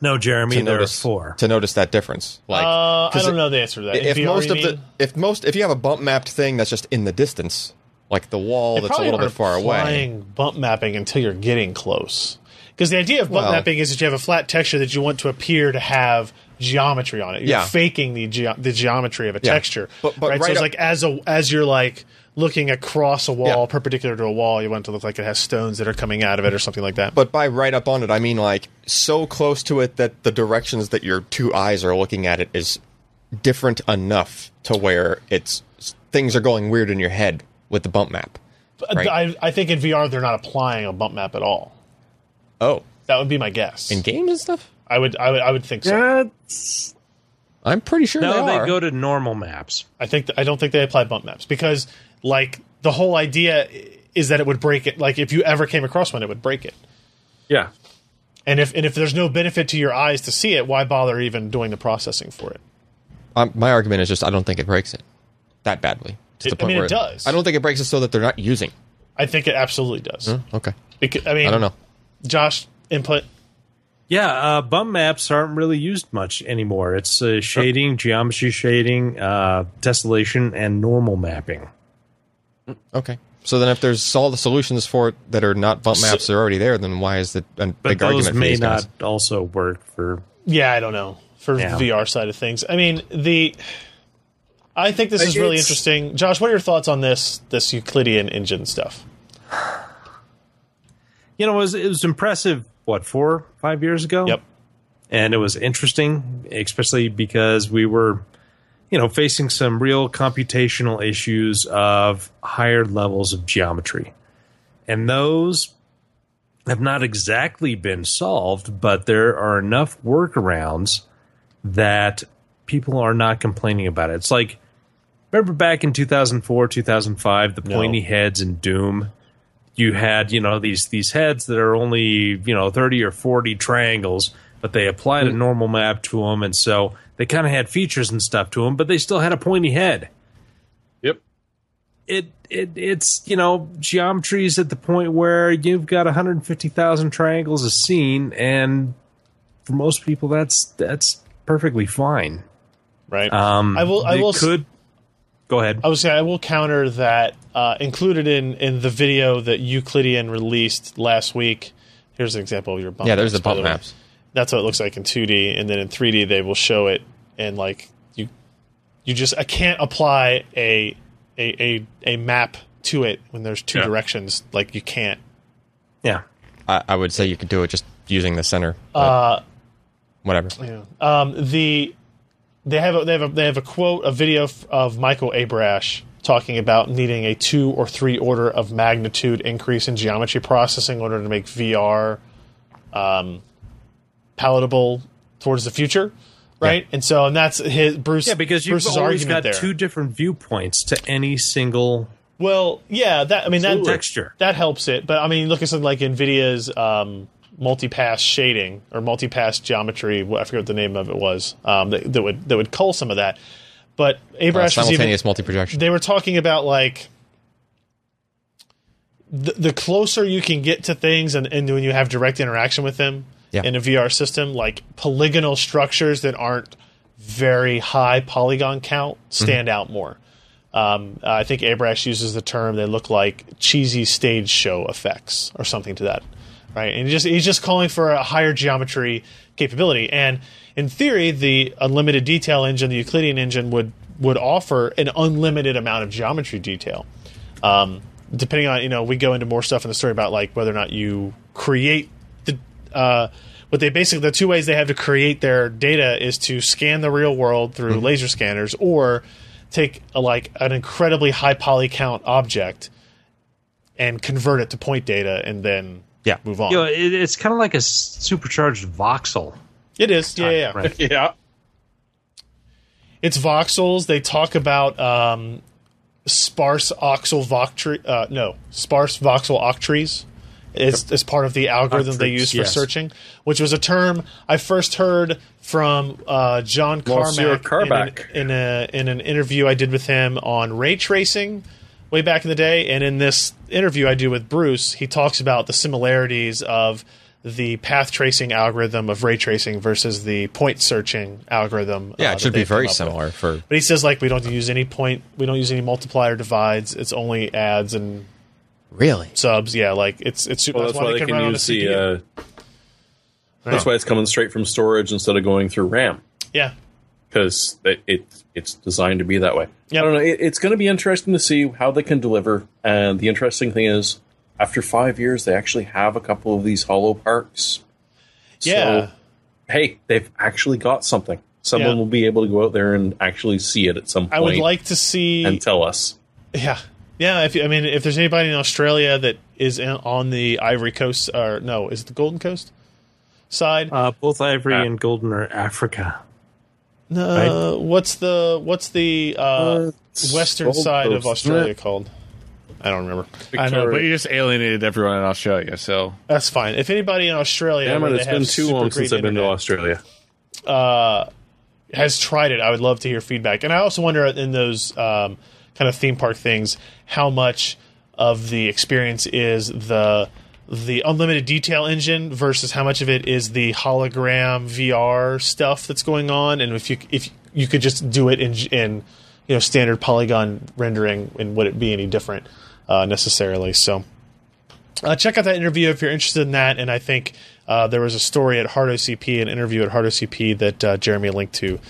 Speaker 5: no, Jeremy,
Speaker 4: to
Speaker 5: there
Speaker 4: notice
Speaker 5: are four.
Speaker 4: to notice that difference. Like,
Speaker 1: Uh, I
Speaker 4: 'cause
Speaker 1: don't
Speaker 4: it-
Speaker 1: know the answer to that. In
Speaker 4: if
Speaker 1: VR,
Speaker 4: most
Speaker 1: you
Speaker 4: of the
Speaker 1: mean?
Speaker 4: if most if you have a bump mapped thing that's just in the distance, like the wall
Speaker 1: They
Speaker 4: that's a
Speaker 1: probably
Speaker 4: little bit
Speaker 1: aren't
Speaker 4: far away.
Speaker 1: applying bump mapping until you're getting close. Because the idea of bump
Speaker 4: Well-
Speaker 1: mapping is that you have a flat texture that you want to appear to have geometry on it. You're
Speaker 4: Yeah.
Speaker 1: faking the geo the geometry of a
Speaker 4: Yeah.
Speaker 1: texture.
Speaker 4: But- but
Speaker 1: so
Speaker 4: right
Speaker 1: it's
Speaker 4: up-
Speaker 1: like as a as you're like looking across a wall,
Speaker 4: Yeah.
Speaker 1: perpendicular to a wall, you want it to look like it has stones that are coming out of it or something like that.
Speaker 4: But by right up on it, I mean like so close to it that the directions that your two eyes are looking at it is different enough to where it's things are going weird in your head with the bump map.
Speaker 1: But
Speaker 4: right.
Speaker 1: I, I think in VR they're not applying a bump map at all.
Speaker 4: Oh,
Speaker 1: That would be my guess.
Speaker 4: in games and stuff.
Speaker 1: I would I would I would think so.
Speaker 4: I'm pretty sure
Speaker 5: No,
Speaker 4: they,
Speaker 5: they
Speaker 4: are.
Speaker 5: go to normal maps.
Speaker 1: I think I don't think they apply bump maps because like the whole idea is that it would break it. Like if you ever came across one, it would break it.
Speaker 2: Yeah,
Speaker 1: And if and if there's no benefit to your eyes to see it, why bother even doing the processing for it?
Speaker 4: Um, my argument is just I don't think it breaks it that badly. To
Speaker 1: It- I mean, it does.
Speaker 4: I don't think it breaks it so that they're not using.
Speaker 1: I think it absolutely does.
Speaker 4: Okay,
Speaker 1: Beca- I mean,
Speaker 4: Hmm? I don't know.
Speaker 1: Josh, input.
Speaker 5: Yeah, uh, bump maps aren't really used much anymore. It's uh, shading, geometry shading, uh, tessellation, and normal mapping.
Speaker 4: Okay. So then, if there's all the solutions for it that are not bump maps that are already there, then why is the a
Speaker 5: But
Speaker 4: big
Speaker 5: those
Speaker 4: argument for
Speaker 5: may
Speaker 4: these
Speaker 5: not
Speaker 4: guys?
Speaker 5: also work for.
Speaker 1: Yeah, I don't know for
Speaker 5: Yeah.
Speaker 1: the VR side of things. I mean, the I think this is really
Speaker 2: It's-
Speaker 1: interesting. Josh, what are your thoughts on this this Euclidean engine stuff?
Speaker 5: You know, it was, it was impressive. What four, five years ago?
Speaker 1: Yep.
Speaker 5: and it was interesting, especially because we were, you know, facing some real computational issues of higher levels of geometry, and those have not exactly been solved, but there are enough workarounds that people are not complaining about it. It's like remember back in 2004, 2005, the pointy heads in Doom. You had, you know, these these heads that are only, you know, 30 or 40 triangles, but they applied
Speaker 1: Mm-hmm.
Speaker 5: a normal map to them and so they kind of had features and stuff to them, but they still had a pointy head
Speaker 2: Yep.
Speaker 5: it it it's you know geometry is at the point where you've got 150,000 triangles a scene and for most people that's that's perfectly fine.
Speaker 1: right?
Speaker 5: Um
Speaker 1: I will. I
Speaker 5: they
Speaker 1: will. s-
Speaker 5: could go ahead.
Speaker 1: I would say I will counter that uh, included in in the video that Euclidean released last week. Here's an example of your bump.
Speaker 4: Yeah, there's the
Speaker 1: by
Speaker 4: bump
Speaker 1: way.
Speaker 4: maps.
Speaker 1: That's what it looks like in 2D, and then in 3D they will show it, and like you, you just I can't apply a a a, a map to it when there's two
Speaker 3: Yeah.
Speaker 1: directions. Like you can't.
Speaker 5: yeah.
Speaker 4: I, I would say you could do it just using the center. but
Speaker 1: Uh,
Speaker 4: whatever.
Speaker 1: Um, the they have a, they have a, they have a quote a video f- of Michael Abrash talking about needing a two or three order of magnitude increase in geometry processing in order to make VR um, palatable towards the future, right? And so and that's his Bruce.
Speaker 5: Yeah, because you've
Speaker 1: Bruce's
Speaker 5: always
Speaker 1: argument
Speaker 5: got
Speaker 1: there.
Speaker 5: two different viewpoints to any single
Speaker 1: Well, yeah, that I mean that
Speaker 5: Absolutely. Texture.
Speaker 1: that helps it, but I mean look at something like Nvidia's um, multi-pass shading or multi-pass geometry. wh- I forget what the name of it was um, that, that would that would cull some of that. But
Speaker 4: Uh,
Speaker 1: Abrash was even
Speaker 4: simultaneous multi projection.
Speaker 1: they were talking about like the, the closer you can get to things and, and when you have direct interaction with them
Speaker 4: Yeah.
Speaker 1: in a VR system, like polygonal structures that aren't very high polygon count stand out more. Um, I think Abrash uses the term they look like cheesy stage show effects or something to that, right? And he just he's just calling for a higher geometry capability. And in theory, the unlimited detail engine, the Euclidean engine, would would offer an unlimited amount of geometry detail. Um, depending on you know, we go into more stuff in the story about like whether or not you create the uh, what they basically the two ways they have to create their data is to scan the real world through laser scanners or take a, like an incredibly high poly count object and convert it to point data and then
Speaker 4: Yeah.
Speaker 1: move on.
Speaker 5: you know, it, it's kind of like a s- supercharged voxel.
Speaker 1: it is, yeah, yeah. [laughs] yeah.
Speaker 5: Right.
Speaker 2: Yeah.
Speaker 1: It's voxels. They talk about um, sparse voxel octree. Uh, no, sparse voxel octrees. Is, is part of the algorithm they
Speaker 5: Octrees,
Speaker 1: use for
Speaker 5: yes.
Speaker 1: searching, which was a term I first heard from uh, John
Speaker 2: Monsieur
Speaker 1: Carmack, in an-
Speaker 2: Carback.
Speaker 1: In, a in an interview I did with him on ray tracing way back in the day, and in this interview I do with Bruce, he talks about the similarities of the path tracing algorithm of ray tracing versus the point searching algorithm.
Speaker 4: Yeah,
Speaker 1: uh,
Speaker 4: it
Speaker 1: that
Speaker 4: should be
Speaker 1: they've come
Speaker 4: very
Speaker 1: up with.
Speaker 4: similar for.
Speaker 1: But he says like we don't use any point, we don't use any multiplier divides. It's only adds and
Speaker 4: Really?
Speaker 1: subs. Yeah, like it's it's super.
Speaker 2: Well, that's, why they can,
Speaker 1: run
Speaker 2: use
Speaker 1: on a
Speaker 2: the.
Speaker 1: CPU.
Speaker 2: Uh, That's why it's coming straight from storage instead of going through RAM
Speaker 1: yeah,
Speaker 2: because it, it it's designed to be that way.
Speaker 1: Yeah.
Speaker 2: I don't know. It, it's going to be interesting to see how they can deliver. And the interesting thing is, after five years, they actually have a couple of these hollow parks.
Speaker 1: Yeah.
Speaker 2: So, hey, they've actually got something. Someone
Speaker 1: Yeah.
Speaker 2: will be able to go out there and actually see it at some point
Speaker 1: I would like to see.
Speaker 2: and tell us.
Speaker 1: yeah, yeah. If you- I mean, if there's anybody in Australia that is in, on the Ivory Coast or no, is it the Golden Coast side?
Speaker 5: [laughs] Uh, both Ivory and Golden are Africa.
Speaker 1: no, what's the what's the uh, western
Speaker 2: Gold
Speaker 1: side
Speaker 2: Coast,
Speaker 1: of
Speaker 2: isn't
Speaker 1: Australia
Speaker 2: it?
Speaker 1: called? I don't remember.
Speaker 3: I know, but
Speaker 2: Victoria.
Speaker 3: you just alienated everyone in Australia. So
Speaker 1: That's fine. If anybody in Australia,
Speaker 2: Damn
Speaker 1: where
Speaker 2: it,
Speaker 1: they
Speaker 2: it's
Speaker 1: have
Speaker 2: been too
Speaker 1: super
Speaker 2: long
Speaker 1: great
Speaker 2: since I've been to
Speaker 1: internet,
Speaker 2: Australia.
Speaker 1: has tried it, I would love to hear feedback. And I also wonder in those um, kind of theme park things, how much of the experience is the the unlimited detail engine versus how much of it is the hologram VR stuff that's going on, and if you if you could just do it in in you know standard polygon rendering, and would it be any different uh, necessarily? So uh, check out that interview if you're interested in that. And I think uh, there was a story at Hard OCP, an interview at Hard OCP that uh, Jeremy linked to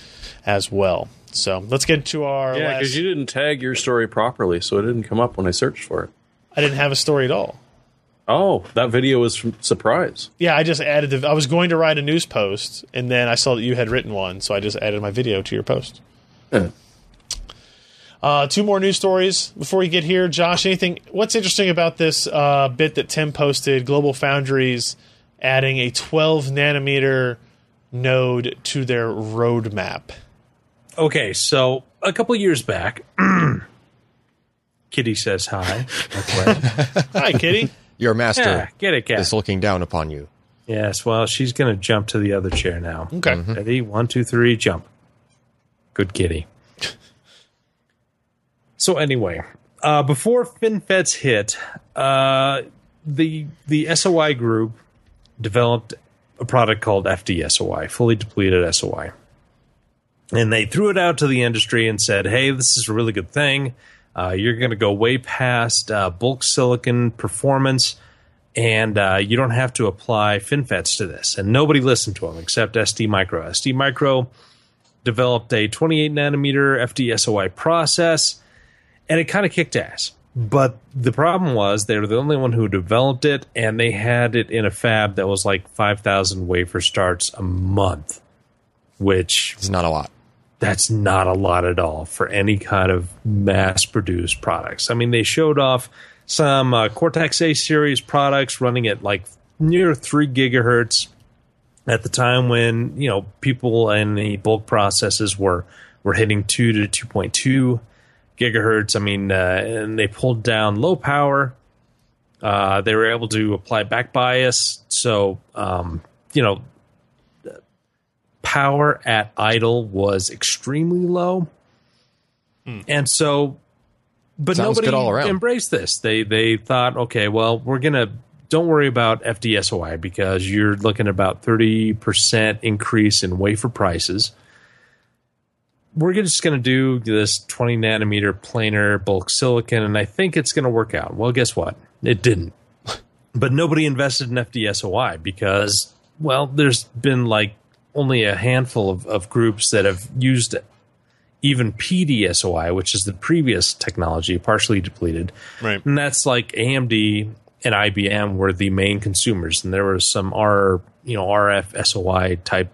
Speaker 1: as well. So let's get to our
Speaker 2: Yeah,
Speaker 1: last.
Speaker 2: because you didn't tag your story properly, so it didn't come up when I searched for it.
Speaker 1: I didn't have a story at all.
Speaker 2: Oh, that video was from Surprise.
Speaker 1: Yeah, I just added the. I was going to write a news post, and then I saw that you had written one, so I just added my video to your post. Uh, two more news stories before we get here. Josh, anything? What's interesting about this uh, bit that Tim posted? Global Foundries adding a 12 nanometer node to their roadmap.
Speaker 5: Okay, so a couple years back, [clears throat] Kitty says [laughs] hi. Okay.
Speaker 1: Hi, Kitty.
Speaker 4: Your master
Speaker 5: yeah, get it, cat.
Speaker 4: is looking down upon you.
Speaker 5: Yes, well, she's going to jump to the other chair now.
Speaker 1: Okay.
Speaker 5: Ready? One, two, three, jump. Good kitty. so anyway, uh, before FinFETs hit, uh, the the SOI group developed a product called FDSOI, fully depleted SOI. And they threw it out to the industry and said, hey, this is a really good thing. Uh, you're going to go way past uh, bulk silicon performance and uh, you don't have to apply FinFETs to this. And nobody listened to them except SD Micro. SD Micro developed a 28 nanometer FDSOI process, and it kind of kicked ass. But the problem was they were the only one who developed it, and they had it in a fab that was like 5,000 wafer starts a month, which
Speaker 4: It's not a lot.
Speaker 5: that's not a lot at all for any kind of mass produced products. I mean, they showed off some uh, Cortex A series products running at like near 3 gigahertz at the time when, you know, people in the bulk processes were were hitting 2 to 2.2 gigahertz. I mean, uh, and they pulled down low power. Uh, they were able to apply back bias, so um, you know power at idle was extremely low. And so but
Speaker 4: Hmm. Sounds
Speaker 5: nobody
Speaker 4: good all around.
Speaker 5: embraced this. They they thought, okay, well, we're gonna don't worry about FDSOI because you're looking at about thirty percent increase in wafer prices. We're gonna- just going to do this 20 nanometer planar bulk silicon, and I think it's going to work out. Well, guess what? It didn't but nobody invested in FDSOI because, well, there's been like only a handful of, of groups that have used even PDSOI, which is the previous technology, partially depleted.
Speaker 1: Right.
Speaker 5: And that's like AMD and IBM were the main consumers, and there were some R, you know, RF SOI type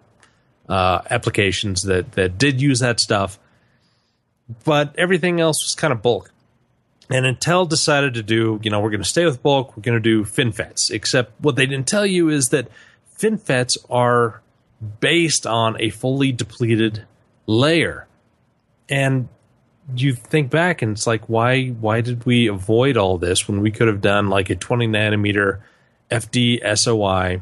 Speaker 5: uh, applications that that did use that stuff, but everything else was kind of bulk. And Intel decided to do, you know, we're going to stay with bulk. We're going to do FinFETs. Except what they didn't tell you is that FinFETs are based on a fully depleted layer. And you think back and it's like, why why did we avoid all this when we could have done like a 20 nanometer FD SOI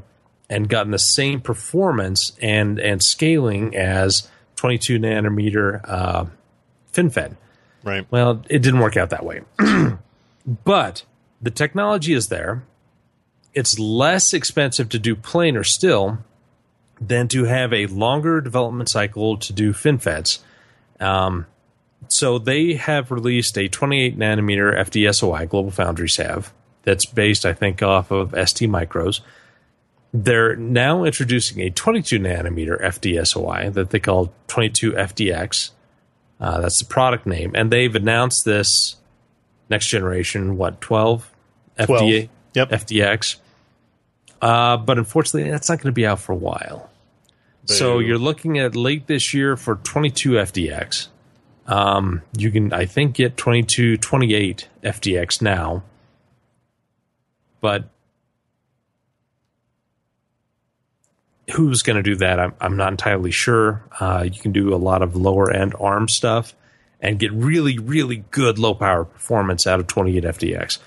Speaker 5: and gotten the same performance and and scaling as 22 nanometer uh, FinFET?
Speaker 1: Right.
Speaker 5: Well, it didn't work out that way. [clears throat] but the technology is there. It's less expensive to do planar still than to have a longer development cycle to do FinFETs. Um, so they have released a 28 nanometer FDSOI, Global Foundries have, that's based, I think, off of ST Micros. They're now introducing a 22 nanometer FDSOI that they call 22FDX. Uh, that's the product name, and they've announced this next generation. What twelve?
Speaker 1: 12. Yep.
Speaker 5: FDX. Uh, but unfortunately, that's not going to be out for a while. So
Speaker 1: Boo.
Speaker 5: you're looking at late this year for 22 FDX. Um, you can, I think, get 22, 28 FDX now. But who's going to do that? I'm, I'm not entirely sure. Uh, you can do a lot of lower end ARM stuff and get really, really good low power performance out of 28 FDX.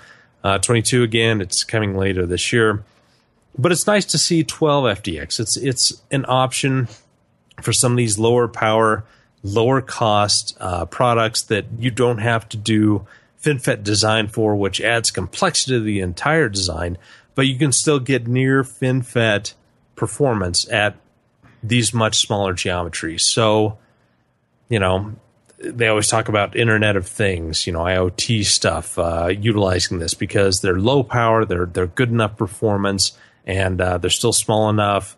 Speaker 5: Uh, 22 again, it's coming later this year, but it's nice to see 12 FDX. It's it's an option for some of these lower power, lower cost uh, products that you don't have to do FinFET design for, which adds complexity to the entire design, but you can still get near FinFET performance at these much smaller geometries. So, you know, they always talk about Internet of Things, you know, IoT stuff, uh, utilizing this because they're low power, they're they're good enough performance, and uh, they're still small enough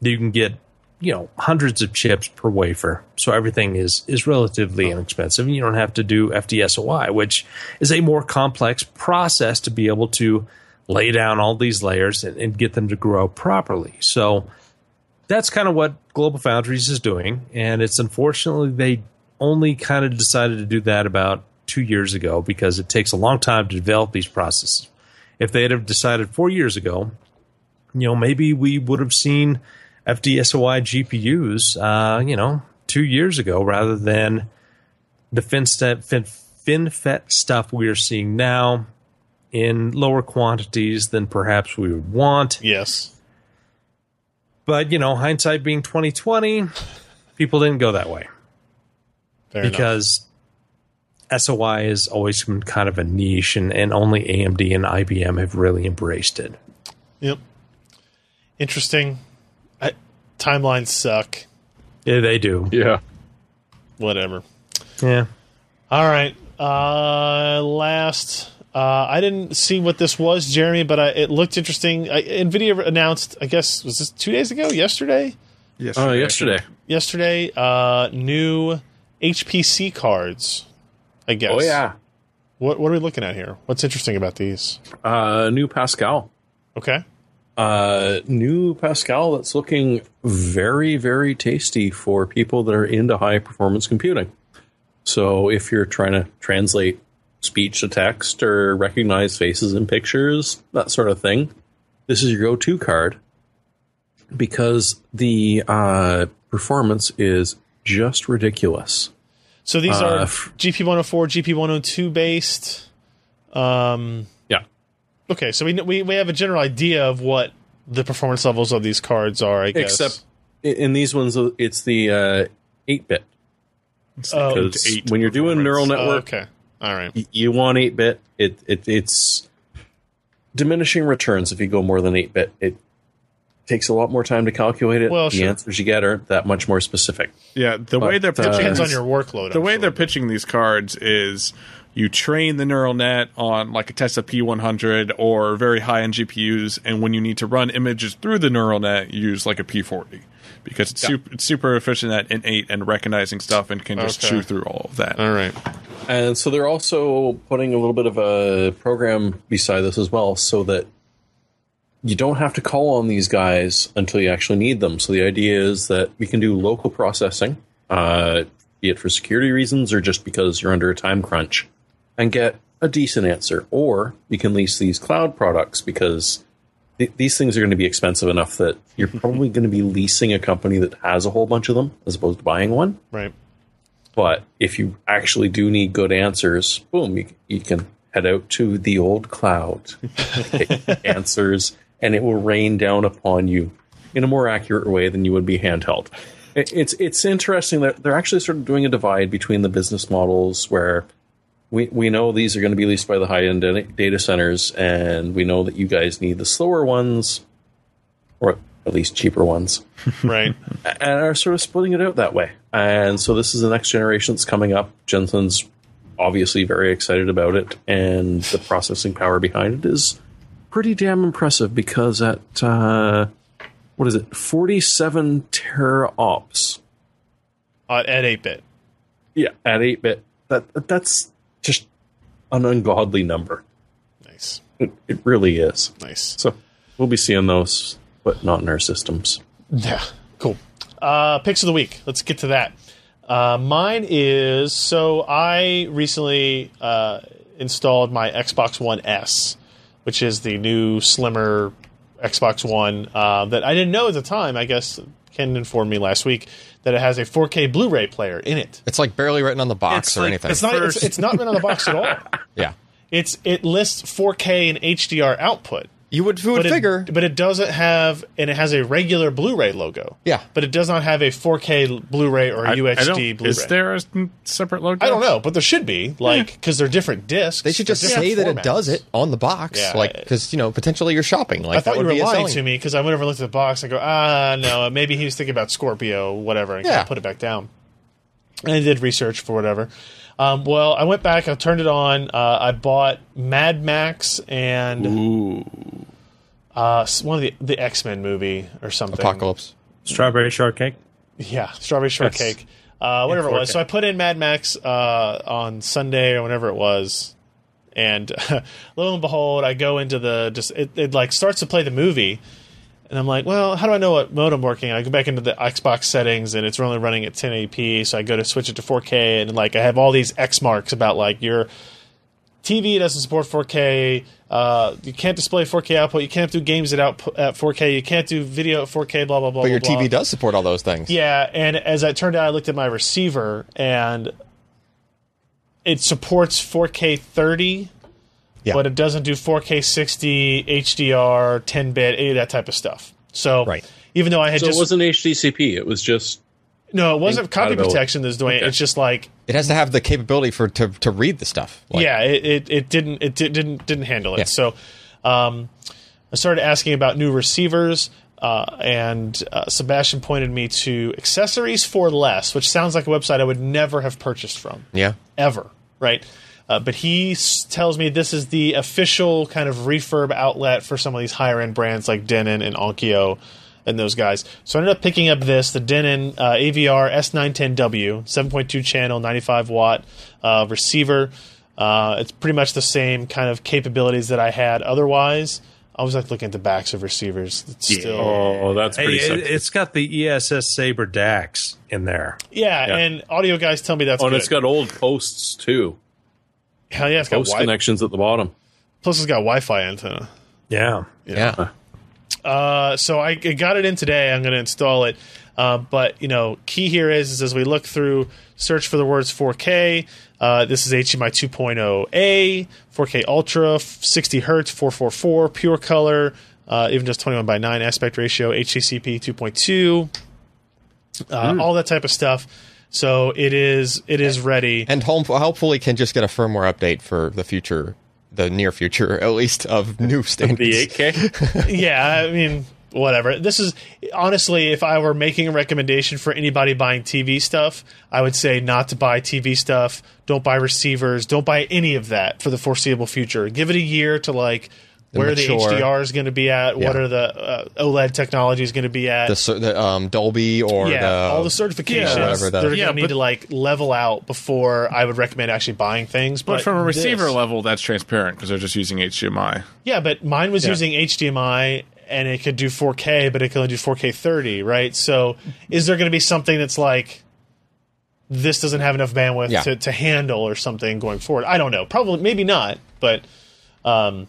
Speaker 5: that you can get you know hundreds of chips per wafer. So everything is is relatively inexpensive, and you don't have to do FDSOI, which is a more complex process to be able to lay down all these layers and, and get them to grow properly. So that's kind of what Global Foundries is doing, and it's unfortunately they only kind of decided to do that about two years ago because it takes a long time to develop these processes. If they had have decided four years ago, you know, maybe we would have seen FDSOI GPUs, uh, you know, two years ago rather than the FinStat, fin, FinFET stuff we are seeing now in lower quantities than perhaps we would want.
Speaker 1: Yes.
Speaker 5: But you know, hindsight being twenty twenty, people didn't go that way
Speaker 1: Fair enough.
Speaker 5: because SOI has always been kind of a niche, and, and only AMD and IBM have really embraced it.
Speaker 1: Yep. Interesting. I, timelines suck.
Speaker 5: Yeah, they do.
Speaker 2: Yeah.
Speaker 1: Whatever.
Speaker 5: Yeah,
Speaker 1: All right. Uh, last, uh, I didn't see what this was, Jeremy, but I, it looked interesting. I, Nvidia announced, I guess, was this two days ago? Yesterday?
Speaker 4: Yes.
Speaker 2: Oh, yesterday.
Speaker 1: Yesterday, uh, new HPC cards. I guess.
Speaker 2: Oh yeah.
Speaker 1: What What are we looking at here? What's interesting about these?
Speaker 2: Uh, new Pascal.
Speaker 1: Okay.
Speaker 2: Uh, new Pascal that's looking very, very tasty for people that are into high performance computing. So if you're trying to translate speech to text or recognize faces in pictures, that sort of thing, this is your go to card because the uh, performance is just ridiculous.
Speaker 1: So these
Speaker 2: Uh,
Speaker 1: are
Speaker 2: f-
Speaker 1: GP104, GP102 based. Um,
Speaker 2: Yeah.
Speaker 1: okay, so we, kn- we we have a general idea of what the performance levels of these cards are. I guess.
Speaker 2: Except i- in these ones, uh, it's the 8 bit.
Speaker 1: Oh,
Speaker 2: Because when you're doing neural
Speaker 1: oh,
Speaker 2: network,
Speaker 1: okay, all right.
Speaker 2: y- you want 8 bit it, it it's diminishing returns if you go more than 8 bit it takes a lot more time to calculate it
Speaker 1: Well,
Speaker 2: the
Speaker 1: sure.
Speaker 2: answers you get aren't that much more specific
Speaker 3: Yeah, the way they're
Speaker 2: But, uh,
Speaker 3: pitching
Speaker 1: Depends on
Speaker 3: this-
Speaker 1: your workload.
Speaker 3: the way
Speaker 1: I'm
Speaker 3: they're
Speaker 1: sure.
Speaker 3: pitching these cards is you train the neural net on like a Tesla P100 or very high end GPUs, and when you need to run images through the neural net, you use like a P40 because it's, super, it's super efficient at innate and recognizing stuff and can just
Speaker 1: Okay.
Speaker 3: chew through all of that.
Speaker 1: All right.
Speaker 2: and so they're also putting a little bit of a program beside this as well so that you don't have to call on these guys until you actually need them so the idea is that we can do local processing uh, be it for security reasons or just because you're under a time crunch and get a decent answer or you can lease these cloud products because th- these things are going to be expensive enough that you're probably going to be leasing a company that has a whole bunch of them as opposed to buying one
Speaker 1: Right.
Speaker 2: but if you actually do need good answers, boom, you, you can head out to the old cloud, get answers, and it will rain down upon you in a more accurate way than you would be handheld. It, it's it's interesting that they're actually sort of doing a divide between the business models where we, we know these are going to be leased by the high end data centers, and we know that you guys need the slower ones, or at least cheaper ones
Speaker 1: [laughs] Right.
Speaker 2: and are sort of splitting it out that way. And so this is the next generation that's coming up. Jensen's obviously very excited about it, and the processing power behind it is pretty damn impressive because at uh, what is it, forty-seven tera ops?
Speaker 1: uh, at eight bit.
Speaker 2: Yeah, at eight bit. That that's just an ungodly number.
Speaker 1: Nice.
Speaker 2: It, it really is.
Speaker 1: Nice.
Speaker 2: So we'll be seeing those, but not in our systems.
Speaker 1: Yeah, cool. Uh, picks of the week. Let's get to that. Uh, mine is so I recently uh, installed my Xbox One S, which is the new slimmer Xbox One uh, that I didn't know at the time. I guess Ken informed me last week that it has a 4K Blu-ray player in it.
Speaker 4: It's like barely written on the box
Speaker 5: It's
Speaker 4: or
Speaker 5: like-
Speaker 4: anything.
Speaker 1: It's not. It's,
Speaker 5: First.
Speaker 1: it's not written on the box at all. [laughs]
Speaker 4: yeah.
Speaker 1: It's it lists 4K and HDR output.
Speaker 4: You would, you would
Speaker 1: But it,
Speaker 4: figure.
Speaker 1: but it doesn't have, and it has a regular Blu-ray logo.
Speaker 4: Yeah.
Speaker 1: but it does not have a 4K l- Blu-ray or a
Speaker 3: I- I
Speaker 1: UHD
Speaker 3: don't-
Speaker 1: Blu-ray.
Speaker 3: Is there a s- separate logo?
Speaker 1: I don't know, but there should be, like, because they're different discs.
Speaker 4: they should just
Speaker 1: they're different
Speaker 4: say that it
Speaker 1: formats.
Speaker 4: does it on the box,
Speaker 1: Yeah.
Speaker 4: like because you know potentially you're shopping. Like
Speaker 1: I thought
Speaker 4: that
Speaker 1: you
Speaker 4: would
Speaker 1: were
Speaker 4: be a
Speaker 1: lying
Speaker 4: selling-
Speaker 1: to me because I went over and looked at the box. I go, ah, no, maybe he was thinking about Scorpio, whatever, and
Speaker 4: Yeah.
Speaker 1: kinda put it back down. And I did research for whatever. Um, well, I went back, I turned it on. Uh, I bought Mad Max and uh, s- one of the the X Men movie or something.
Speaker 4: Apocalypse.
Speaker 5: strawberry shortcake.
Speaker 1: Yeah, strawberry shortcake. Uh, whatever it was. So I put in Mad Max uh, on Sunday or whenever it was, [laughs] and lo and behold, I go into the just it, it like starts to play the movie, And I'm like, well, how do I know what mode I'm working? And I go back into the Xbox settings, and it's only running at 1080p. So I go to switch it to 4K, and like I have all these X marks about like your TV doesn't support 4K. Uh, you can't display 4K output. You can't do games at output at 4K. You can't do video at 4K. Blah blah blah.
Speaker 4: But your
Speaker 1: blah, blah.
Speaker 4: TV does support all those things.
Speaker 1: Yeah, and as it turned out, I looked at my receiver, and it supports 4K 30,
Speaker 4: Yeah.
Speaker 1: but it doesn't do 4K 60, HDR, 10 bit, any of that type of stuff. So,
Speaker 4: Right.
Speaker 1: even though I had
Speaker 2: So
Speaker 1: just
Speaker 2: it wasn't HDCP. It was just
Speaker 1: no, it wasn't copy
Speaker 2: compatibility.
Speaker 1: protection that's doing it.
Speaker 2: Okay.
Speaker 1: It's just like
Speaker 4: It has to have the capability for to, to read the stuff. Like,
Speaker 1: yeah, it, it, it didn't it did, didn't didn't handle it.
Speaker 4: Yeah.
Speaker 1: So um, I started asking about new receivers, uh, and uh, Sebastian pointed me to accessories for less, which sounds like a website I would never have purchased from
Speaker 4: Yeah.
Speaker 1: ever, right? Uh, but he s- tells me this is the official kind of refurb outlet for some of these higher end brands like Denon and Onkyo and those guys. So I ended up picking up this the Denon uh, AVR S910W 7.2 channel 95 watt uh, receiver. Uh, it's pretty much the same kind of capabilities that I had otherwise. I was like looking at the backs of receivers. It's still
Speaker 2: oh, that's
Speaker 5: Hey,
Speaker 2: pretty
Speaker 5: it,
Speaker 2: sexy.
Speaker 5: it's got the E ESS Saber Dax in there.
Speaker 1: yeah,
Speaker 2: yeah.
Speaker 1: and audio guys tell me that's
Speaker 2: oh, and
Speaker 1: good.
Speaker 2: it's got old posts too.
Speaker 1: Hell yeah, it's got
Speaker 2: Post
Speaker 1: wi-
Speaker 2: connections at the bottom.
Speaker 1: plus it's got Wi-Fi antenna.
Speaker 5: Yeah.
Speaker 4: Yeah.
Speaker 1: Uh, so I, I got it in today. I'm going to install it. Uh, but you know, key here is, is as we look through, search for the words 4K. Uh, this is HDMI 2.0A, 4K Ultra, 60 Hertz, 444, pure color, uh, even just 21 by 9 aspect ratio, HDCP 2.2, uh, all that type of stuff. So it is it is ready.
Speaker 4: And home, hopefully can just get a firmware update for the future, the near future [laughs] at least of new standards.
Speaker 2: The 8K.
Speaker 1: yeah, I mean, whatever. This is honestly, if I were making a recommendation for anybody buying TV stuff, I would say not to buy TV stuff. Don't buy receivers. Don't buy any of that for the foreseeable future. Give it a year to like where
Speaker 4: mature.
Speaker 1: the HDR is going to be at. What
Speaker 4: Yeah.
Speaker 1: are the uh, OLED technology is going to be at?
Speaker 4: the, cer- the um, Dolby or
Speaker 1: yeah,
Speaker 4: the, um,
Speaker 1: all the certifications
Speaker 4: Yeah, whatever that-
Speaker 1: they're
Speaker 3: Yeah,
Speaker 1: going to need
Speaker 3: but-
Speaker 1: to like level out before I would recommend actually buying things. But,
Speaker 3: But from a
Speaker 1: this-
Speaker 3: receiver level, that's transparent because they're just using HDMI.
Speaker 1: Yeah, but mine was using HDMI and it could do 4K, but it could only do 4K 30, right? So is there going to be something that's like this doesn't have enough bandwidth
Speaker 4: Yeah.
Speaker 1: to, to handle or something going forward? I don't know. Probably, maybe not, but um,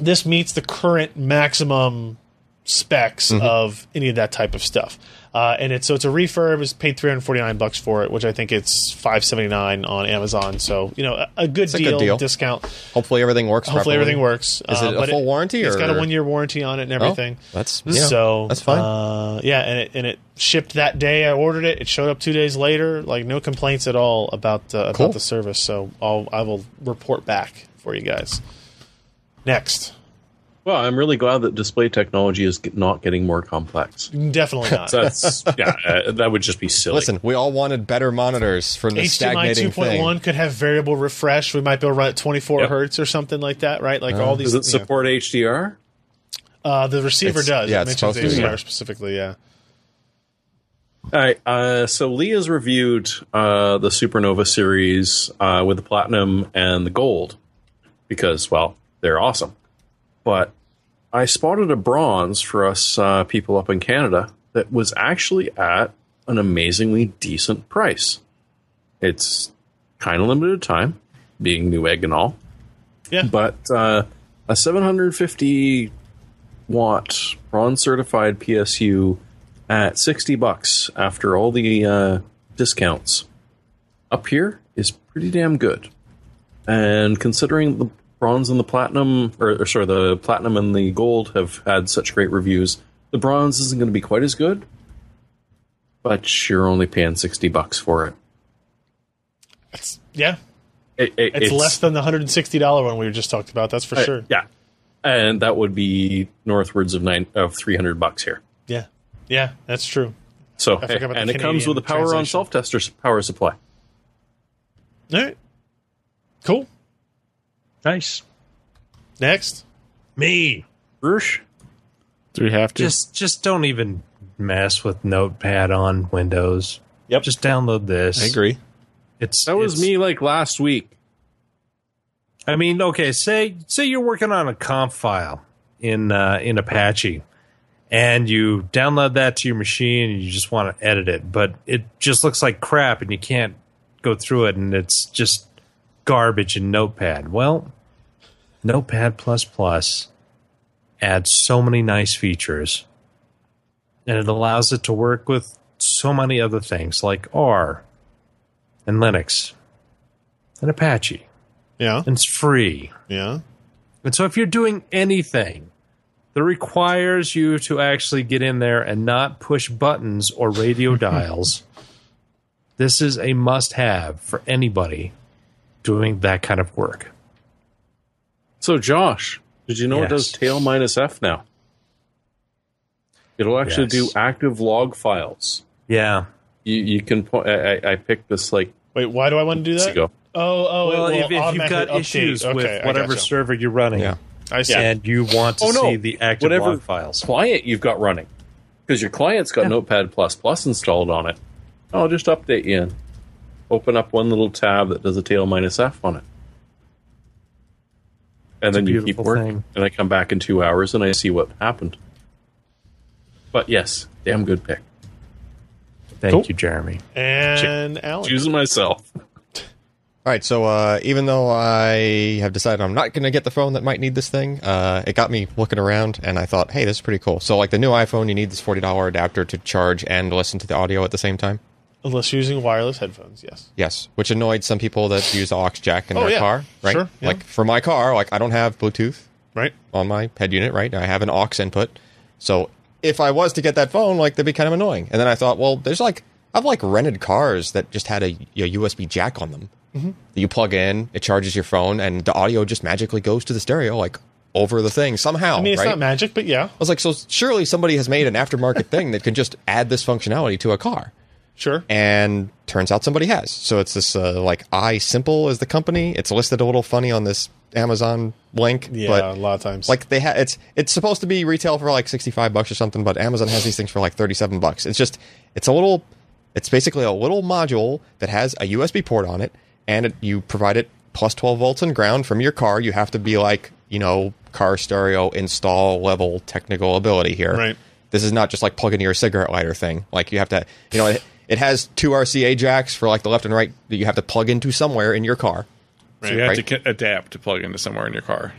Speaker 1: this meets the current maximum specs
Speaker 4: Mm-hmm.
Speaker 1: of any of that type of stuff. Uh, and it's so it's a refurb. It's paid three hundred forty nine bucks for it, which I think it's five seventy nine on Amazon. So you know a, a, good,
Speaker 4: a good
Speaker 1: deal,
Speaker 4: deal.
Speaker 1: discount
Speaker 4: hopefully everything works.
Speaker 1: hopefully
Speaker 4: properly.
Speaker 1: everything works. uh,
Speaker 4: Is it a
Speaker 1: but
Speaker 4: full warranty
Speaker 1: It's got a
Speaker 4: or-
Speaker 1: one year warranty on it and
Speaker 4: Oh,
Speaker 1: everything.
Speaker 4: that's yeah,
Speaker 1: so
Speaker 4: That's fine.
Speaker 1: Uh, yeah, and it and it shipped that day. I ordered it. It showed up two days later. Like no complaints at all about uh,
Speaker 4: Cool.
Speaker 1: about the service. So I'll I will report back for you guys. Next,
Speaker 2: Well, I'm really glad that display technology is get- not getting more complex.
Speaker 4: [laughs]
Speaker 1: definitely not.
Speaker 2: So that's yeah, uh, that would just be silly.
Speaker 4: Listen, we all wanted better monitors from the
Speaker 1: HDMI
Speaker 4: stagnating thing.
Speaker 1: 2.1 could have variable refresh. We might be able to run at 24
Speaker 2: Yep.
Speaker 1: hertz or something like that, right? Like all these.
Speaker 2: does it
Speaker 1: you know,
Speaker 2: support HDR?
Speaker 1: uh, the receiver
Speaker 4: It's-
Speaker 1: does.
Speaker 4: yeah,
Speaker 1: it
Speaker 4: it's
Speaker 1: mentions
Speaker 4: supposed to,
Speaker 1: HDR
Speaker 4: yeah.
Speaker 1: specifically. Yeah.
Speaker 2: All right. Uh, so Leah's reviewed uh, the Supernova series uh, with the platinum and the gold because, well, they're awesome. But I spotted a bronze for us uh, people up in Canada that was actually at an amazingly decent price. It's kind of limited time, being Newegg and all.
Speaker 1: Yeah.
Speaker 2: But uh, a 750 watt bronze certified PSU at 60 bucks after all the uh, discounts up here is pretty damn good. And considering the bronze and the platinum, or, or sorry, the platinum and the gold have had such great reviews, the bronze isn't going to be quite as good. But you're only paying 60 bucks for it.
Speaker 1: It's, yeah.
Speaker 2: It- it-
Speaker 1: It's, less than the hundred and sixty dollar one we just talked about. That's for
Speaker 2: uh,
Speaker 1: sure.
Speaker 2: Yeah. And that would be northwards of nine of 300 bucks here.
Speaker 1: Yeah, yeah, that's true.
Speaker 2: So,
Speaker 1: I forgot about
Speaker 2: and
Speaker 1: the
Speaker 2: it comes
Speaker 1: Canadian
Speaker 2: with a power on
Speaker 1: translation.
Speaker 2: self tester power supply.
Speaker 1: All right, cool.
Speaker 5: Nice.
Speaker 1: Next,
Speaker 5: Me.
Speaker 2: Roosh?
Speaker 3: Do we have to?
Speaker 5: Just just don't even mess with Notepad on Windows.
Speaker 1: Yep.
Speaker 5: Just download this.
Speaker 1: agree.
Speaker 5: It's
Speaker 2: That was
Speaker 5: it's-
Speaker 2: me like last week.
Speaker 5: I mean, okay, say say you're working on a conf file in uh, in Apache, and you download that to your machine and you just want to edit it, but it just looks like crap and you can't go through it and it's just garbage in Notepad. Well, Notepad plus plus adds so many nice features and it allows it to work with so many other things like R and Linux and Apache.
Speaker 1: Yeah.
Speaker 5: And it's free.
Speaker 1: Yeah.
Speaker 5: And so if you're doing anything that requires you to actually get in there and not push buttons
Speaker 1: [laughs]
Speaker 5: or radio dials, this is a must have for anybody doing that kind of work.
Speaker 2: So, Josh, did you know
Speaker 5: Yes.
Speaker 2: it does tail minus F now? It'll actually
Speaker 5: Yes.
Speaker 2: do active log files.
Speaker 5: Yeah.
Speaker 2: You, you can. Po- I, I- I picked this like
Speaker 1: Wait, why do I want to do
Speaker 2: weeks
Speaker 1: that?
Speaker 2: ago.
Speaker 1: Oh, oh,
Speaker 5: Well,
Speaker 1: it will
Speaker 5: if, if you've
Speaker 1: automatically
Speaker 5: got
Speaker 1: update.
Speaker 5: issues
Speaker 1: okay,
Speaker 5: with
Speaker 1: I
Speaker 5: whatever
Speaker 1: gotcha.
Speaker 5: server you're running
Speaker 4: Yeah.
Speaker 1: I see.
Speaker 5: and you want to
Speaker 2: Oh, no.
Speaker 5: see the active
Speaker 2: Whatever
Speaker 5: log files.
Speaker 2: client you've got running, because your client's got Notepad plus plus installed on it. I'll just update you. And open up one little tab that does a tail minus F on it, and then you keep
Speaker 5: beautiful
Speaker 2: working.
Speaker 5: thing.
Speaker 2: And I come back in two hours and I see what happened. But yes, damn good pick.
Speaker 5: Thank
Speaker 1: Cool.
Speaker 5: you, Jeremy.
Speaker 1: And Alan.
Speaker 2: Choosing myself.
Speaker 4: All right, so uh, even though I have decided I'm not going to get the phone that might need this thing, uh, it got me looking around, and I thought, hey, this is pretty cool. So, like the new iPhone, you need this forty dollar adapter to charge and listen to the audio at the same time.
Speaker 1: Unless using wireless headphones, yes.
Speaker 4: Yes, which annoyed some people that use aux jack in
Speaker 1: Oh,
Speaker 4: their
Speaker 1: yeah.
Speaker 4: car, right?
Speaker 1: Sure, yeah.
Speaker 4: Like for my car, like I don't have Bluetooth
Speaker 1: Right?
Speaker 4: on my head unit, right? I have an aux input. So if I was to get that phone, like that'd be kind of annoying. And then I thought, well, there's like I've like rented cars that just had a, a USB jack on them
Speaker 1: Mm-hmm.
Speaker 4: that you plug in, it charges your phone, and the audio just magically goes to the stereo, like over the thing somehow.
Speaker 1: I mean, it's
Speaker 4: right?
Speaker 1: not magic, but yeah,
Speaker 4: I was like, so surely somebody has made an aftermarket thing that can just add this functionality to a car
Speaker 1: sure.
Speaker 4: and turns out somebody has. So it's this uh, like I Simple is the company. It's listed a little funny on this Amazon link,
Speaker 1: yeah, a
Speaker 4: but
Speaker 1: lot of times.
Speaker 4: like they ha- it's it's supposed to be retail for like sixty five bucks or something, but Amazon has these things for like thirty seven bucks. It's just it's a little it's basically a little module that has a USB port on it, and it, you provide it plus twelve volts and ground from your car. You have to be like you know car stereo install level technical ability here.
Speaker 1: Right.
Speaker 4: This is not just like plug into your cigarette lighter thing. Like you have to, you know, it, it has two RCA jacks for like the left and right that you have to plug into somewhere in your car.
Speaker 3: So you have
Speaker 4: Right.
Speaker 3: to ca- adapt to plug into somewhere in your car.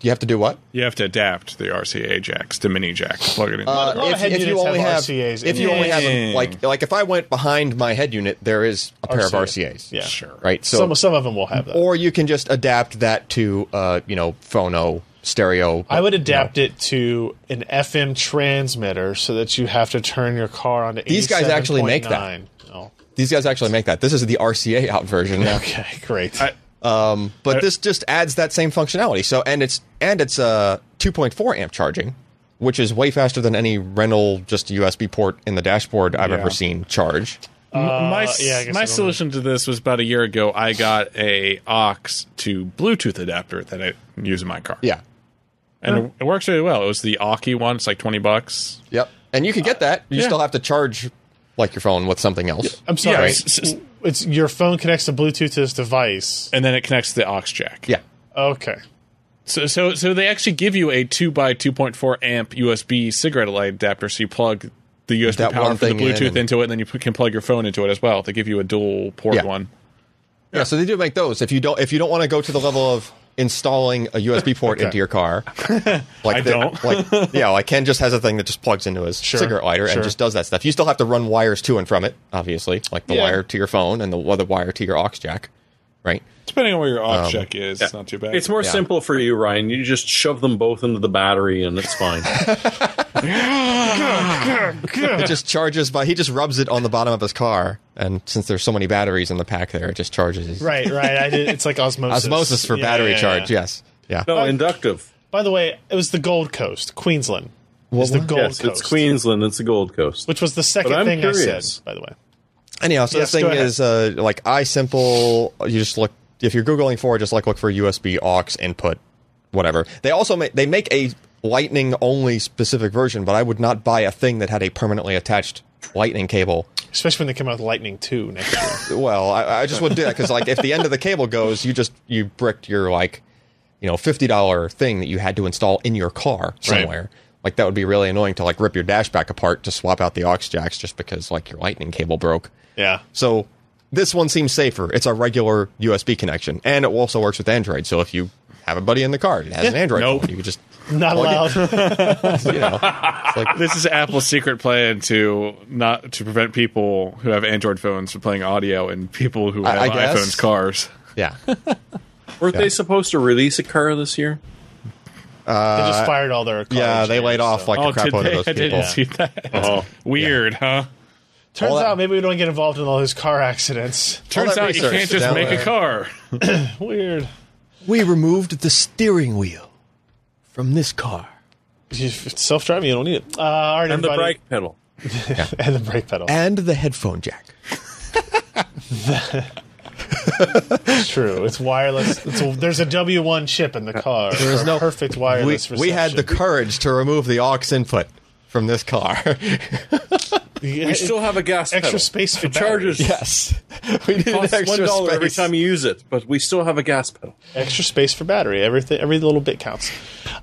Speaker 4: You have to do what?
Speaker 3: You have to adapt the RCA jacks to mini jack to plug it in.
Speaker 1: a
Speaker 4: Uh,
Speaker 1: lot of head units have RCAs
Speaker 4: if you
Speaker 1: in
Speaker 4: only
Speaker 1: them.
Speaker 4: have them,
Speaker 3: Yeah.
Speaker 4: like like if I went behind my head unit, there is a pair of
Speaker 1: RCA.
Speaker 4: RCAs.
Speaker 1: Yeah.
Speaker 3: sure.
Speaker 4: right. So
Speaker 1: some, some of them will have that.
Speaker 4: or you can just adapt that to uh you know phono stereo.
Speaker 1: I would adapt it to an FM transmitter so that you have to turn your car onto
Speaker 4: These guys actually make that.
Speaker 1: 87.9. Oh,
Speaker 4: These guys actually make that. This is the RCA out version.
Speaker 1: okay, great.
Speaker 3: I-
Speaker 4: but this just adds that same functionality. So and it's and it's uh 2.4 amp charging, which is way faster than any rental just USB port in the dashboard I've ever seen charge.
Speaker 3: my
Speaker 1: yeah, I guess I
Speaker 3: my
Speaker 1: don't
Speaker 3: solution to this was about a year ago. I got a aux to Bluetooth adapter that I use in my car.
Speaker 4: Yeah.
Speaker 3: and it, it works really well. It was the Aki one. It's like twenty bucks.
Speaker 4: Yep. And you can get that. You
Speaker 3: yeah.
Speaker 4: still have to charge like your phone with something else.
Speaker 1: I'm sorry.
Speaker 3: Yeah,
Speaker 1: it's,
Speaker 3: it's- it's-
Speaker 1: it's- your phone connects to Bluetooth to this device.
Speaker 3: and then it connects to the aux jack.
Speaker 4: Yeah.
Speaker 1: Okay.
Speaker 3: So so so they actually give you a two by two point four amp USB cigarette light adapter. So you plug the USB
Speaker 4: That
Speaker 3: power
Speaker 4: one
Speaker 3: for the
Speaker 4: thing in
Speaker 3: Bluetooth
Speaker 4: and-
Speaker 3: into it, and then you p- can plug your phone into it as well. They give you a dual port
Speaker 4: Yeah.
Speaker 3: one.
Speaker 4: Yeah, so they do make those. If you don't if you don't want to go to the level of installing a USB port into your
Speaker 1: [laughs]
Speaker 4: car, like
Speaker 3: I
Speaker 4: the-
Speaker 3: don't.
Speaker 4: like yeah, like Ken just has a thing that just plugs into his cigarette lighter and
Speaker 1: sure.
Speaker 4: just does that stuff. You still have to run wires to and from it, obviously, like the
Speaker 1: Yeah.
Speaker 4: wire to your phone and the other wire to your aux jack, right?
Speaker 3: Depending on where your
Speaker 4: Um,
Speaker 3: aux jack is, it's not too bad.
Speaker 2: It's more
Speaker 4: Yeah.
Speaker 2: simple for you, Ryan. You just shove them both into the battery and it's
Speaker 4: [laughs]
Speaker 2: fine.
Speaker 1: [laughs]
Speaker 4: It just charges by he just rubs it on the bottom of his car, and since there's so many batteries in the pack there, it just charges. his-
Speaker 1: Right, right. I did, it's like osmosis.
Speaker 4: Osmosis for
Speaker 1: Yeah,
Speaker 4: battery
Speaker 1: yeah,
Speaker 4: charge,
Speaker 1: yeah.
Speaker 4: yes, yeah.
Speaker 2: No, inductive.
Speaker 1: By the way, it was the Gold Coast, Queensland. It's the
Speaker 4: was?
Speaker 1: Gold
Speaker 2: Yes,
Speaker 1: Coast.
Speaker 2: it's Queensland. It's the Gold Coast.
Speaker 1: Which was the
Speaker 2: But
Speaker 1: second
Speaker 2: I'm
Speaker 1: thing I
Speaker 2: curious.
Speaker 1: said, by the way.
Speaker 4: Anyhow, so
Speaker 1: Yes,
Speaker 4: the
Speaker 1: go
Speaker 4: thing
Speaker 1: ahead.
Speaker 4: is, uh, like iSimple, you just look if you're googling for, it, just like look for USB aux input, whatever. They also make they make a Lightning only specific version, but I would not buy a thing that had a permanently attached Lightning cable.
Speaker 1: Especially when they come out with Lightning 2 next
Speaker 4: [laughs]
Speaker 1: year.
Speaker 4: Well, I, I just wouldn't do that because like if the end of the cable goes, you just you bricked your like you know fifty dollar thing that you had to install in your car somewhere. Like that would be really annoying to like rip your dash back apart to swap out the aux jacks just because like your lightning cable broke.
Speaker 1: Yeah.
Speaker 4: So this one seems safer. It's a regular USB connection, and it also works with Android. So if you have a buddy in the car that has an Android,
Speaker 3: Nope.
Speaker 4: phone, you could just
Speaker 1: Not allowed.
Speaker 4: you know, it's like
Speaker 3: This is Apple's secret plan to not to prevent people who have Android phones from playing audio and people who have
Speaker 4: I- I guess.
Speaker 3: iPhones cars.
Speaker 4: yeah.
Speaker 2: Weren't they supposed to release a car this year?
Speaker 1: they just fired all their. car
Speaker 4: Yeah, they
Speaker 1: engineers,
Speaker 4: laid off
Speaker 1: so.
Speaker 4: like a
Speaker 3: Oh,
Speaker 4: crap
Speaker 3: did
Speaker 4: load
Speaker 3: they?
Speaker 4: of
Speaker 3: I
Speaker 4: those people.
Speaker 3: didn't see that. Weird, huh?
Speaker 1: Turns
Speaker 4: all that-
Speaker 1: out maybe we don't get involved in all those car accidents.
Speaker 3: [laughs] Turns
Speaker 4: that
Speaker 3: out you
Speaker 4: research
Speaker 3: can't just
Speaker 4: down
Speaker 3: make a
Speaker 4: there.
Speaker 3: car.
Speaker 1: Weird.
Speaker 4: We removed the steering wheel from this car.
Speaker 1: If It's self-driving. You don't need it. Uh, all right,
Speaker 2: And the
Speaker 1: everybody.
Speaker 2: brake pedal.
Speaker 1: and the brake pedal.
Speaker 4: And the headphone jack.
Speaker 1: [laughs] It's true. It's wireless. It's a, there's a W1 chip in the car. There
Speaker 4: is no-
Speaker 1: perfect
Speaker 4: We,
Speaker 1: wireless.
Speaker 4: we had the
Speaker 1: reception.
Speaker 4: courage to remove the aux input from this car. [laughs]
Speaker 1: Yeah,
Speaker 2: We still have a gas
Speaker 1: extra
Speaker 2: pedal.
Speaker 1: space for
Speaker 2: it charges.
Speaker 4: yes. We needed
Speaker 2: Costs
Speaker 4: [laughs] extra
Speaker 2: one dollar every
Speaker 4: space.
Speaker 2: time you use it, but we still have a gas pedal.
Speaker 1: extra space for battery. Everything, every little bit counts.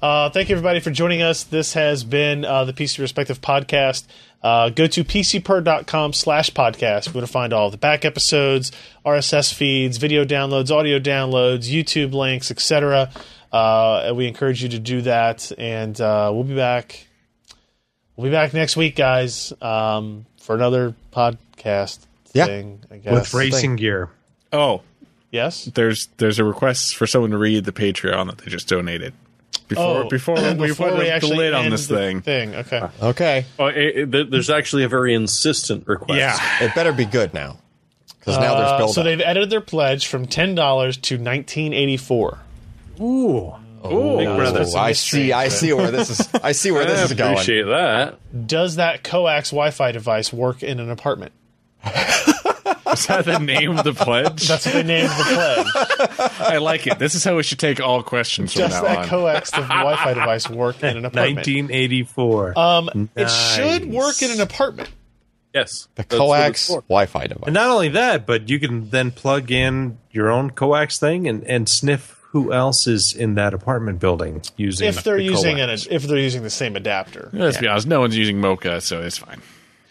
Speaker 1: Uh, thank you everybody for joining us. This has been uh, the PC Respective podcast. Uh, go to pcper.com slash podcast. We're going to find all the back episodes, RSS feeds, video downloads, audio downloads, YouTube links, etc. Uh, and we encourage you to do that. And uh, we'll be back. We'll be back next week, guys, um, for another podcast
Speaker 4: Yeah.
Speaker 1: thing. I guess.
Speaker 5: with racing gear.
Speaker 3: Oh,
Speaker 1: yes.
Speaker 3: there's there's a request for someone to read the Patreon that they just donated before
Speaker 1: [laughs] [coughs]
Speaker 3: before, we
Speaker 1: Oh. before
Speaker 3: put the- the lid on
Speaker 1: end
Speaker 3: this
Speaker 1: the [laughs]
Speaker 3: thing.
Speaker 1: Thing. Okay.
Speaker 4: Okay.
Speaker 2: Oh, it, it- th- there's actually a very insistent request.
Speaker 3: Yeah,
Speaker 4: It better be good now. Because now
Speaker 1: Uh,
Speaker 4: there's build
Speaker 1: so they've edited their pledge from ten dollars to nineteen eighty four.
Speaker 5: Ooh.
Speaker 2: brother.
Speaker 1: That's a
Speaker 4: I
Speaker 1: mystery,
Speaker 4: see. I
Speaker 1: so-
Speaker 4: see where this is. I see
Speaker 3: [laughs]
Speaker 4: where
Speaker 2: I
Speaker 4: this is going.
Speaker 2: appreciate that.
Speaker 1: Does that coax Wi Fi device work in an apartment?
Speaker 3: is that the name of the pledge?
Speaker 1: That's what they named
Speaker 3: [laughs]
Speaker 1: the pledge.
Speaker 3: I like it. This is how we should take all questions from
Speaker 1: Does
Speaker 3: now
Speaker 1: that
Speaker 3: on.
Speaker 1: coax the Wi Fi device work in an apartment?
Speaker 5: 1984.
Speaker 1: Um, it should
Speaker 5: Nice.
Speaker 1: work in an apartment.
Speaker 2: Yes,
Speaker 4: The
Speaker 2: that's what it's
Speaker 4: coax
Speaker 2: for.
Speaker 4: Wi-Fi device.
Speaker 5: and not only that, but you can then plug in your own coax thing and, and sniff who else is in that apartment building using
Speaker 1: If they're
Speaker 5: the
Speaker 1: using an
Speaker 5: coax.
Speaker 1: if they're using the same adapter,
Speaker 3: Let's be honest. No one's using Mocha, so it's fine.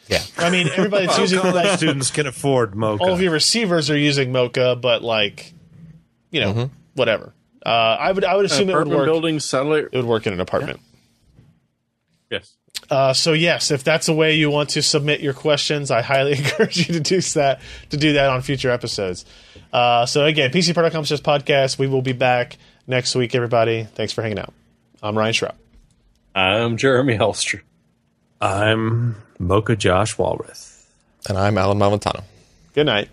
Speaker 4: Yeah.
Speaker 1: I mean everybody
Speaker 3: [laughs] Oh,
Speaker 1: that's using
Speaker 5: College
Speaker 1: like
Speaker 5: students can afford Mocha.
Speaker 1: all of your receivers are using Mocha, but like you know whatever. Uh, I would I would assume it would
Speaker 2: Mm-hmm. Urban
Speaker 1: work.
Speaker 2: building satellite.
Speaker 1: It would work in an apartment.
Speaker 2: Yes.
Speaker 1: Uh, so yes, if that's a way you want to submit your questions, I highly [laughs] encourage you to do that to do that on future episodes. Uh, so again, PCPro.com slash podcast. We will be back next week, everybody. Thanks for hanging out. I'm Ryan Schraub.
Speaker 2: I'm Jeremy Helster.
Speaker 5: I'm Mocha Josh Walrath.
Speaker 4: And I'm Alan Malventano.
Speaker 1: Good night.